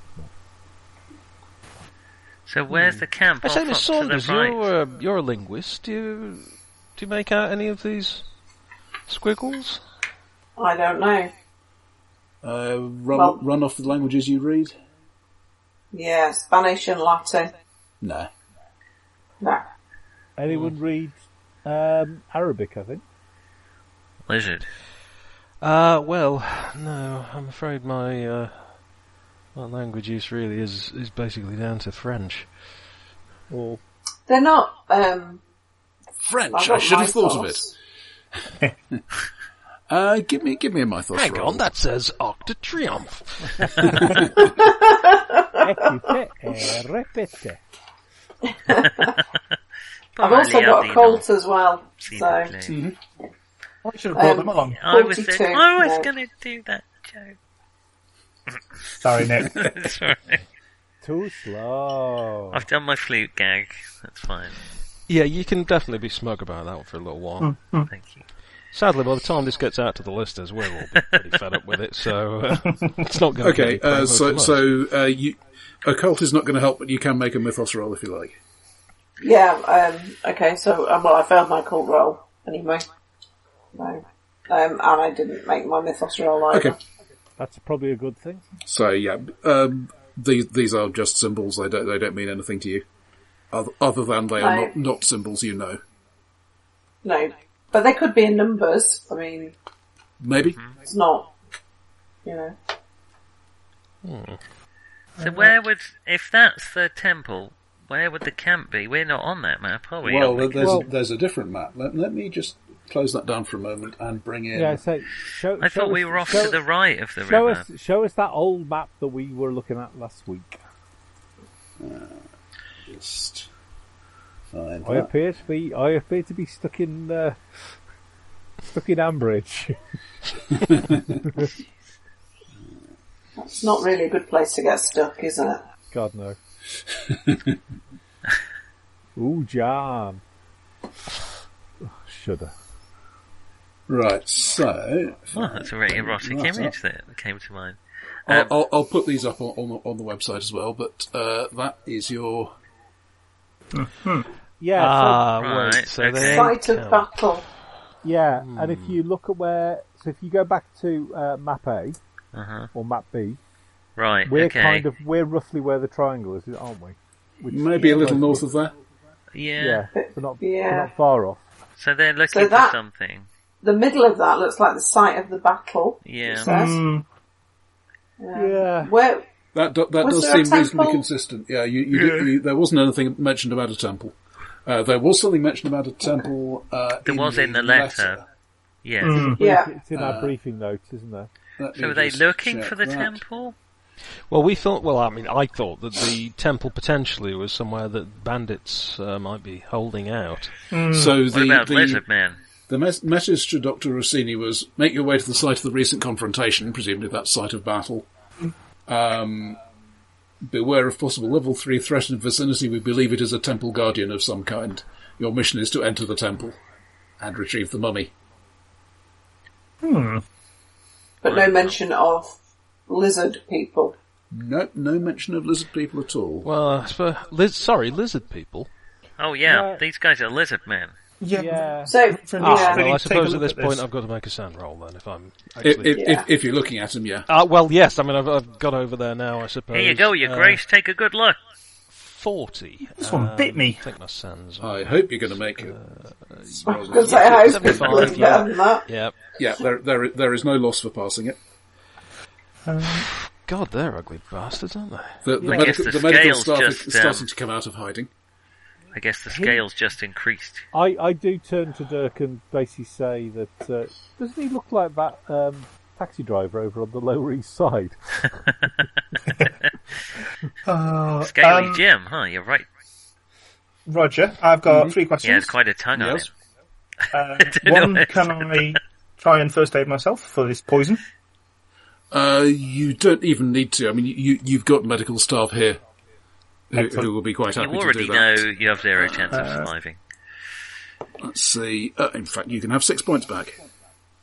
S5: So where's the camp?
S7: Hmm. I say,
S5: Off
S7: Miss
S5: up to the
S7: Saunders,
S5: right.
S7: you're a, you're a linguist. Do you do you make out any of these squiggles?
S6: I don't know.
S1: Uh, run,
S6: Well-
S1: run off the languages you read.
S6: Yeah, Spanish and Latin.
S1: No.
S6: No.
S3: Anyone
S5: Mm.
S3: read um, Arabic? I think.
S5: Lizard.
S7: Uh, well, no, I'm afraid my uh, my language use really is is basically down to French.
S3: Or
S6: They're not, um, I've
S1: French. I
S6: got
S1: should
S6: my
S1: have thought of it.
S6: thoughts.
S1: Uh, give me, give me my thoughts.
S7: Hang
S1: roll.
S7: on, that says Arc de Triomphe.
S3: Écoutez et répétez.
S6: I've also got a colt as well, so.
S5: Probably.
S4: I should have brought them along.
S5: I was, doing-
S6: 42,
S5: I was
S6: no.
S5: going to do that joke.
S4: Sorry, Nick.
S5: Sorry.
S3: Too slow.
S5: I've done my flute gag. That's fine.
S7: Yeah, you can definitely be smug about that one for a little while.
S5: Hmm. Thank you.
S7: Sadly, by the time this gets out to the listeners, we're all pretty fed up with it, so uh, it's not going to
S1: Okay.
S7: Get any
S1: Uh,
S7: promo
S1: so,
S7: from us.
S1: so uh, you, occult is not going to help, but you can make a mythos roll if you like.
S6: Yeah, um, okay, so, um, well, I failed my cult roll, anyway. No. Um, and I didn't make my mythos roll either.
S1: Okay.
S3: That's probably a good thing.
S1: So yeah, um, these these are just symbols. They don't they don't mean anything to you, other, other than they are
S6: I-
S1: not, not symbols you know.
S6: No. But they could be in numbers. I mean,
S1: Maybe
S6: it's not, you know.
S7: Uh-huh.
S5: So where would, if that's the temple, where would the camp be? We're not on that map, are we?
S1: Well,
S5: Are we?
S1: there's, a, there's a different map. Let, let me just close that down for a moment and bring in.
S3: Yeah, I say. Show,
S5: I
S3: show
S5: thought we
S3: us-
S5: were off
S3: show,
S5: to the right of the
S3: Show
S5: river.
S3: us, show us that old map that we were looking at last week.
S1: just find
S3: I
S1: that.
S3: appear to be, I appear to be stuck in, uh, stuck in Ambridge.
S6: It's not really a good place to get stuck, is it?
S3: God no. Ooh, jam. Shudder.
S1: Right, so
S5: Well, that's a very erotic
S1: Right,
S5: image that came to mind.
S1: I'll,
S5: Um,
S1: I'll, I'll put these up on, on, the, on the website as well. But uh, that is your
S3: Yeah,
S7: Ah,
S5: Right,
S7: wait, so
S5: okay.
S7: they
S6: Site
S7: count.
S6: of battle.
S3: so, yeah, and if you look at where, so if you go back to uh, map A
S5: Uh-huh.
S3: or map B,
S5: Right,
S3: we're
S5: okay.
S3: kind of we're roughly where the triangle is, aren't we? Which is
S1: maybe a little north
S3: close.
S1: of there.
S5: yeah.
S3: Yeah, we're not,
S6: Yeah.
S3: we're not far off.
S5: So they're looking
S6: that-
S5: for something.
S6: The middle of that looks like the site of the battle.
S5: Yeah.
S6: It says. Um,
S4: Mm,
S3: Yeah.
S6: Where,
S1: That do, that
S6: Was
S1: does
S6: there a
S1: seem reasonably
S6: temple?
S1: consistent. Yeah, you, you, did- you- there wasn't anything mentioned about a temple. Uh, there was something mentioned about a temple. Uh,
S5: There was in the letter. Yeah.
S4: Hmm.
S6: yeah.
S3: It's in our briefing notes, isn't there?
S1: Let me
S5: So are they
S1: just
S5: looking
S1: check
S5: for the
S1: that.
S5: temple?
S7: Well, we thought. Well, I mean, I thought that the temple potentially was somewhere that bandits uh, might be holding out.
S1: So the
S5: What about
S1: the,
S5: Lizard Man?
S1: the mes- message to Doctor Rossini was: make your way to the site of the recent confrontation, presumably that site of battle. Um, beware of possible level three threat in vicinity. We believe it is a temple guardian of some kind. Your mission is to enter the temple and retrieve the mummy.
S6: But no mention of lizard people.
S1: No, no mention of lizard people at all.
S7: Well, I suppose, Liz, sorry, lizard people.
S5: Oh yeah,
S3: Yeah.
S5: these guys are Lizard Man.
S4: yeah.
S3: Yeah.
S6: So,
S7: Ah,
S6: yeah.
S7: well, I
S4: Really take a
S7: suppose at
S4: look
S7: this
S4: at this.
S7: point I've got to make a sand roll then, if I'm.
S1: If,
S7: Actually...
S1: if,
S6: Yeah.
S1: if, if you're looking at them, yeah.
S7: Ah, well, yes. I mean, I've, I've got over there now. I suppose.
S5: Here you go, your
S7: Uh,
S5: grace. Take a good look.
S7: Forty. Um,
S4: This one bit me.
S7: I think my sand's.
S1: I hope you're going to make it.
S6: I was going to say, I hope
S7: 75,
S6: it's better
S7: yeah.
S6: than that.
S7: Yep.
S1: Yeah, there, there, there is no loss for passing it.
S7: God, they're ugly bastards, aren't they?
S1: The, the,
S5: I guess
S1: medical,
S5: the
S1: the, medical
S5: scale's
S1: staff
S5: just,
S1: is
S5: um,
S1: starting to come out of hiding.
S5: I guess the scales just increased.
S3: I, I do turn to Dirk and basically say that uh, doesn't he look like that um,
S8: taxi driver over on the Lower East Side.
S4: Uh,
S5: Scaly
S4: um,
S5: Jim, huh? You're right.
S4: Roger, I've got three
S5: Yeah, it's
S4: questions.
S5: quite a tongue on
S1: Yes.
S5: it.
S4: Uh,
S5: don't know
S4: one,
S5: what it
S4: can I try and first aid myself for this poison?
S1: Uh, you don't even need to. I mean, you, you've got medical staff here who, who will be quite happy
S5: You
S1: to do
S5: already
S1: that.
S5: know you have zero chance of
S4: Uh,
S5: surviving.
S1: Let's see. Uh, in fact, you can have six points back.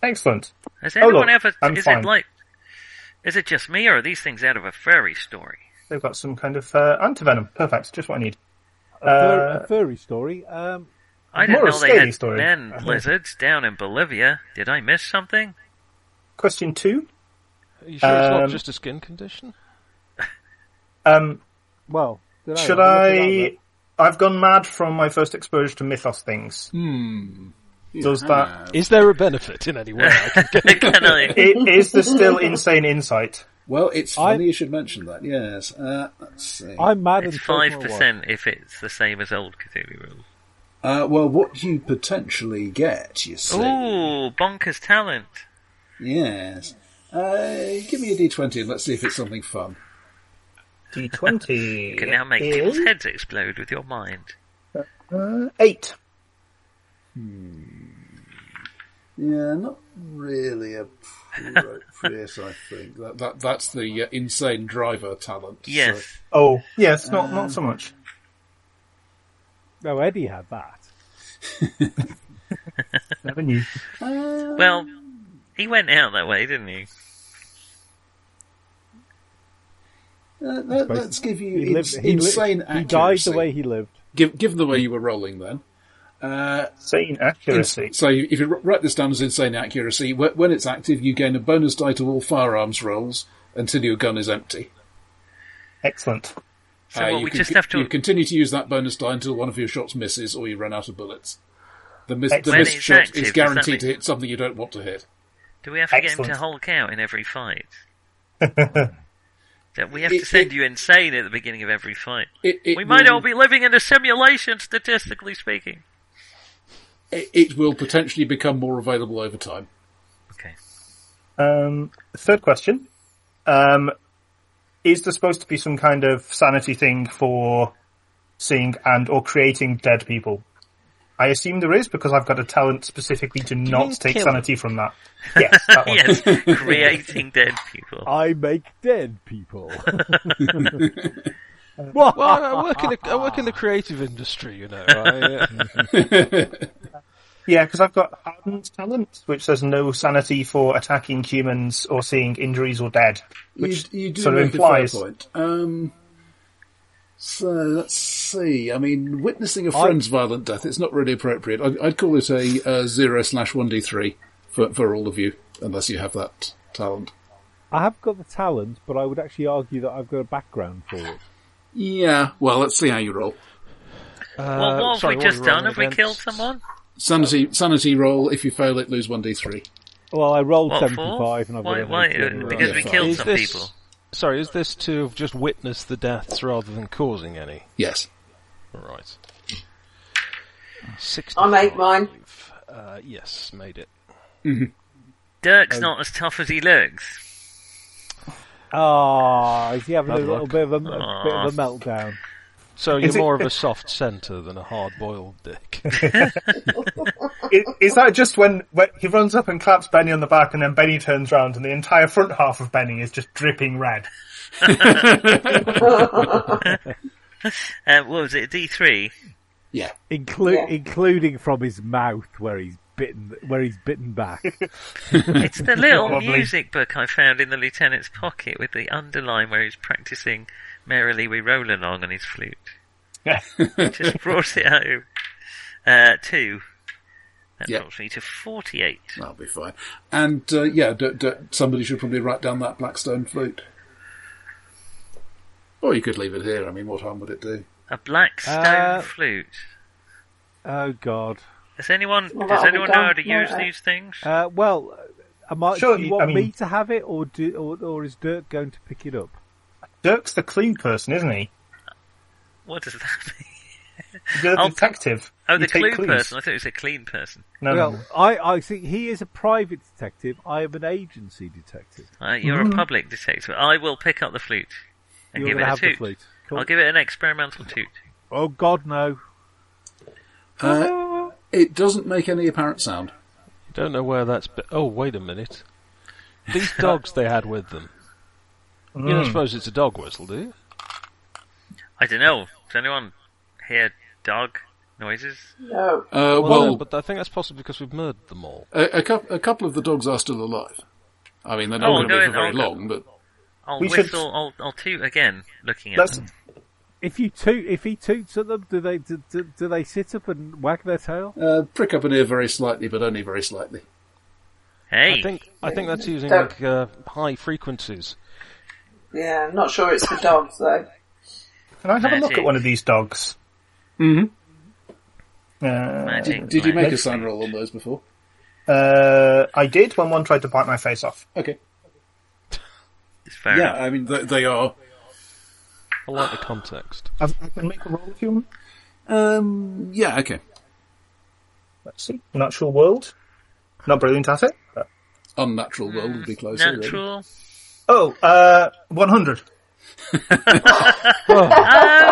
S4: Excellent.
S5: Has
S4: Oh, look,
S5: anyone ever?
S4: I'm
S5: is
S4: fine.
S5: it like? Is it just me, or are these things out of a furry story?
S4: They've got some kind of uh, antivenom. Perfect. Just what I need.
S8: Fur-
S4: Uh,
S8: a furry story. Um,
S5: I didn't
S4: More a
S5: know they
S4: scaly
S5: had
S4: story. Uh-huh.
S5: men lizards down in Bolivia. Did I miss something?
S4: question two.
S7: Are you sure it's not
S4: Um,
S7: just a skin condition?
S4: Um,
S8: well, dunno,
S4: should
S8: I'll look it up,
S4: I? I've gone mad from my first exposure to mythos things. Does that?
S7: Is there a benefit in any way? I can get
S5: Can I?
S4: i- Is there still insane insight?
S1: Well, it's
S8: I-
S1: funny you should mention that. Yes. Uh, let's see.
S8: but I'm mad
S5: It's
S8: and so am I.
S5: five percent if it's the same as old Cthulhu rules.
S1: Uh, well, what you potentially get, you see.
S5: Ooh, bonkers talent.
S1: Yes. Uh, give me a d20 and let's see if it's something fun.
S4: D twenty.
S5: You can now make people's heads explode with your mind.
S4: eight.
S1: Yeah, not really appropriate, I think. That, that, that's the uh, insane driver talent. so-
S5: Yes.
S4: Oh, yes, not not so much.
S8: No, Eddie had that.
S4: Never knew.
S5: Well, he went out that way, didn't he?
S1: Uh, let, us give you
S8: He lived.
S1: ins-
S8: he, lived-
S1: insane
S8: he
S1: accuracy.
S8: died the way he Mm. lived.
S1: Giv- given the way you were rolling then. Uh,
S4: Sane accuracy.
S1: so if you write this down as insane accuracy, wh- when it's active, you gain a bonus die to all firearms rolls until your gun is empty.
S4: Excellent.
S1: Uh,
S5: So what,
S1: you
S5: we
S1: can
S5: just
S1: c-
S5: have to.
S1: you continue to use that bonus die until one of your shots misses or you run out of bullets. The, miss, the
S4: When
S1: missed
S5: it's
S1: shot
S5: active,
S1: is
S5: does that
S1: guaranteed
S5: mean-
S1: to hit something you don't want to hit.
S5: do we have to get him to
S4: Excellent.
S5: Hulk out in every fight? That we have to
S1: It-
S5: send
S1: it-
S5: you insane at the beginning of every fight.
S1: It, it
S5: We might
S1: will,
S5: all be living in a simulation, statistically speaking.
S1: It, it will potentially become more available over time.
S5: Okay.
S4: Um, third question. Um, is there supposed to be some kind of sanity thing for seeing and or creating dead people? I assume there is because I've got a talent specifically to not
S7: mean
S4: take
S7: kill?
S4: sanity from that. Yes, that one.
S5: Yes, creating dead people.
S3: Uh,
S8: I make dead people.
S7: Well, I, I work in the, I work in the creative industry, you know. I, uh,
S4: Mm-hmm. Yeah, because I've got hardened talent, which says no sanity for attacking humans or seeing injuries or dead. Which
S1: you, you do
S4: sort of
S1: make
S4: implies-
S1: a fair point. Um, so let's see. I mean, witnessing a friend's violent death, it's not really appropriate. I, I'd call it a uh, zero slash one d three for for all of you, unless you have that talent.
S8: I have got the talent, but I would actually argue that I've got a background for it.
S1: Yeah. Well, let's see how you roll.
S5: well,
S7: uh,
S5: what have
S7: sorry,
S5: we
S7: are
S5: just
S7: rolling
S5: done? Have we killed
S7: against?
S5: someone?
S1: Sanity sanity roll. If you fail it, lose one d three.
S8: Well, I rolled
S5: What for?
S8: 75 and I've
S5: Why?
S8: got
S5: why
S8: everything.
S5: uh, because we
S1: Yeah.
S5: killed
S7: Is
S5: some
S7: this-
S5: people.
S7: Sorry, is this to have just witnessed the deaths rather than causing any?
S1: Yes.
S7: Right. Six.
S6: I make mine.
S7: Uh, yes, made it.
S5: Dirk's not as tough as he looks.
S8: Ah, is he having a
S7: Bad
S8: little
S7: luck.
S8: bit of a, a bit
S5: Ah,
S8: of a meltdown?
S7: So
S4: Is
S7: you're
S4: it-
S7: more of a soft centre than a hard-boiled dick.
S4: is, is that just when, when he runs up and claps Benny on the back, and then Benny turns round, and the entire front half of Benny is just dripping red?
S5: Uh, what was it? D three.
S1: Yeah.
S8: Inclu-
S6: Yeah.
S8: including from his mouth where he's bitten, where he's bitten back.
S5: It's the little
S4: Probably.
S5: music book I found in the lieutenant's pocket with the underline where he's practicing "Merrily We Roll Along" on his flute. Just brought it home. Uh, two. That
S1: Yeah.
S5: drops me to forty-eight.
S1: That'll be fine. And uh, yeah, d- d- somebody should probably write down that Blackstone flute. Or you could leave it here. I mean, what harm would it do?
S5: A black stone
S8: Uh,
S5: flute.
S8: oh God!
S5: Does anyone
S6: Well,
S5: does
S6: that'll be
S5: anyone know how
S6: done
S5: to use
S6: tomorrow.
S5: these things?
S8: Uh, well, am I,
S4: Sure,
S8: do
S4: I
S8: you want
S4: mean-
S8: me to have it, or, do, or or is Dirk going to pick it up?
S4: Dirk's the clue person, isn't he?
S5: What does that mean?
S4: You're
S5: I'll-
S4: the detective.
S5: Oh,
S4: You
S5: the
S4: take
S5: clue
S4: clues.
S5: person. I thought it was a clean person.
S4: No, no, no.
S3: Well, I, I see. He is a private detective. I am an agency detective.
S5: Uh, you're a public detective. I will pick up the flute and
S3: You're
S5: give
S3: going to
S5: it a
S3: have the
S5: toot.
S3: fleet.
S5: I'll give it an experimental toot.
S3: Oh God, no!
S1: Uh, it doesn't make any apparent sound.
S7: Don't know where that's. Be- oh, wait a minute. These dogs they had with them. You don't suppose it's a dog whistle, do you?
S5: I don't know. Does anyone hear dog noises?
S6: No.
S1: Uh, well,
S7: no, but I think that's possibly because we've murdered them all.
S1: a, a, cou- a couple of the dogs are still alive. I mean, they're not
S5: Oh,
S1: going to
S5: no,
S1: be for very
S5: I'll go-
S1: long, but
S5: I'll
S4: We should-
S5: whistle. I'll, I'll toot again. Looking at
S4: Let's
S5: them.
S3: If you toot, if he toots at them, do they do, do, do they sit up and wag their tail?
S1: uh, prick up an ear very slightly, but only very slightly.
S5: Hey,
S7: I think I think that's using
S6: Don't.
S7: like uh, high frequencies.
S6: Yeah, I'm not sure it's the dogs though.
S4: Can I have a look
S5: Magic.
S4: at one of these dogs?
S1: Mm-hmm.
S4: Uh,
S5: magic.
S1: Did you
S5: Like-
S1: make a sound roll on those before?
S4: uh, I did when one tried to bite my face off.
S1: Okay.
S5: It's fair
S1: yeah,
S5: enough.
S1: I mean, they, they are.
S7: I like the context.
S4: I, I can make a roll if you want.
S1: Um, yeah, okay.
S4: Let's see. Natural world. Not brilliant at it.
S1: Unnatural world would be closer. really.
S5: Natural.
S4: Oh, uh, 100.
S5: Oh,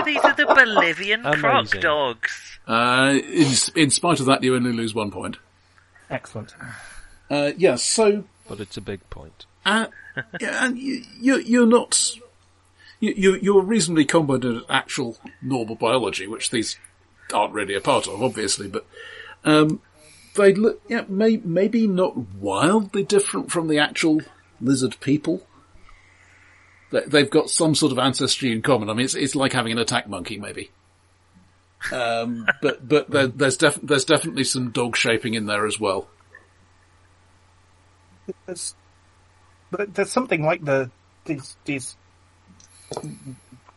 S5: these are the Bolivian croc
S7: Amazing.
S5: dogs.
S1: Uh, in, in spite of that, you only lose one point.
S4: Excellent.
S1: Uh, yeah, so
S7: But it's a big point.
S1: Uh, yeah, and you, you, you're not. You, you, you're reasonably competent at actual normal biology, which these aren't really a part of, obviously, but um, they look, yeah, may, maybe not wildly different from the actual lizard people. They, they've got some sort of ancestry in common. I mean, it's, it's like having an attack monkey, maybe. Um, but but there, there's def- there's definitely some dog shaping in there as well.
S4: There's, but there's something like the, these, these,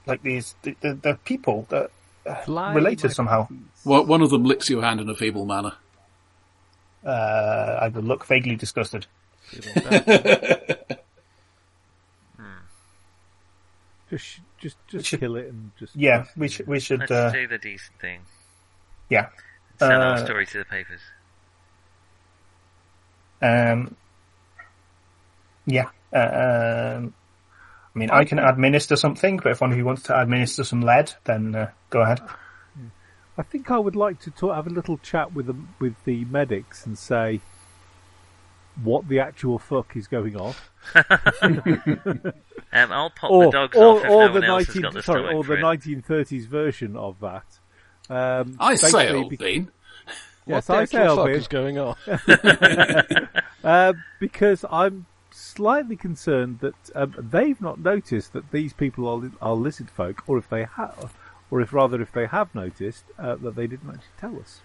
S4: like these, the, the, the people that
S3: Fly
S4: related
S3: my-
S4: somehow.
S1: Well, one of them licks your hand in a feeble manner.
S4: Uh, I would look vaguely disgusted.
S3: Just sh- just just
S4: Should-
S3: kill it and just
S4: Yeah, we should, we should,
S5: Let's
S4: uh,
S5: do the decent thing.
S4: yeah.
S5: Sell our
S4: Uh,
S5: story to the papers.
S4: Um, yeah. uh, um, I mean, I can administer something, but if one of you wants to administer some lead, then uh, go ahead.
S3: I think I would like to talk, have a little chat with the with the medics and say what the actual fuck is going on,
S5: Um, I'll pop the dogs off if no
S3: or
S5: one
S3: the
S5: else has got the
S3: sorry, or
S5: stomach for
S3: the
S5: it.
S3: nineteen thirties version of that. Um,
S1: I say,
S3: basically
S1: old
S3: be-
S1: Dean.
S3: Yes,
S7: what
S3: I
S7: the
S3: say,
S7: actual fuck
S3: Alvin.
S7: is going on?
S3: Uh, because I'm slightly concerned that um, they've not noticed that these people are, li- are lizard folk, or if they have, or if rather if they have noticed uh, that they didn't actually tell us.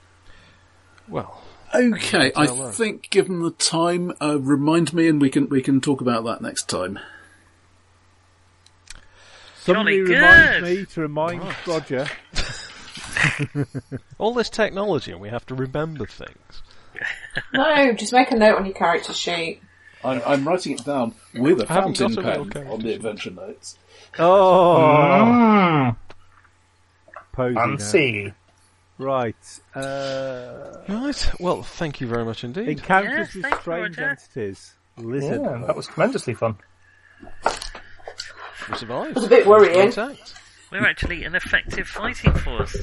S7: Well,
S1: Okay, I
S7: Tell her.
S1: think given the time, uh, remind me, and we can we can talk about that next time.
S3: Somebody
S5: Jolly
S3: reminds
S5: good.
S3: me to remind Roger.
S7: all this technology, and we have to remember things.
S6: No, just make a note on your character sheet.
S1: I'm, I'm writing it down with a
S7: I haven't
S1: fountain
S7: got a real
S1: pen
S7: character
S1: on the adventure notes.
S3: Oh,
S4: Mm,
S3: posy now.
S4: fancy.
S3: Right. Uh,
S7: Right. Well, thank you very much indeed.
S3: encounters
S5: Yes,
S3: with
S5: thank you,
S3: strange
S5: Roger.
S3: entities. Lizard.
S4: Yeah, that was tremendously fun.
S7: We survived.
S6: It's a bit worrying.
S7: Intact.
S5: We're actually an effective fighting force.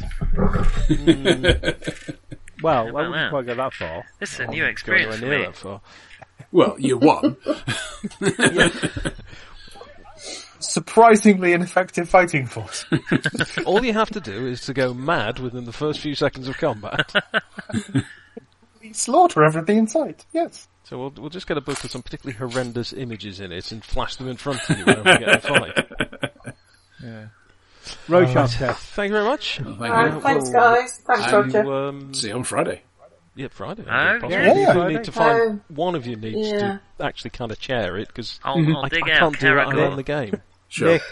S3: Well, I
S5: about
S3: wouldn't
S5: that?
S3: quite go that far.
S5: This is a new
S7: Go
S5: experience
S7: anywhere
S5: for
S7: near
S5: me.
S7: that far.
S1: Well, you won.
S4: Surprisingly ineffective fighting force.
S7: All you have to do is to go mad within the first few seconds of combat.
S4: We Slaughter everything in sight. Yes.
S7: So we'll, we'll just get a book with some particularly horrendous images in it and flash them in front of you whenever we get in a fight.
S3: Roshan test.
S7: Thank you very much.
S1: Thank
S6: Alright,
S1: you.
S6: thanks guys. Thanks
S1: And,
S6: Roger.
S7: You, um,
S1: See you on Friday.
S7: yeah, Friday.
S5: Oh,
S7: possibly.
S5: yeah.
S4: Yeah.
S7: You need to find one of you needs
S6: Yeah.
S7: to actually kind of chair it because I,
S5: I'll, I'll
S7: I
S5: dig out
S7: can't do it. I'm
S5: Caragor.
S7: on the game.
S1: Sure.
S3: Nick.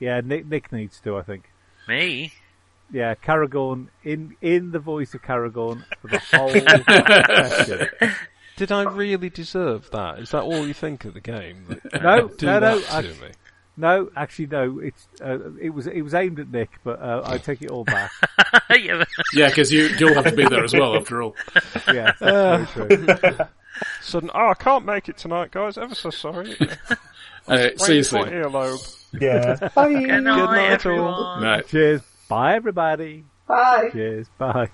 S3: Yeah, Nick, Nick needs to, I think.
S5: Me?
S3: Yeah, Caragorn in in the voice of Caragorn for the whole session.
S7: Did I really deserve that? Is that all you think of the game? That
S3: No,
S7: do
S3: no, no.
S7: that to
S3: I,
S7: me.
S3: No, actually, no. It's uh, it was it was aimed at Nick, but uh, I take it all back.
S5: yeah, but-
S1: Yeah, because you, you'll have to be there as well, after all.
S3: yeah, that's very true.
S7: Sudden, oh, I can't make it tonight, guys. Ever so sorry.
S1: Uh, see you
S7: Breaks my
S1: soon.
S7: earlobe.
S4: Yeah.
S5: Good night,
S7: all.
S5: everyone.
S1: Right.
S3: Cheers. Bye, everybody.
S6: Bye.
S3: Cheers. Bye.